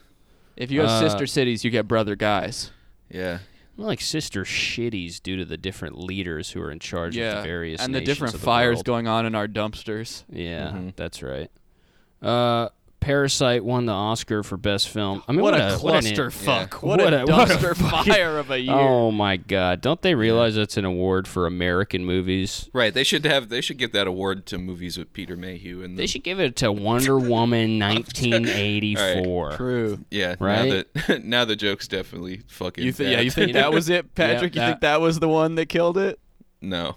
[SPEAKER 4] If you have
[SPEAKER 3] Uh,
[SPEAKER 4] sister cities, you get brother guys.
[SPEAKER 5] Yeah.
[SPEAKER 3] We're like sister shitties due to the different leaders who are in charge of the various
[SPEAKER 4] and the
[SPEAKER 3] nations
[SPEAKER 4] different
[SPEAKER 3] of the
[SPEAKER 4] fires
[SPEAKER 3] world.
[SPEAKER 4] going on in our dumpsters.
[SPEAKER 3] Yeah, that's right. Uh, Parasite won the Oscar for best film. I mean,
[SPEAKER 4] What,
[SPEAKER 3] what,
[SPEAKER 4] a
[SPEAKER 3] what an-
[SPEAKER 4] clusterfuck!
[SPEAKER 5] yeah.
[SPEAKER 4] What,
[SPEAKER 3] What
[SPEAKER 4] a
[SPEAKER 3] a- what a
[SPEAKER 4] dumpster fire of a year!
[SPEAKER 3] Oh my God! Don't they realize that's an award for American movies?
[SPEAKER 5] Right. They should have. They should give that award to movies with Peter Mayhew. And
[SPEAKER 3] They should give it to Wonder Woman 1984.
[SPEAKER 4] True.
[SPEAKER 5] Yeah.
[SPEAKER 3] Right?
[SPEAKER 5] Now that now the joke's definitely fucking.
[SPEAKER 4] You think? Yeah,
[SPEAKER 5] bad.
[SPEAKER 4] you think that was it, Patrick?
[SPEAKER 3] that-
[SPEAKER 4] you think that was the one that killed it?
[SPEAKER 5] No.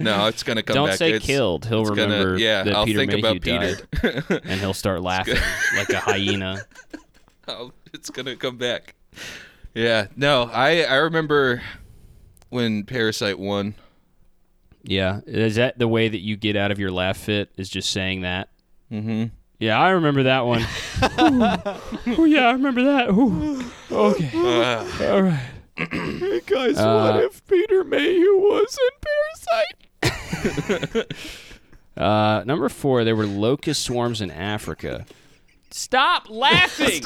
[SPEAKER 5] no, it's gonna come
[SPEAKER 3] Don't
[SPEAKER 5] back.
[SPEAKER 3] say
[SPEAKER 5] It's-
[SPEAKER 3] killed. He'll
[SPEAKER 5] it's gonna-
[SPEAKER 3] remember
[SPEAKER 5] yeah,
[SPEAKER 3] that
[SPEAKER 5] I'll
[SPEAKER 3] Peter
[SPEAKER 5] think
[SPEAKER 3] Mayhew
[SPEAKER 5] about Peter.
[SPEAKER 3] died, and he'll start laughing like a hyena.
[SPEAKER 5] I'll- it's gonna come back. Yeah. No, I I remember when Parasite won.
[SPEAKER 3] Yeah, is that the way that you get out of your laugh fit? Is just saying that? Mm-hmm. Yeah, I remember that one. oh yeah, I remember that. Ooh. Okay,
[SPEAKER 5] Uh,
[SPEAKER 3] all right.
[SPEAKER 4] Guys,
[SPEAKER 3] Uh,
[SPEAKER 4] what if Peter Mayhew was in Parasite?
[SPEAKER 3] Uh, number four, there were locust swarms in Africa. Stop laughing.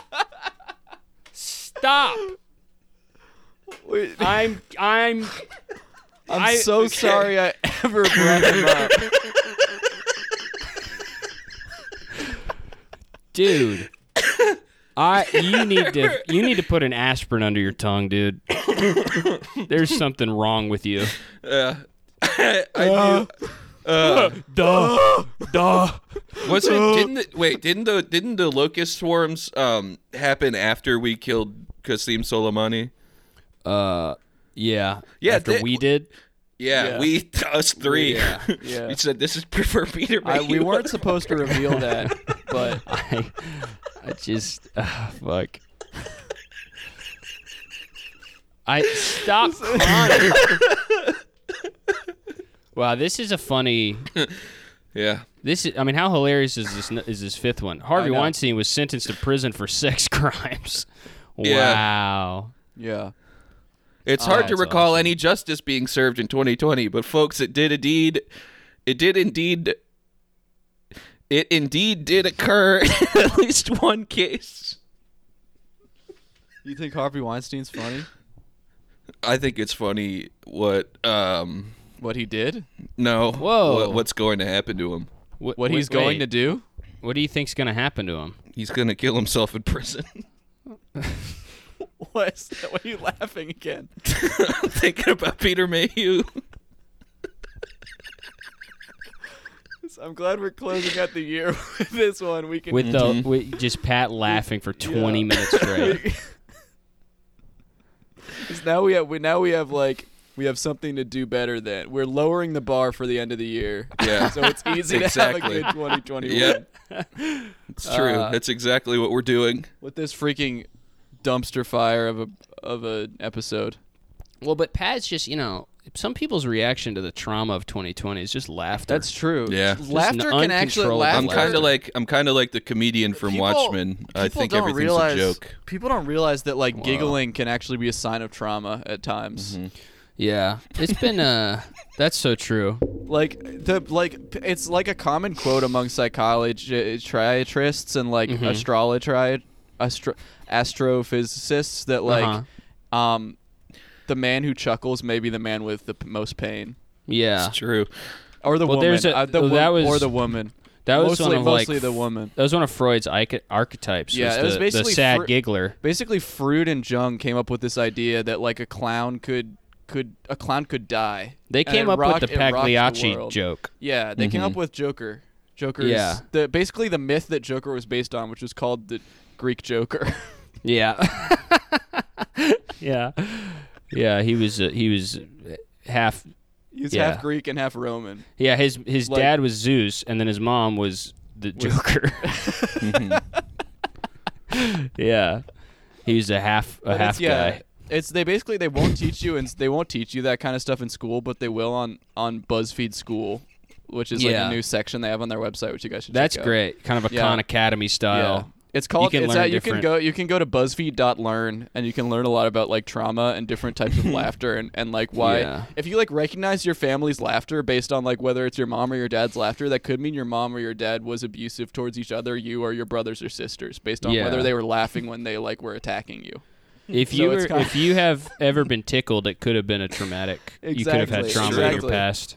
[SPEAKER 3] Stop.
[SPEAKER 4] Wait,
[SPEAKER 3] I'm I'm
[SPEAKER 4] I'm
[SPEAKER 3] I-
[SPEAKER 4] so sorry I ever brought him up.
[SPEAKER 3] dude. I you need to you need to put an aspirin under your tongue, dude. There's something wrong with you.
[SPEAKER 5] I, I knew
[SPEAKER 3] Uh,
[SPEAKER 4] Uh,
[SPEAKER 3] duh, duh. Uh.
[SPEAKER 5] Was it didn't it, wait didn't the didn't the locust swarms um happen after we killed Kasim Soleimani?
[SPEAKER 3] Yeah.
[SPEAKER 5] Yeah,
[SPEAKER 3] After
[SPEAKER 5] they-
[SPEAKER 3] we did.
[SPEAKER 5] Yeah,
[SPEAKER 4] Yeah.
[SPEAKER 5] we us three.
[SPEAKER 4] Yeah, yeah.
[SPEAKER 5] we said this is prefer Peter.
[SPEAKER 4] I, we
[SPEAKER 5] Mayhew."
[SPEAKER 4] weren't supposed to reveal that, but
[SPEAKER 3] I, I just ah, fuck. I stop crying. wow, this is a funny.
[SPEAKER 5] Yeah.
[SPEAKER 3] This is, I mean, how hilarious is this? Is this fifth one? Harvey
[SPEAKER 4] know.
[SPEAKER 3] Weinstein was sentenced to prison for sex crimes.
[SPEAKER 5] Yeah.
[SPEAKER 3] Wow.
[SPEAKER 4] yeah. Oh,
[SPEAKER 5] It's hard to
[SPEAKER 3] that's
[SPEAKER 5] recall any justice being served in 2020, but folks, it did indeed it did indeed it indeed did occur in at least one case.
[SPEAKER 4] You think Harvey Weinstein's funny?
[SPEAKER 5] I think it's funny what um
[SPEAKER 4] What he did?
[SPEAKER 5] no
[SPEAKER 3] Whoa.
[SPEAKER 5] what- what's going to happen to him.
[SPEAKER 3] What,
[SPEAKER 4] What he's going to do?
[SPEAKER 3] What do you think's going to happen to him?
[SPEAKER 5] He's going to kill himself in prison.
[SPEAKER 4] What? Why are you laughing again?
[SPEAKER 5] I'm thinking about Peter Mayhew.
[SPEAKER 4] I'm glad we're closing out the year with this one. We can
[SPEAKER 3] With the with just Pat laughing for twenty
[SPEAKER 4] Mm-hmm. Yeah.
[SPEAKER 3] minutes straight.
[SPEAKER 4] 'Cause now we have we now we have like we have something to do better than we're lowering the bar for the end of the year.
[SPEAKER 5] Yeah.
[SPEAKER 4] So it's easy to
[SPEAKER 5] Exactly.
[SPEAKER 4] have a good 2021.
[SPEAKER 5] Yeah. It's true. That's exactly what we're doing.
[SPEAKER 4] With this freaking dumpster fire of a of an episode.
[SPEAKER 3] well, but Pat's just you know some people's reaction to the trauma of 2020 is just laughter.
[SPEAKER 4] That's true.
[SPEAKER 5] Yeah.
[SPEAKER 4] Just laughter
[SPEAKER 3] an
[SPEAKER 4] can actually
[SPEAKER 3] uncontrollable
[SPEAKER 4] laughter.
[SPEAKER 5] I'm
[SPEAKER 3] laughter.
[SPEAKER 5] kind of like I'm kind of like the comedian from
[SPEAKER 4] People-
[SPEAKER 5] Watchmen. I
[SPEAKER 4] people
[SPEAKER 5] think
[SPEAKER 4] don't
[SPEAKER 5] everything's
[SPEAKER 4] realize,
[SPEAKER 5] a joke.
[SPEAKER 4] People don't realize that like giggling can actually be a sign of trauma
[SPEAKER 5] Mm-hmm.
[SPEAKER 4] at times.
[SPEAKER 3] yeah. It's been uh that's so true.
[SPEAKER 4] Like the like p- it's like a common quote among psychiatrists and like
[SPEAKER 3] Mm-hmm.
[SPEAKER 4] astrologri- astro- astrophysicists that like
[SPEAKER 3] Uh-huh.
[SPEAKER 4] um the man who chuckles may be the man with the p- most pain
[SPEAKER 3] Yeah.
[SPEAKER 5] It's true.
[SPEAKER 4] or the
[SPEAKER 3] Well,
[SPEAKER 4] woman
[SPEAKER 3] there's a-
[SPEAKER 4] uh, the
[SPEAKER 3] well, that
[SPEAKER 4] wo-
[SPEAKER 3] was-
[SPEAKER 4] or the woman
[SPEAKER 3] That was
[SPEAKER 4] mostly
[SPEAKER 3] one of
[SPEAKER 4] mostly
[SPEAKER 3] like
[SPEAKER 4] the
[SPEAKER 3] f-
[SPEAKER 4] woman
[SPEAKER 3] That was one of Freud's ica- archetypes.
[SPEAKER 4] Yeah,
[SPEAKER 3] was
[SPEAKER 4] it was
[SPEAKER 3] the,
[SPEAKER 4] basically
[SPEAKER 3] the sad
[SPEAKER 4] Fre-
[SPEAKER 3] giggler.
[SPEAKER 4] basically Freud and Jung came up with this idea that like a clown could could a clown could die
[SPEAKER 3] They
[SPEAKER 4] And
[SPEAKER 3] came
[SPEAKER 4] it
[SPEAKER 3] up
[SPEAKER 4] rocked-
[SPEAKER 3] with the
[SPEAKER 4] it rocked
[SPEAKER 3] Pagliacci
[SPEAKER 4] world.
[SPEAKER 3] joke.
[SPEAKER 4] Yeah, they came up with Joker. Joker is
[SPEAKER 3] Mm-hmm. Yeah.
[SPEAKER 4] the basically the myth that Joker was based on, which was called the Greek Joker.
[SPEAKER 3] Yeah. yeah. Yeah, he was uh, he was half
[SPEAKER 4] He's
[SPEAKER 3] Yeah.
[SPEAKER 4] half Greek and half Roman.
[SPEAKER 3] Yeah, his his
[SPEAKER 4] Like-
[SPEAKER 3] dad was Zeus, and then his mom was the Joker. yeah, he was a half a
[SPEAKER 4] But
[SPEAKER 3] half
[SPEAKER 4] it's, yeah,
[SPEAKER 3] guy.
[SPEAKER 4] It's they basically they won't teach you and they won't teach you that kind of stuff in school, but they will on on BuzzFeed School, which is
[SPEAKER 3] Yeah.
[SPEAKER 4] like a new section they have on their website, which you guys should.
[SPEAKER 3] That's
[SPEAKER 4] check out.
[SPEAKER 3] great, kind of a
[SPEAKER 4] Yeah.
[SPEAKER 3] Khan Academy
[SPEAKER 4] Yeah.
[SPEAKER 3] style.
[SPEAKER 4] It's called.
[SPEAKER 3] can
[SPEAKER 4] it's
[SPEAKER 3] learn
[SPEAKER 4] at- you can
[SPEAKER 3] different-
[SPEAKER 4] go. You can go to BuzzFeed.learn, and you can learn a lot about like trauma and different types of laughter, and, and like why.
[SPEAKER 3] Yeah.
[SPEAKER 4] If you like recognize your family's laughter based on like whether it's your mom or your dad's laughter, that could mean your mom or your dad was abusive towards each other, you or your brothers or sisters, based on
[SPEAKER 3] Yeah.
[SPEAKER 4] whether they were laughing when they like were attacking you.
[SPEAKER 3] If
[SPEAKER 4] So
[SPEAKER 3] you
[SPEAKER 4] it's
[SPEAKER 3] were,
[SPEAKER 4] kind-
[SPEAKER 3] if you have ever been tickled, it could have been a traumatic. You could have had
[SPEAKER 4] Exactly,
[SPEAKER 3] trauma in your
[SPEAKER 4] exactly.
[SPEAKER 3] past.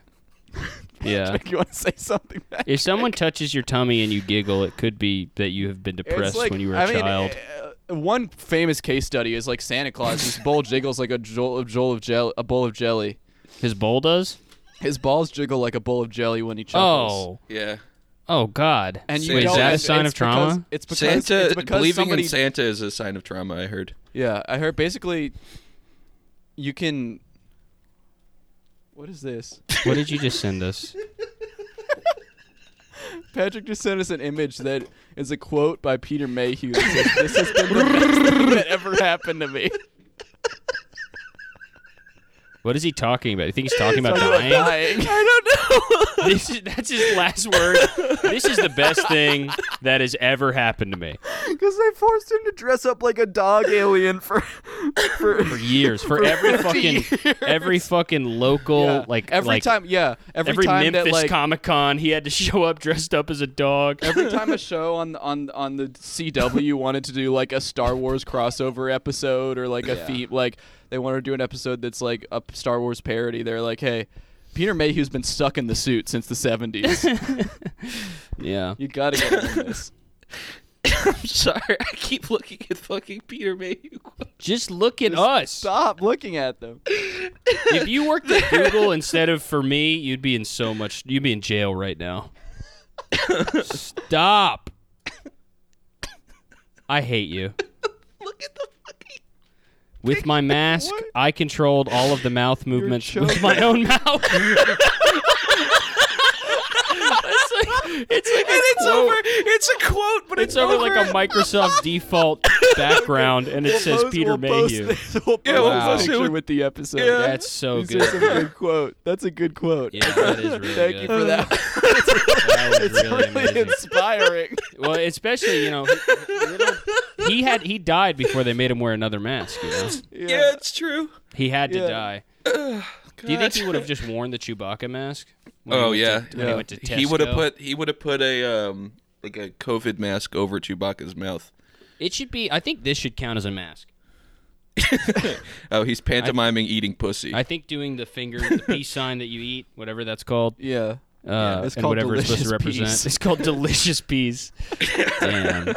[SPEAKER 3] Yeah.
[SPEAKER 4] you want to say something? Back?
[SPEAKER 3] If someone touches your tummy and you giggle, it could be that you have been depressed
[SPEAKER 4] like-
[SPEAKER 3] when you were a
[SPEAKER 4] I mean,
[SPEAKER 3] child.
[SPEAKER 4] uh, one famous case study is like Santa Claus. His bowl jiggles like a jol- a jol of jelly, a bowl of jelly.
[SPEAKER 3] His bowl does.
[SPEAKER 4] His balls jiggle like a bowl of jelly when he chuckles.
[SPEAKER 3] Oh,
[SPEAKER 5] Yeah.
[SPEAKER 3] oh God!
[SPEAKER 4] And you
[SPEAKER 5] Wait, is
[SPEAKER 4] don't-
[SPEAKER 5] that a
[SPEAKER 4] it's-
[SPEAKER 3] sign
[SPEAKER 4] it's
[SPEAKER 3] of trauma?
[SPEAKER 4] because- it's because
[SPEAKER 5] Santa
[SPEAKER 4] it's because
[SPEAKER 5] believing
[SPEAKER 4] somebody,
[SPEAKER 5] in Santa is a sign of trauma. I heard.
[SPEAKER 4] Yeah, I heard basically you can What is this?
[SPEAKER 3] What did you just send us?
[SPEAKER 4] Patrick just sent us an image that is a quote by Peter Mayhew. That says, this has been the best thing that ever happened to me.
[SPEAKER 3] What is he talking about? You think he's talking about dying?
[SPEAKER 4] Dying. I don't know.
[SPEAKER 3] this is that's his last word. this is the best thing that has ever happened to me
[SPEAKER 4] Because they forced him to dress up like a dog alien for for,
[SPEAKER 3] for years. For every
[SPEAKER 4] 50
[SPEAKER 3] fucking every fucking local
[SPEAKER 4] yeah.
[SPEAKER 3] like
[SPEAKER 4] every
[SPEAKER 3] like,
[SPEAKER 4] time yeah. Every,
[SPEAKER 3] every
[SPEAKER 4] time
[SPEAKER 3] Memphis
[SPEAKER 4] that like
[SPEAKER 3] Comic Con he had to show up dressed up as a dog.
[SPEAKER 4] Every time a show on on on the CW wanted to do like a Star Wars crossover episode or like a theme, like they wanted to do an episode that's like a p- Star Wars parody, they're like, "Hey, Peter Mayhew's been stuck in the suit since the '70s.
[SPEAKER 3] yeah.
[SPEAKER 4] you gotta get him in this."
[SPEAKER 5] I'm sorry. I keep looking at fucking Peter Mayhew.
[SPEAKER 3] Just look at us.
[SPEAKER 4] Stop looking at them.
[SPEAKER 3] If you worked at Google instead of for me, you'd be in so much. You'd be in jail right now. Stop. I hate you.
[SPEAKER 5] Look at the fucking.
[SPEAKER 3] With my mask, I controlled all of the mouth movements with
[SPEAKER 4] choking.
[SPEAKER 3] my own mouth. it's like, it's like a
[SPEAKER 5] It's
[SPEAKER 3] quote.
[SPEAKER 5] over. It's a quote, but it's,
[SPEAKER 3] It's over like a Microsoft default background, and it says
[SPEAKER 4] Post-
[SPEAKER 3] Peter
[SPEAKER 4] we'll post
[SPEAKER 3] Mayhew.
[SPEAKER 4] this- we'll
[SPEAKER 5] Yeah, we'll post it
[SPEAKER 4] post this picture
[SPEAKER 5] with-
[SPEAKER 4] with the episode.
[SPEAKER 5] Yeah.
[SPEAKER 3] That's so
[SPEAKER 4] These are some
[SPEAKER 3] good.
[SPEAKER 4] good quote. That's a good quote.
[SPEAKER 3] Yeah, that is really
[SPEAKER 4] Thank
[SPEAKER 3] good.
[SPEAKER 4] you for that.
[SPEAKER 3] That was
[SPEAKER 4] It's
[SPEAKER 3] really
[SPEAKER 4] really,
[SPEAKER 3] amazing.
[SPEAKER 4] inspiring.
[SPEAKER 3] Well, especially you know, you know, he had he died before they made him wear another mask. You know,
[SPEAKER 5] Yeah. it's true.
[SPEAKER 3] he had to
[SPEAKER 4] Yeah.
[SPEAKER 3] die. Do you think he would have just worn the Chewbacca mask? when he
[SPEAKER 5] Oh
[SPEAKER 3] went
[SPEAKER 5] yeah.
[SPEAKER 3] to- when he went to Tesco.
[SPEAKER 5] He would have put he would have put a um like a COVID mask over Chewbacca's mouth.
[SPEAKER 3] It should be. I think this should count as a mask.
[SPEAKER 5] Oh, he's pantomiming eating pussy.
[SPEAKER 3] I think doing the finger, the peace sign that you eat, whatever that's called,
[SPEAKER 4] Yeah.
[SPEAKER 3] uh,
[SPEAKER 4] it's
[SPEAKER 3] and
[SPEAKER 4] called
[SPEAKER 3] whatever it's supposed to
[SPEAKER 4] delicious
[SPEAKER 3] represent,
[SPEAKER 4] peas.
[SPEAKER 3] it's called delicious peas. Damn.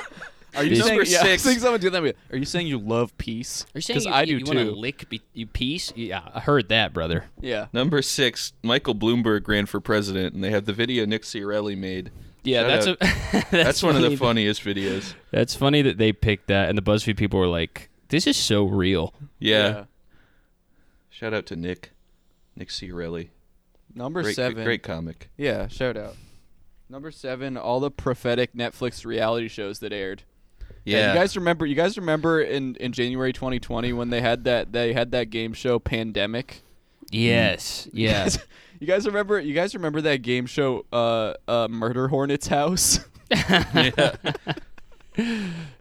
[SPEAKER 4] Are you
[SPEAKER 3] Number
[SPEAKER 4] saying, yeah, I was
[SPEAKER 5] six.
[SPEAKER 4] seeing someone do that? with- Are you saying you love peace?
[SPEAKER 3] Are you saying
[SPEAKER 4] 'Cause
[SPEAKER 3] you,
[SPEAKER 4] I
[SPEAKER 3] you, you
[SPEAKER 4] do
[SPEAKER 3] want to
[SPEAKER 4] too.
[SPEAKER 3] lick be- you peace? Yeah, I heard that, brother.
[SPEAKER 4] Yeah.
[SPEAKER 5] Number six, Michael Bloomberg ran for president, and they have the video Nick Ciarelli made.
[SPEAKER 3] Yeah,
[SPEAKER 5] Shout
[SPEAKER 3] that's
[SPEAKER 5] out.
[SPEAKER 3] a that's,
[SPEAKER 5] That's one of the
[SPEAKER 3] funny.
[SPEAKER 5] funniest videos.
[SPEAKER 3] That's funny that they picked that, and the BuzzFeed people were like, "This is so real."
[SPEAKER 5] Yeah. Shout out to Nick, Nick Ciarelli.
[SPEAKER 4] Number
[SPEAKER 5] Great,
[SPEAKER 4] seven.
[SPEAKER 5] great comic.
[SPEAKER 4] Yeah, shout out. Number seven, all the prophetic Netflix reality shows that aired.
[SPEAKER 5] Yeah.
[SPEAKER 4] you guys remember? You guys remember in, in January 2020 when they had that they had that game show Pandemic.
[SPEAKER 3] Yes. Yeah.
[SPEAKER 4] You guys remember? You guys remember that game show uh, uh, Murder Hornets House?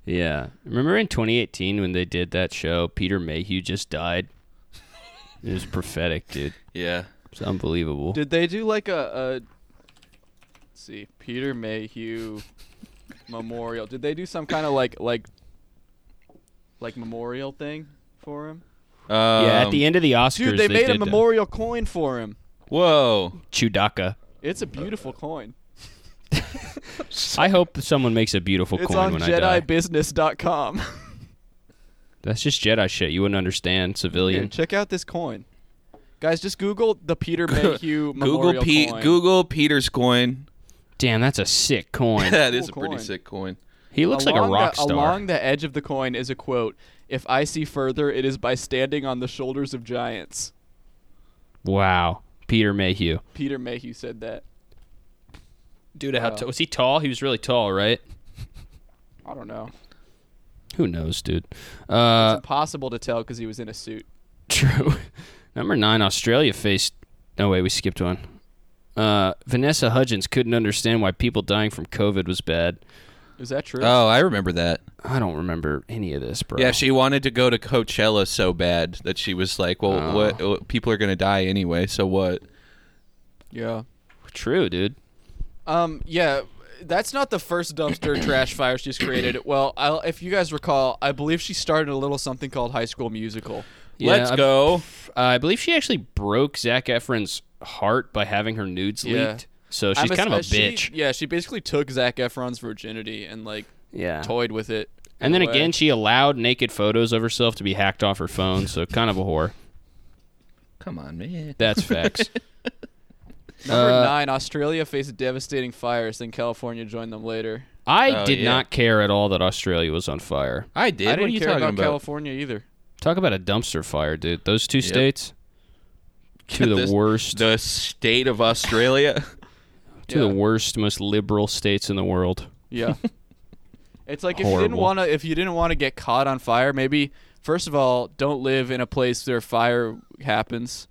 [SPEAKER 3] yeah. Remember in 2018 when they did that show? Peter Mayhew just died. It was prophetic, dude.
[SPEAKER 5] yeah.
[SPEAKER 3] It's unbelievable.
[SPEAKER 4] Did they do like a, a let's see Peter Mayhew memorial? Did they do some kind of like like like memorial thing for him?
[SPEAKER 3] yeah.
[SPEAKER 5] Um,
[SPEAKER 3] At the end of the Oscars,
[SPEAKER 4] um, Dude, they, made a
[SPEAKER 3] did the
[SPEAKER 4] memorial coin for him.
[SPEAKER 5] Whoa.
[SPEAKER 3] Chewbacca.
[SPEAKER 4] It's a beautiful coin.
[SPEAKER 3] I hope someone makes a beautiful
[SPEAKER 4] It's
[SPEAKER 3] coin
[SPEAKER 4] on
[SPEAKER 3] when I die.
[SPEAKER 4] JediBusiness.com.
[SPEAKER 3] That's just Jedi shit. You wouldn't understand,
[SPEAKER 4] Here,
[SPEAKER 3] civilian.
[SPEAKER 4] check out this coin, guys. Just Google the Peter
[SPEAKER 5] Google
[SPEAKER 4] Mayhew memorial
[SPEAKER 5] Pete.
[SPEAKER 4] coin.
[SPEAKER 5] Google Peter's coin.
[SPEAKER 3] Damn, that's a sick coin.
[SPEAKER 5] That is
[SPEAKER 4] Cool
[SPEAKER 5] a pretty
[SPEAKER 4] coin.
[SPEAKER 5] sick coin.
[SPEAKER 3] He looks like a
[SPEAKER 4] Along the-
[SPEAKER 3] rock star.
[SPEAKER 4] Along the edge of the coin is a quote: "If I see further, it is by standing on the shoulders of giants."
[SPEAKER 3] Wow. Peter Mayhew.
[SPEAKER 4] Peter Mayhew said that. Uh,
[SPEAKER 3] Dude, how t- was he tall? He was really tall, right?
[SPEAKER 4] I don't know.
[SPEAKER 3] Who knows, dude? Uh,
[SPEAKER 4] Impossible to tell because he was in a suit.
[SPEAKER 3] true. Number nine, Australia faced. No, wait, we skipped one. Uh, Vanessa Hudgens couldn't understand why people dying from COVID was bad.
[SPEAKER 4] Is that
[SPEAKER 3] Uh,
[SPEAKER 4] true?
[SPEAKER 5] Oh, I remember that.
[SPEAKER 3] I don't remember any of this, bro.
[SPEAKER 4] Oh.
[SPEAKER 5] Yeah, she wanted to go to Coachella so bad that she was like, "Well,
[SPEAKER 4] Oh.
[SPEAKER 5] what, what? People are gonna die anyway, so what?"
[SPEAKER 4] yeah.
[SPEAKER 3] true, dude.
[SPEAKER 4] Um. Yeah. That's not the first dumpster trash fire she's created. Well, I'll, if you guys recall, I believe she started a little something called High School Musical.
[SPEAKER 3] Yeah,
[SPEAKER 5] Let's
[SPEAKER 3] I-
[SPEAKER 5] go.
[SPEAKER 3] I believe she actually broke Zach Efron's heart by having her nudes
[SPEAKER 4] Yeah.
[SPEAKER 3] leaked. So she's
[SPEAKER 4] I'm
[SPEAKER 3] kind of a
[SPEAKER 4] ass- she-
[SPEAKER 3] bitch.
[SPEAKER 4] yeah, she basically took Zach Efron's virginity and like
[SPEAKER 3] yeah.
[SPEAKER 4] toyed with it.
[SPEAKER 3] And then
[SPEAKER 4] in a way.
[SPEAKER 3] again, she allowed naked photos of herself to be hacked off her phone. So kind of a whore.
[SPEAKER 5] Come on, man.
[SPEAKER 3] That's facts.
[SPEAKER 4] Number
[SPEAKER 3] Uh,
[SPEAKER 4] nine, Australia faced devastating fires, then California joined them later.
[SPEAKER 3] I
[SPEAKER 5] Oh,
[SPEAKER 3] did
[SPEAKER 5] yeah.
[SPEAKER 3] not care at all that Australia was on fire.
[SPEAKER 5] I did.
[SPEAKER 4] I
[SPEAKER 5] what are
[SPEAKER 4] didn't
[SPEAKER 5] you
[SPEAKER 4] care
[SPEAKER 5] talking
[SPEAKER 4] about,
[SPEAKER 5] about?
[SPEAKER 4] California either.
[SPEAKER 3] Talk about a dumpster fire, dude. Those two states, two of the
[SPEAKER 5] This-
[SPEAKER 3] worst,
[SPEAKER 5] The state of Australia.
[SPEAKER 3] two of
[SPEAKER 4] yeah.
[SPEAKER 3] the worst, most liberal states in the world.
[SPEAKER 4] Yeah. it's like if you didn't
[SPEAKER 3] Horrible.
[SPEAKER 4] want to if you didn't want to get caught on fire, maybe first of all, don't live in a place where fire happens.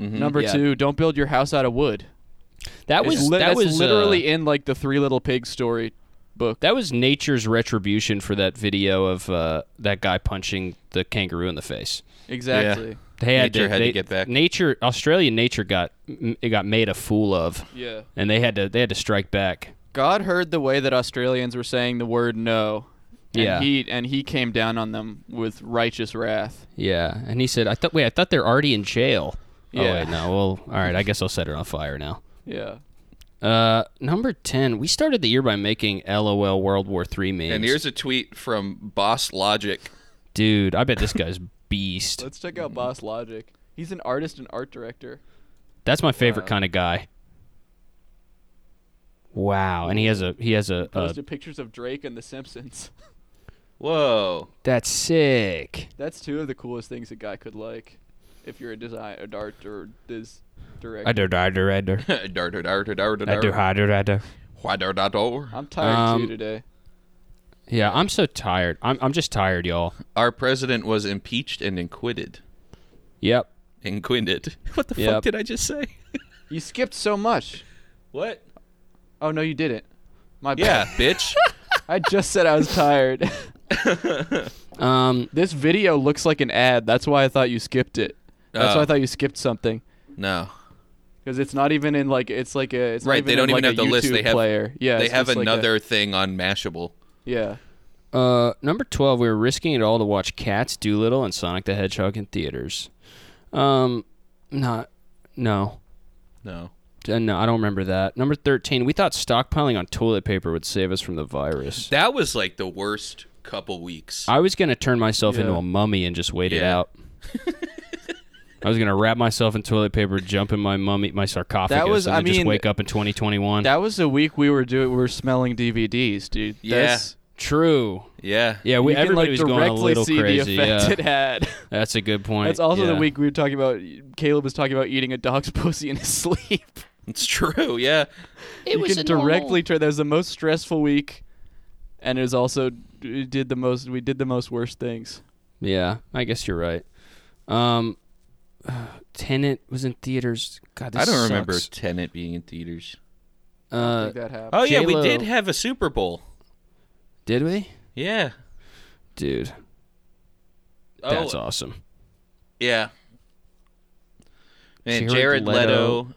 [SPEAKER 3] Mm-hmm.
[SPEAKER 4] Number
[SPEAKER 5] Yeah.
[SPEAKER 4] 2, don't build your house out of wood.
[SPEAKER 3] That
[SPEAKER 4] It's
[SPEAKER 3] was
[SPEAKER 4] li-
[SPEAKER 3] that
[SPEAKER 4] that's
[SPEAKER 3] was uh,
[SPEAKER 4] literally in like the Three Little Pigs story book.
[SPEAKER 3] that was nature's retribution for that video of uh, that guy punching the kangaroo in the face.
[SPEAKER 4] exactly.
[SPEAKER 3] They had
[SPEAKER 5] Nature had to
[SPEAKER 3] they-
[SPEAKER 5] get back.
[SPEAKER 3] Nature, Australian nature got m- it got made a fool of,
[SPEAKER 4] Yeah.
[SPEAKER 3] and they had to they had to strike back.
[SPEAKER 4] God heard the way that Australians were saying the word no. And
[SPEAKER 3] Yeah.
[SPEAKER 4] he and he came down on them with righteous wrath.
[SPEAKER 3] Yeah, and he said, "I thought wait, I thought they're already in jail." Oh
[SPEAKER 4] Yeah.
[SPEAKER 3] wait, no. Well, all right, I guess I'll set it on fire now.
[SPEAKER 4] Yeah.
[SPEAKER 3] Uh, number ten. We started the year by making LOL World War Three memes.
[SPEAKER 5] And here's a tweet from Boss Logic.
[SPEAKER 3] dude. I bet this guy's beast.
[SPEAKER 4] Let's check out Boss Logic. He's an artist and art director.
[SPEAKER 3] That's my favorite kind of guy. Wow, and he has a he has a, a
[SPEAKER 5] Uh,
[SPEAKER 4] Posted pictures of Drake and The Simpsons.
[SPEAKER 5] Whoa.
[SPEAKER 3] that's sick.
[SPEAKER 4] That's two of the coolest things a guy could like, if you're a design, an art or this director.
[SPEAKER 3] I do I do I do I do I do I do.
[SPEAKER 4] I'm tired
[SPEAKER 3] Um,
[SPEAKER 4] too today.
[SPEAKER 3] Yeah, I'm so tired. I'm I'm just tired, y'all.
[SPEAKER 5] Our president was impeached and acquitted.
[SPEAKER 3] Yep.
[SPEAKER 5] Inquinded. What the
[SPEAKER 3] Yep.
[SPEAKER 5] fuck did I just say?
[SPEAKER 4] You skipped so much.
[SPEAKER 5] What?
[SPEAKER 4] Oh no, you didn't. My
[SPEAKER 5] Yeah,
[SPEAKER 4] bad.
[SPEAKER 5] bitch.
[SPEAKER 4] I just said I was tired.
[SPEAKER 3] Um.
[SPEAKER 4] this video looks like an ad. That's why I thought you skipped it. That's why
[SPEAKER 5] Oh.
[SPEAKER 4] I thought you skipped something.
[SPEAKER 5] No.
[SPEAKER 4] Because it's not even in like it's like a it's not
[SPEAKER 5] Right, they don't
[SPEAKER 4] in,
[SPEAKER 5] even
[SPEAKER 4] like,
[SPEAKER 5] have the
[SPEAKER 4] a
[SPEAKER 5] list.
[SPEAKER 4] YouTube
[SPEAKER 5] They have
[SPEAKER 4] player. Yeah,
[SPEAKER 5] they
[SPEAKER 4] it's
[SPEAKER 5] have
[SPEAKER 4] just like a-
[SPEAKER 5] another thing on Mashable.
[SPEAKER 4] yeah.
[SPEAKER 3] Uh. Number twelve. We were risking it all to watch Cats, Doolittle, and Sonic the Hedgehog in theaters. Um. Not. No.
[SPEAKER 5] No.
[SPEAKER 3] Uh, No, I don't remember that. Number 13, we thought stockpiling on toilet paper would save us from the virus.
[SPEAKER 5] That was like the worst couple weeks.
[SPEAKER 3] I was going to turn myself into
[SPEAKER 4] Yeah.
[SPEAKER 3] a mummy and just wait it
[SPEAKER 5] Yeah.
[SPEAKER 3] out. I was going to wrap myself in toilet paper, jump in my mummy, my sarcophagus,
[SPEAKER 4] That was-
[SPEAKER 3] and
[SPEAKER 4] I
[SPEAKER 3] then just
[SPEAKER 4] mean,
[SPEAKER 3] wake up in 2021.
[SPEAKER 4] That was the week we were doing we were smelling DVDs, dude.
[SPEAKER 5] Yeah.
[SPEAKER 4] That's-
[SPEAKER 3] True.
[SPEAKER 5] yeah.
[SPEAKER 3] Yeah, we,
[SPEAKER 4] you can like
[SPEAKER 3] everybody was going a
[SPEAKER 4] directly
[SPEAKER 3] little
[SPEAKER 4] see
[SPEAKER 3] crazy.
[SPEAKER 4] the effect
[SPEAKER 3] yeah.
[SPEAKER 4] it had.
[SPEAKER 3] That's a good point.
[SPEAKER 4] That's also the
[SPEAKER 3] yeah.
[SPEAKER 4] week we were talking about. Caleb was talking about eating a dog's pussy in his sleep.
[SPEAKER 5] It's true. Yeah.
[SPEAKER 4] It you can directly try. That was the most stressful week, and it was also we did the most. We did the most worst things.
[SPEAKER 3] Yeah, I guess you're right. Um, Tenant was in theaters. God, this
[SPEAKER 5] I don't remember
[SPEAKER 3] sucks.
[SPEAKER 5] Tenet being in theaters.
[SPEAKER 3] Uh,
[SPEAKER 4] that happened.
[SPEAKER 5] Oh yeah, we
[SPEAKER 3] J-Lo.
[SPEAKER 5] did have a Super Bowl.
[SPEAKER 3] did we?
[SPEAKER 5] Yeah.
[SPEAKER 3] Dude,
[SPEAKER 5] Oh,
[SPEAKER 3] that's awesome.
[SPEAKER 5] Yeah. And
[SPEAKER 3] Jared
[SPEAKER 5] Jared
[SPEAKER 3] Leto.
[SPEAKER 5] Leto.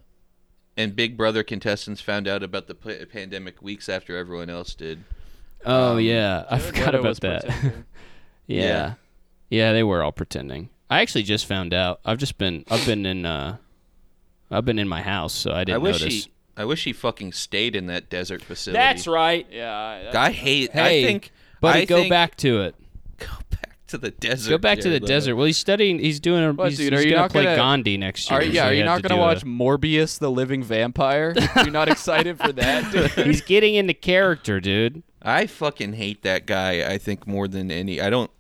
[SPEAKER 5] and Big Brother contestants found out about the pa- pandemic weeks after everyone else did.
[SPEAKER 3] Oh yeah, I
[SPEAKER 4] Um, Jared
[SPEAKER 3] forgot
[SPEAKER 4] Leto
[SPEAKER 3] about
[SPEAKER 4] was
[SPEAKER 3] that.
[SPEAKER 4] pretending.
[SPEAKER 3] yeah. yeah, they were all pretending. I actually just found out. I've just been, I've been in, uh, I've been in my house, so I didn't
[SPEAKER 5] I wish
[SPEAKER 3] notice.
[SPEAKER 5] he, I wish he fucking stayed in that desert facility.
[SPEAKER 3] That's right.
[SPEAKER 4] yeah, I-
[SPEAKER 5] I hate.
[SPEAKER 3] Hey,
[SPEAKER 5] I think.
[SPEAKER 3] Buddy,
[SPEAKER 5] I
[SPEAKER 3] go
[SPEAKER 5] think-
[SPEAKER 3] back to it.
[SPEAKER 5] Go back to the desert.
[SPEAKER 3] Go back to the
[SPEAKER 5] Jared Leto.
[SPEAKER 3] desert. Well, he's studying. He's doing. A,
[SPEAKER 4] What,
[SPEAKER 3] he's
[SPEAKER 4] dude,
[SPEAKER 3] he's
[SPEAKER 4] are you
[SPEAKER 3] gonna
[SPEAKER 4] not
[SPEAKER 3] play
[SPEAKER 4] gonna-
[SPEAKER 3] Gandhi next year.
[SPEAKER 4] Are, yeah,
[SPEAKER 3] so
[SPEAKER 4] are
[SPEAKER 3] oh, you
[SPEAKER 4] you
[SPEAKER 3] have
[SPEAKER 4] not
[SPEAKER 3] to do
[SPEAKER 4] gonna watch
[SPEAKER 3] a-
[SPEAKER 4] Morbius, the Living Vampire? You're not excited for that, dude.
[SPEAKER 3] he's getting into character, dude.
[SPEAKER 5] I fucking hate that guy. I think more than any. I don't.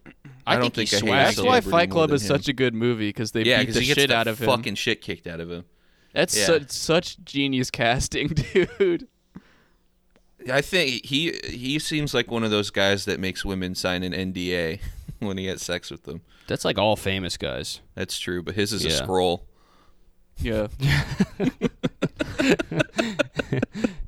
[SPEAKER 5] I,
[SPEAKER 3] I
[SPEAKER 5] don't
[SPEAKER 3] think
[SPEAKER 5] think,
[SPEAKER 3] he
[SPEAKER 5] I hate
[SPEAKER 3] swags
[SPEAKER 4] That's why
[SPEAKER 5] celebrity
[SPEAKER 4] Fight
[SPEAKER 5] more
[SPEAKER 4] Club
[SPEAKER 5] than
[SPEAKER 4] is
[SPEAKER 5] him.
[SPEAKER 4] such a good movie because they
[SPEAKER 5] yeah,
[SPEAKER 4] beat
[SPEAKER 5] because
[SPEAKER 4] the
[SPEAKER 5] he gets
[SPEAKER 4] shit
[SPEAKER 5] the
[SPEAKER 4] out of him.
[SPEAKER 5] fucking shit kicked out of him.
[SPEAKER 4] That's
[SPEAKER 5] yeah.
[SPEAKER 4] such, such genius casting, dude.
[SPEAKER 5] I think he he seems like one of those guys that makes women sign an NDA when he has sex with them.
[SPEAKER 3] That's like all famous guys.
[SPEAKER 5] That's true, but his is a
[SPEAKER 3] Yeah.
[SPEAKER 5] scroll.
[SPEAKER 4] Yeah,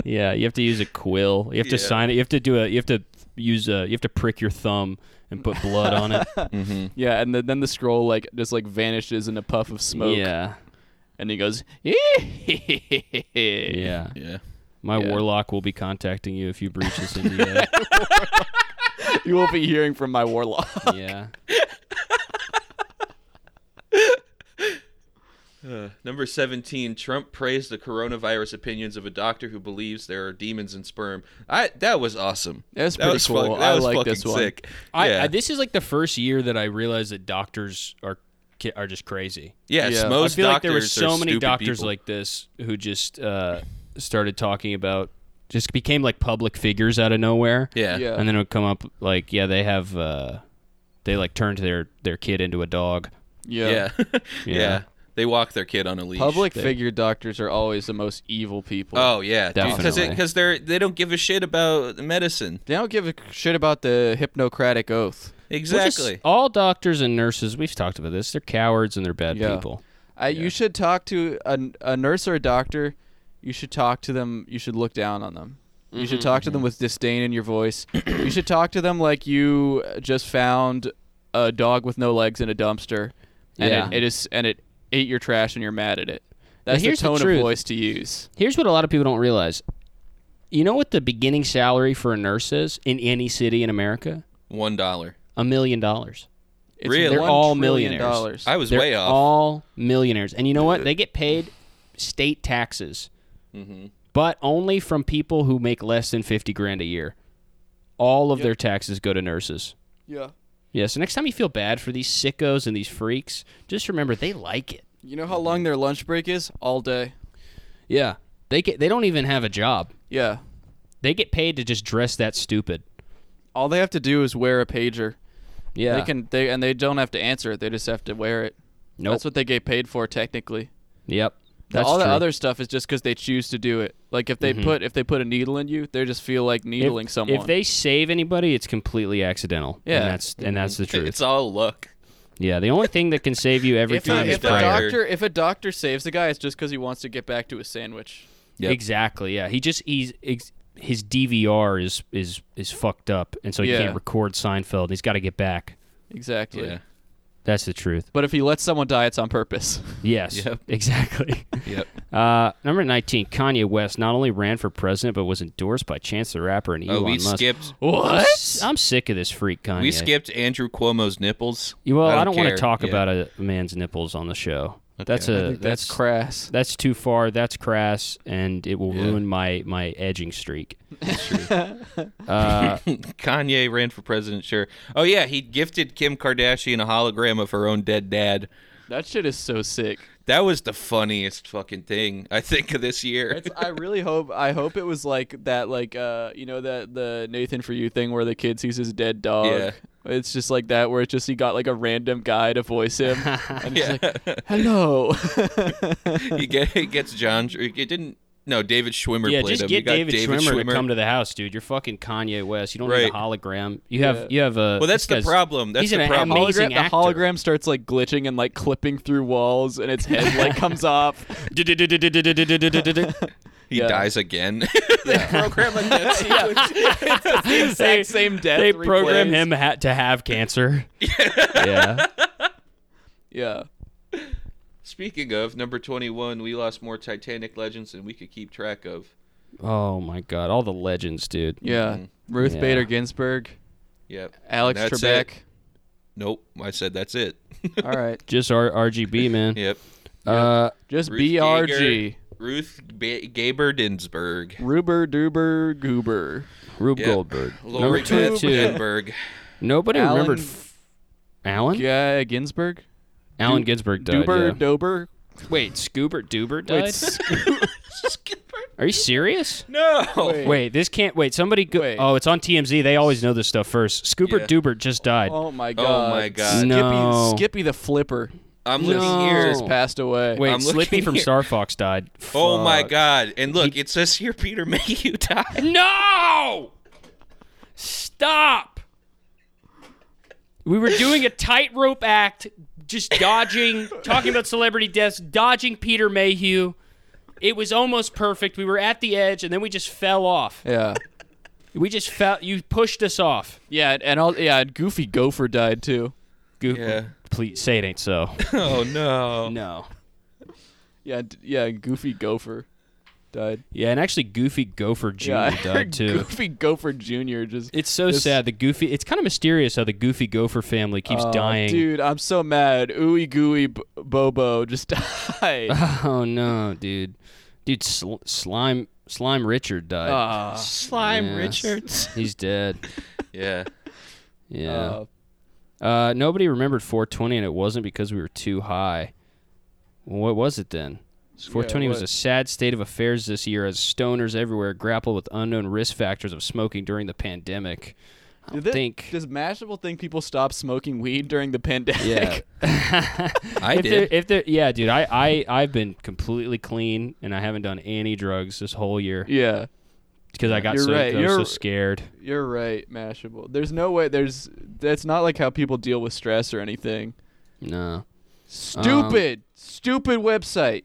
[SPEAKER 3] Yeah, you have to use a quill. You have to
[SPEAKER 5] Yeah.
[SPEAKER 3] sign it. You have to do a. You have to use a. You have to prick your thumb and put blood on it.
[SPEAKER 4] yeah, and then, then the scroll like just like vanishes in a puff of smoke,
[SPEAKER 3] Yeah.
[SPEAKER 4] and he goes,
[SPEAKER 3] Yeah.
[SPEAKER 5] Yeah.
[SPEAKER 3] My
[SPEAKER 4] Yeah.
[SPEAKER 3] warlock will be contacting you if you breach this NDA.
[SPEAKER 4] You won't be hearing from my warlock.
[SPEAKER 3] yeah.
[SPEAKER 5] Number 17, Trump praised the coronavirus opinions of a doctor who believes there are demons in sperm. I that was awesome.
[SPEAKER 4] That's
[SPEAKER 5] that
[SPEAKER 4] pretty
[SPEAKER 5] was
[SPEAKER 4] cool.
[SPEAKER 5] Fuck,
[SPEAKER 4] I
[SPEAKER 5] that was
[SPEAKER 4] like
[SPEAKER 5] fucking
[SPEAKER 4] this one.
[SPEAKER 5] sick.
[SPEAKER 3] I,
[SPEAKER 5] yeah.
[SPEAKER 3] I this is like the first year that I realized that doctors are ki- are just crazy.
[SPEAKER 5] yes,
[SPEAKER 4] yeah.
[SPEAKER 5] most
[SPEAKER 3] I feel
[SPEAKER 5] doctors
[SPEAKER 3] like there were
[SPEAKER 5] are
[SPEAKER 3] so many
[SPEAKER 5] stupid
[SPEAKER 3] doctors
[SPEAKER 5] people.
[SPEAKER 3] like this who just uh, started talking about just became like public figures out of nowhere.
[SPEAKER 5] yeah.
[SPEAKER 4] Yeah.
[SPEAKER 3] And then it would come up like, yeah, they have uh, they like turned their their kid into a dog.
[SPEAKER 4] Yeah.
[SPEAKER 5] Yeah. Yeah.
[SPEAKER 3] Yeah.
[SPEAKER 5] They walk their kid on a leash.
[SPEAKER 4] Public figure doctors are always the most evil people.
[SPEAKER 5] Oh yeah, because
[SPEAKER 3] Definitely.
[SPEAKER 5] because they're they don't give a shit about medicine.
[SPEAKER 4] They don't give a shit about the Hippocratic oath.
[SPEAKER 3] We're just-
[SPEAKER 5] Exactly.
[SPEAKER 3] all doctors and nurses, we've talked about this. They're cowards and they're bad
[SPEAKER 4] Yeah.
[SPEAKER 3] people.
[SPEAKER 4] I, You should talk to a, a nurse or a doctor. You should talk to them. You should look down on them. You
[SPEAKER 3] Mm-hmm,
[SPEAKER 4] should talk to them with disdain in your voice. you should talk to them like you just found a dog with no legs in a dumpster, and
[SPEAKER 3] Yeah.
[SPEAKER 4] it, it is and it ate your trash, and you're mad at it. That's
[SPEAKER 3] here's the
[SPEAKER 4] the tone
[SPEAKER 3] truth.
[SPEAKER 4] of voice to use.
[SPEAKER 3] Here's what a lot of people don't realize. You know what the beginning salary for a nurse is in any city in America?
[SPEAKER 5] One dollar.
[SPEAKER 3] A million dollars.
[SPEAKER 4] It's
[SPEAKER 5] Really? They're
[SPEAKER 4] one
[SPEAKER 3] all
[SPEAKER 4] trillion
[SPEAKER 3] millionaires.
[SPEAKER 4] Dollars.
[SPEAKER 5] I was
[SPEAKER 3] They're
[SPEAKER 5] way off. Mm-hmm.
[SPEAKER 3] all millionaires. And you know what? They get paid state taxes. but only from people who make less than 50 grand a year. All of their taxes go to nurses.
[SPEAKER 6] Yeah.
[SPEAKER 3] Yeah, so next time you feel bad for these sickos and these freaks, just remember they like it.
[SPEAKER 4] You know how long their lunch break is? All day.
[SPEAKER 3] Yeah. They get they don't even have a job.
[SPEAKER 4] Yeah.
[SPEAKER 3] They get paid to just dress that stupid.
[SPEAKER 4] All they have to do is wear a pager.
[SPEAKER 3] Yeah.
[SPEAKER 4] They can they and they don't have to answer it. They just have to wear it.
[SPEAKER 3] Nope.
[SPEAKER 4] That's what they get paid for technically.
[SPEAKER 3] Yep.
[SPEAKER 4] Now,
[SPEAKER 3] That's
[SPEAKER 4] all the
[SPEAKER 3] true.
[SPEAKER 4] other stuff is just because they choose to do it. Like if they put if they put a needle in you, they just feel like
[SPEAKER 3] if,
[SPEAKER 4] needling someone.
[SPEAKER 3] If they save anybody, it's completely accidental.
[SPEAKER 4] Yeah.
[SPEAKER 3] And that's and that's the truth.
[SPEAKER 5] It's all luck.
[SPEAKER 3] yeah. The only thing that can save you every
[SPEAKER 4] if, a-
[SPEAKER 3] time
[SPEAKER 5] you
[SPEAKER 3] is
[SPEAKER 4] if a
[SPEAKER 5] die.
[SPEAKER 3] prayer.
[SPEAKER 4] doctor if a doctor saves a guy, it's just because he wants to get back to his sandwich.
[SPEAKER 5] Yep.
[SPEAKER 3] Exactly. Yeah. He just he's ex- his DVR is is is fucked up, and so he
[SPEAKER 4] Yeah.
[SPEAKER 3] can't record Seinfeld. and He's got to get back.
[SPEAKER 4] Exactly.
[SPEAKER 5] Yeah.
[SPEAKER 3] That's the truth.
[SPEAKER 4] But if he lets someone die, it's on purpose.
[SPEAKER 3] Yes.
[SPEAKER 5] Yep.
[SPEAKER 3] Exactly.
[SPEAKER 5] Yep.
[SPEAKER 3] Uh, number nineteen, Kanye West not only ran for president but was endorsed by Chance the Rapper and
[SPEAKER 5] Oh,
[SPEAKER 3] Elon
[SPEAKER 5] we
[SPEAKER 3] Musk.
[SPEAKER 5] skipped.
[SPEAKER 3] What? I'm sick of this freak Kanye.
[SPEAKER 5] We skipped Andrew Cuomo's nipples.
[SPEAKER 3] Well, I don't, want
[SPEAKER 5] care.
[SPEAKER 3] to talk
[SPEAKER 5] Yeah.
[SPEAKER 3] about a man's nipples on the show. That's a that's
[SPEAKER 4] That's crass.
[SPEAKER 3] that's too far. That's crass, and it will ruin my my edging streak.
[SPEAKER 5] Kanye ran for president. Sure. Oh yeah, he gifted Kim Kardashian a hologram of her own dead dad.
[SPEAKER 4] That shit is so sick.
[SPEAKER 5] That was the funniest fucking thing I think of this year.
[SPEAKER 4] It's, I really hope I hope it was like that like uh you know that the Nathan for you thing where the kid sees his dead dog.
[SPEAKER 5] Yeah.
[SPEAKER 4] It's just like that where it's just he got like a random guy to voice him and he's like hello.
[SPEAKER 5] he, get, he gets John. It didn't. No, David Schwimmer
[SPEAKER 3] yeah,
[SPEAKER 5] played
[SPEAKER 3] just
[SPEAKER 5] him. You
[SPEAKER 3] get
[SPEAKER 5] got
[SPEAKER 3] David, Schwimmer, to come to the house, dude. You're fucking Kanye West. You don't need
[SPEAKER 5] Right.
[SPEAKER 3] a hologram. You have you have a.
[SPEAKER 5] Well, that's
[SPEAKER 3] this
[SPEAKER 5] the
[SPEAKER 3] guy's-
[SPEAKER 5] problem. That's
[SPEAKER 3] he's
[SPEAKER 5] the
[SPEAKER 3] an
[SPEAKER 5] problem.
[SPEAKER 3] amazing
[SPEAKER 4] the
[SPEAKER 3] actor.
[SPEAKER 4] hologram starts like glitching and like clipping through walls and its head like comes off.
[SPEAKER 5] He
[SPEAKER 4] Yeah.
[SPEAKER 5] dies again.
[SPEAKER 4] Exact same death.
[SPEAKER 3] They program
[SPEAKER 4] replays.
[SPEAKER 3] him ha- to have cancer. yeah.
[SPEAKER 4] Yeah.
[SPEAKER 5] Speaking of number twenty-one, we lost more Titanic legends than we could keep track of.
[SPEAKER 3] Oh my God! All the legends, dude.
[SPEAKER 4] Yeah. Ruth
[SPEAKER 3] Yeah.
[SPEAKER 4] Bader Ginsburg,
[SPEAKER 5] Yep.
[SPEAKER 4] Alex
[SPEAKER 5] Mm-hmm. That's
[SPEAKER 4] Trebek.
[SPEAKER 5] it. Nope. I said that's it.
[SPEAKER 4] All right.
[SPEAKER 3] Just R- RGB, man.
[SPEAKER 5] yep.
[SPEAKER 3] Uh,
[SPEAKER 4] Just
[SPEAKER 5] Ruth
[SPEAKER 4] BRG.
[SPEAKER 5] Gager- Ruth ba- Gaber Dinsburg.
[SPEAKER 4] Ruber Duber Goober.
[SPEAKER 3] Rube
[SPEAKER 5] Yep.
[SPEAKER 3] Goldberg. Number
[SPEAKER 5] Lori Beth
[SPEAKER 3] 22.
[SPEAKER 5] Ginsburg.
[SPEAKER 3] Nobody
[SPEAKER 4] Alan-
[SPEAKER 3] remembered. F- Alan?
[SPEAKER 4] Yeah, Ginsburg.
[SPEAKER 3] Alan Ginsberg died.
[SPEAKER 4] Duber
[SPEAKER 3] yeah.
[SPEAKER 4] Dober.
[SPEAKER 3] Wait, Scoobert Duber died? Are you serious?
[SPEAKER 5] No.
[SPEAKER 3] Wait, this can't. Wait, somebody. Go-
[SPEAKER 4] Wait.
[SPEAKER 3] Oh, it's on TMZ. They always know this stuff first. Scoobert
[SPEAKER 5] Yeah.
[SPEAKER 3] Dubert just died.
[SPEAKER 4] Oh my god.
[SPEAKER 5] God. my God.
[SPEAKER 4] Skippy,
[SPEAKER 3] No.
[SPEAKER 4] Skippy the Flipper
[SPEAKER 5] I'm
[SPEAKER 3] No.
[SPEAKER 5] looking here.
[SPEAKER 4] just passed away.
[SPEAKER 3] Wait,
[SPEAKER 5] I'm
[SPEAKER 3] Slippy
[SPEAKER 5] looking
[SPEAKER 3] from
[SPEAKER 5] here.
[SPEAKER 3] Star Fox died.
[SPEAKER 5] Oh my
[SPEAKER 3] Fuck.
[SPEAKER 5] God! And look, it says here Peter Mayhew died.
[SPEAKER 3] No! Stop! We were doing a tightrope act, just dodging, talking about celebrity deaths, dodging Peter Mayhew. It was almost perfect. We were at the edge, and then we just fell off.
[SPEAKER 4] Yeah.
[SPEAKER 3] We just fell. You pushed us off.
[SPEAKER 4] Yeah, and- and all yeah, and Goofy Gopher died too.
[SPEAKER 3] Goof-
[SPEAKER 5] Yeah.
[SPEAKER 3] Please say it ain't so.
[SPEAKER 5] Oh no.
[SPEAKER 3] no.
[SPEAKER 4] Yeah, d- yeah, Goofy Gopher died.
[SPEAKER 3] Yeah, and actually, Goofy Gopher Jr.
[SPEAKER 4] Yeah,
[SPEAKER 3] died
[SPEAKER 4] I heard
[SPEAKER 3] too.
[SPEAKER 4] Goofy Gopher Jr. just
[SPEAKER 3] It's so
[SPEAKER 4] This-
[SPEAKER 3] sad. The Goofy. It's kind of mysterious how the Goofy Gopher family keeps
[SPEAKER 4] Oh,
[SPEAKER 3] dying.
[SPEAKER 4] Dude, I'm so mad. Ooey gooey b- Bobo just died.
[SPEAKER 3] Oh no, dude. Dude, sl- slime slime Richard died.
[SPEAKER 4] Ah.
[SPEAKER 5] Slime
[SPEAKER 3] Yeah.
[SPEAKER 5] Richards.
[SPEAKER 3] He's dead.
[SPEAKER 5] Yeah.
[SPEAKER 3] Yeah.
[SPEAKER 4] Uh,
[SPEAKER 3] Uh, nobody remembered 420, and it wasn't because we were too high. Well, what was it then? 420 was
[SPEAKER 4] what?
[SPEAKER 3] a sad state of affairs this year as stoners everywhere grapple with unknown risk factors of smoking during the pandemic. I don't
[SPEAKER 4] thi-
[SPEAKER 3] think.
[SPEAKER 4] Does Mashable think people stopped smoking weed during the pandemic?
[SPEAKER 3] yeah.
[SPEAKER 5] I
[SPEAKER 3] if
[SPEAKER 5] did.
[SPEAKER 3] They're, if they're, yeah, dude, I, I, I've been completely clean and I haven't done any drugs this whole year
[SPEAKER 4] yeah.
[SPEAKER 3] because I got
[SPEAKER 4] You're
[SPEAKER 3] so,
[SPEAKER 4] right,
[SPEAKER 3] I was so
[SPEAKER 4] you're-
[SPEAKER 3] scared.
[SPEAKER 4] You're right, Mashable. There's no way. There's that's not like how people deal with stress or anything.
[SPEAKER 3] No.
[SPEAKER 4] Stupid, stupid website.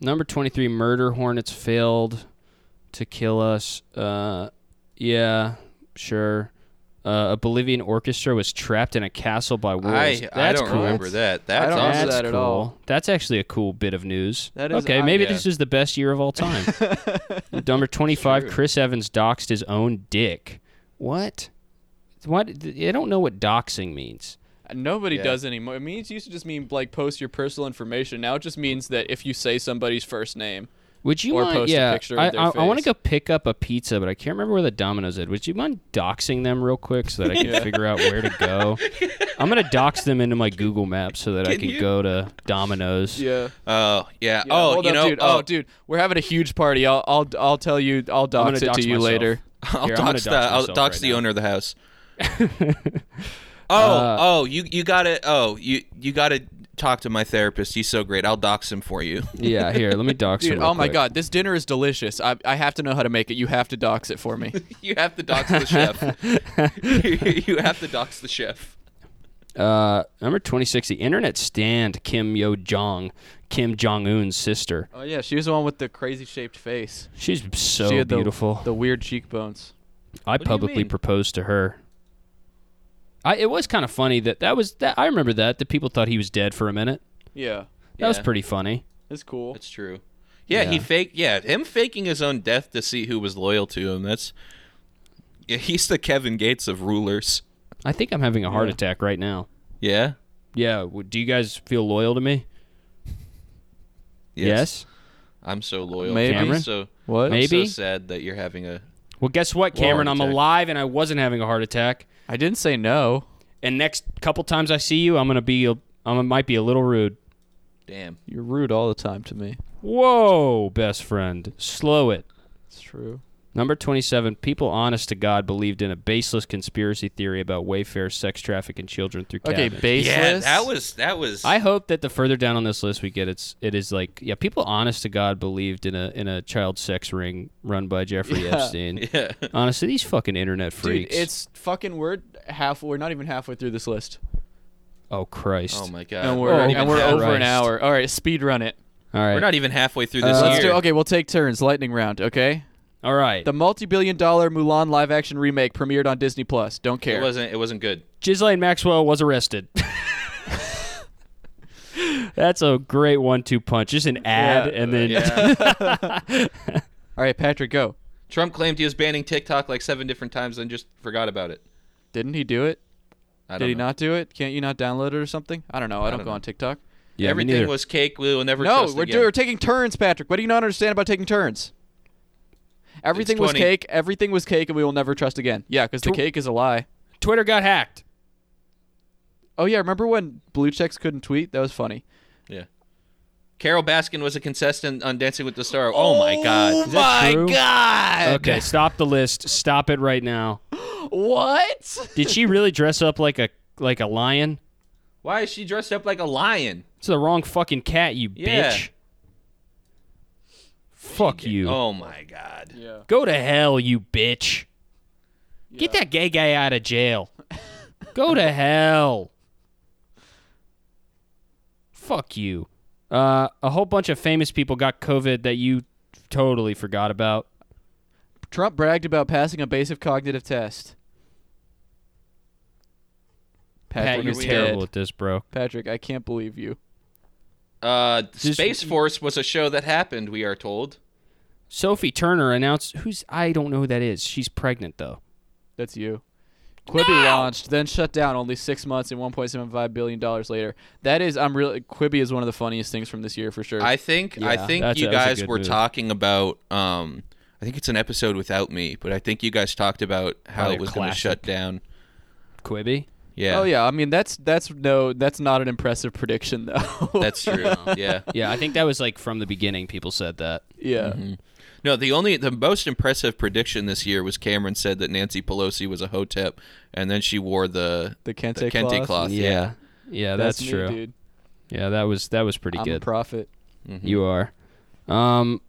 [SPEAKER 3] Number 23, Murder Hornets failed to kill us. Uh, yeah, sure. Uh, a Bolivian orchestra was trapped in a castle by wolves.
[SPEAKER 5] I,
[SPEAKER 3] That's
[SPEAKER 5] I don't
[SPEAKER 3] cool.
[SPEAKER 5] remember that. That's
[SPEAKER 4] I don't
[SPEAKER 5] awesome.
[SPEAKER 4] remember
[SPEAKER 3] That's
[SPEAKER 4] that at
[SPEAKER 3] cool.
[SPEAKER 4] all.
[SPEAKER 3] That's actually a cool bit of news.
[SPEAKER 4] That is-
[SPEAKER 3] okay,
[SPEAKER 4] I-
[SPEAKER 3] maybe
[SPEAKER 5] yeah.
[SPEAKER 3] this is the best year of all time. Number 25, Chris Evans doxed his own dick. What? What? I don't know what doxing means.
[SPEAKER 4] Nobody
[SPEAKER 5] Yeah.
[SPEAKER 4] does anymore. It means used to just mean like post your personal information. Now it just means that if you say somebody's first name,
[SPEAKER 3] Would you
[SPEAKER 4] Or
[SPEAKER 3] mind?
[SPEAKER 4] post a
[SPEAKER 3] yeah,
[SPEAKER 4] picture of
[SPEAKER 3] I,
[SPEAKER 4] their
[SPEAKER 3] I, I want to
[SPEAKER 4] face.
[SPEAKER 3] go pick up a pizza, but I can't remember where the Domino's is. Would you mind doxing them real quick so that I can figure out where to go? I'm gonna dox them into my Google Maps so that I can
[SPEAKER 5] you?
[SPEAKER 3] go to Domino's.
[SPEAKER 4] Yeah.
[SPEAKER 5] Oh yeah.
[SPEAKER 4] Yeah,
[SPEAKER 5] oh,
[SPEAKER 4] hold
[SPEAKER 5] you
[SPEAKER 4] up,
[SPEAKER 5] know.
[SPEAKER 4] dude.
[SPEAKER 5] Oh,
[SPEAKER 4] oh, dude, we're having a huge party. I'll, I'll, I'll tell you. I'll
[SPEAKER 3] I'm
[SPEAKER 4] dox
[SPEAKER 3] gonna
[SPEAKER 4] it to you
[SPEAKER 3] myself.
[SPEAKER 4] later.
[SPEAKER 5] I'll
[SPEAKER 3] Here, I'm gonna
[SPEAKER 5] dox the I'll
[SPEAKER 3] myself
[SPEAKER 5] dox
[SPEAKER 3] right
[SPEAKER 5] the
[SPEAKER 3] now.
[SPEAKER 5] owner of the house. oh, oh, you you got to Oh, you you got to talk to my therapist. He's so great. I'll dox him for you.
[SPEAKER 3] Yeah, here, let me dox
[SPEAKER 4] Dude,
[SPEAKER 3] them.
[SPEAKER 4] oh my god, this dinner is delicious. I, I have to know how to make it. You have to dox it for me.
[SPEAKER 5] you have to dox the chef. you have to dox the chef.
[SPEAKER 3] Uh, number 26, the internet stand Kim Yo Jong, Kim Jong Un's sister.
[SPEAKER 4] oh yeah, she was the one with the crazy shaped face.
[SPEAKER 3] She's so
[SPEAKER 4] she had the,
[SPEAKER 3] beautiful.
[SPEAKER 4] The weird cheekbones.
[SPEAKER 3] I publicly
[SPEAKER 5] mean?
[SPEAKER 3] proposed to her. I, it was kind of funny that that was that I remember that that people thought he was dead for a minute.
[SPEAKER 4] Yeah,
[SPEAKER 3] That was
[SPEAKER 5] Yeah.
[SPEAKER 3] pretty funny.
[SPEAKER 4] it's cool.
[SPEAKER 5] That's true. Yeah, he faked. Yeah, him faking his own death to see who was loyal to him. That's. Yeah, he's the Kevin Gates of rulers.
[SPEAKER 3] I think I'm having a heart attack right now.
[SPEAKER 5] Yeah.
[SPEAKER 3] Yeah, w- do you guys feel loyal to me? Yes.
[SPEAKER 5] I'm so loyal.
[SPEAKER 4] Maybe.
[SPEAKER 5] I'm
[SPEAKER 3] Cameron?
[SPEAKER 5] so.
[SPEAKER 4] What?
[SPEAKER 5] I'm
[SPEAKER 3] Maybe?
[SPEAKER 5] so sad that you're having a.
[SPEAKER 3] Well, guess what, Cameron? I'm
[SPEAKER 5] attack.
[SPEAKER 3] alive and I wasn't having a heart attack.
[SPEAKER 4] I didn't say no.
[SPEAKER 3] And next couple times I see you, I'm gonna be a, I might be a little rude.
[SPEAKER 5] Damn.
[SPEAKER 4] You're rude all the time to me.
[SPEAKER 3] Whoa, best friend, slow it.
[SPEAKER 4] It's true.
[SPEAKER 3] Number 27, people honest to God believed in a baseless conspiracy theory about Wayfair, sex trafficking, children through
[SPEAKER 4] Okay,
[SPEAKER 3] cabins.
[SPEAKER 4] baseless.
[SPEAKER 5] Yeah, that was that was.
[SPEAKER 3] I hope that the further down on this list we get, it's it is like yeah, people honest to God believed in a in a child sex ring run by Jeffrey Epstein.
[SPEAKER 5] yeah.
[SPEAKER 3] Honestly, these fucking internet
[SPEAKER 4] Dude,
[SPEAKER 3] freaks.
[SPEAKER 4] it's fucking we're half. We're not even halfway through this list,
[SPEAKER 3] oh Christ!
[SPEAKER 5] Oh my god.
[SPEAKER 4] and we're
[SPEAKER 3] Oh,
[SPEAKER 4] and we're
[SPEAKER 3] Christ.
[SPEAKER 4] over an hour. All right, speed run it.
[SPEAKER 3] All right,
[SPEAKER 5] We're not even halfway through
[SPEAKER 3] Uh,
[SPEAKER 5] this
[SPEAKER 4] Let's
[SPEAKER 5] year.
[SPEAKER 4] do. Okay, we'll take turns. Lightning round. Okay.
[SPEAKER 3] all right.
[SPEAKER 4] The multi-billion-dollar Mulan live-action remake premiered on Disney Plus. Don't care.
[SPEAKER 5] It wasn't. It wasn't good.
[SPEAKER 3] Ghislaine Maxwell was arrested. That's a great one-two punch. Just an ad, and then
[SPEAKER 5] Yeah.
[SPEAKER 4] All right, Patrick, go.
[SPEAKER 5] Trump claimed he was banning TikTok like seven different times and just forgot about it.
[SPEAKER 4] Didn't he do it?
[SPEAKER 5] I
[SPEAKER 4] Did
[SPEAKER 5] don't
[SPEAKER 4] he
[SPEAKER 5] know.
[SPEAKER 4] not do it? Can't you not download it or something? I don't know. I, don't,
[SPEAKER 5] don't
[SPEAKER 4] go
[SPEAKER 5] know.
[SPEAKER 4] on TikTok.
[SPEAKER 3] Yeah, me
[SPEAKER 5] Everything
[SPEAKER 3] neither.
[SPEAKER 5] was cake. We will never.
[SPEAKER 4] No,
[SPEAKER 5] trust
[SPEAKER 4] we're,
[SPEAKER 5] again.
[SPEAKER 4] do, we're taking turns, Patrick. What do you not understand about taking turns? Everything was
[SPEAKER 5] 20.
[SPEAKER 4] cake. Everything was cake, and we will never trust again. Yeah, because the cake is a lie.
[SPEAKER 3] Twitter got hacked.
[SPEAKER 4] Oh yeah, remember when blue checks couldn't tweet? That was funny.
[SPEAKER 5] yeah. Carol Baskin was a contestant on Dancing with the Star. Oh, my God.
[SPEAKER 3] My
[SPEAKER 4] God.
[SPEAKER 3] Okay, stop the list. Stop it right now.
[SPEAKER 4] What?
[SPEAKER 3] Did she really dress up like a like a lion?
[SPEAKER 5] Why is she dressed up like a lion?
[SPEAKER 3] It's the wrong fucking cat, you
[SPEAKER 5] Yeah.
[SPEAKER 3] bitch. Fuck you.
[SPEAKER 5] Oh my God. Yeah.
[SPEAKER 3] Go to hell, you bitch. Get that gay guy out of jail. Go to hell. Fuck you. Uh, a whole bunch of famous people got COVID that you totally forgot about.
[SPEAKER 4] Trump bragged about passing a basic cognitive test.
[SPEAKER 3] Pat,
[SPEAKER 4] Patrick
[SPEAKER 3] you're
[SPEAKER 4] is
[SPEAKER 3] terrible
[SPEAKER 4] dead.
[SPEAKER 3] at this, bro.
[SPEAKER 4] Patrick, I can't believe you.
[SPEAKER 5] Uh, Space Force was a show that happened. We are told.
[SPEAKER 3] Sophie Turner announced who's I don't know who that is. She's pregnant though.
[SPEAKER 4] That's you. Quibi launched, then shut down only six months and $1.75 billion later. That is, I'm really, Quibi is one of the funniest things from this year for sure.
[SPEAKER 5] I think I think
[SPEAKER 3] That's-
[SPEAKER 5] you
[SPEAKER 3] that was a
[SPEAKER 5] guys
[SPEAKER 3] good
[SPEAKER 5] were
[SPEAKER 3] move.
[SPEAKER 5] talking about um I think it's an episode without me, but I think you guys talked about how
[SPEAKER 3] Probably
[SPEAKER 5] it
[SPEAKER 3] a
[SPEAKER 5] was going to
[SPEAKER 3] classic.
[SPEAKER 5] shut down.
[SPEAKER 3] Quibby.
[SPEAKER 5] Yeah.
[SPEAKER 4] oh yeah, I mean that's that's no that's not an impressive prediction though.
[SPEAKER 5] That's true. yeah.
[SPEAKER 3] Yeah, I think that was like from the beginning people said that.
[SPEAKER 4] yeah.
[SPEAKER 5] No, the only the most impressive prediction this year was Cameron said that Nancy Pelosi was a hotep and then she wore the
[SPEAKER 4] The kente
[SPEAKER 5] cloth.
[SPEAKER 4] cloth.
[SPEAKER 5] Yeah.
[SPEAKER 3] Yeah,
[SPEAKER 4] That's,
[SPEAKER 3] that's,
[SPEAKER 4] me,
[SPEAKER 3] true.
[SPEAKER 4] dude.
[SPEAKER 3] Yeah, that was that was pretty
[SPEAKER 4] I'm a
[SPEAKER 3] good.
[SPEAKER 4] prophet.
[SPEAKER 3] You are. Um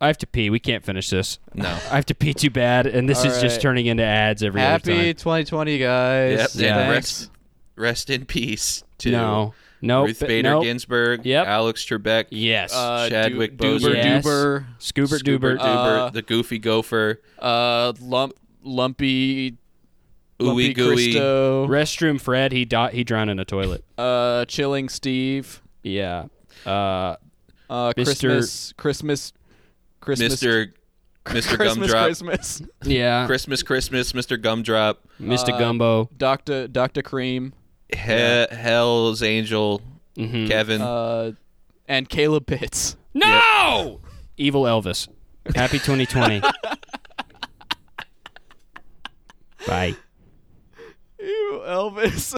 [SPEAKER 3] I have to pee. We can't finish this.
[SPEAKER 5] No.
[SPEAKER 3] I have to pee too bad and this
[SPEAKER 4] All
[SPEAKER 3] is just
[SPEAKER 4] right.
[SPEAKER 3] turning into ads every other
[SPEAKER 4] Happy
[SPEAKER 3] time.
[SPEAKER 4] 2020, guys.
[SPEAKER 5] Yep.
[SPEAKER 3] Yeah.
[SPEAKER 5] And
[SPEAKER 4] Thanks.
[SPEAKER 5] rest, rest in peace to
[SPEAKER 3] No. No.
[SPEAKER 5] Ruth Bader
[SPEAKER 3] nope.
[SPEAKER 5] Ginsburg,
[SPEAKER 3] Yep.
[SPEAKER 5] Alex Trebek,
[SPEAKER 3] Yes.
[SPEAKER 4] Uh,
[SPEAKER 5] Chadwick Boseman.
[SPEAKER 4] du- Duber,
[SPEAKER 3] Yes.
[SPEAKER 4] Duber,
[SPEAKER 3] Scuba
[SPEAKER 5] Scuba
[SPEAKER 3] Duber.
[SPEAKER 5] Duber,
[SPEAKER 4] Uh,
[SPEAKER 5] the Goofy Gopher,
[SPEAKER 4] uh, lump, lumpy,
[SPEAKER 5] Ooey
[SPEAKER 4] lumpy
[SPEAKER 5] Gooey.
[SPEAKER 4] Christo,
[SPEAKER 3] restroom Fred, he di- he drowned in a toilet.
[SPEAKER 4] uh, chilling Steve,
[SPEAKER 3] Yeah. Uh
[SPEAKER 4] uh,
[SPEAKER 3] Mr.
[SPEAKER 4] Christmas, Christmas, Christmas,
[SPEAKER 5] Mr. Mr.
[SPEAKER 4] Christmas,
[SPEAKER 5] Gumdrop,
[SPEAKER 4] Christmas,
[SPEAKER 3] yeah.
[SPEAKER 5] Christmas, Christmas, Mr. Gumdrop,
[SPEAKER 4] uh,
[SPEAKER 3] Mr. Gumbo.
[SPEAKER 4] Doctor, Doctor
[SPEAKER 5] he-
[SPEAKER 4] Cream,
[SPEAKER 3] Mm-hmm.
[SPEAKER 5] Hell's Angel, Kevin.
[SPEAKER 4] uh, and Caleb uh, Pitts.
[SPEAKER 3] No! Evil Elvis. Happy 2020. Bye.
[SPEAKER 4] Ew, Elvis.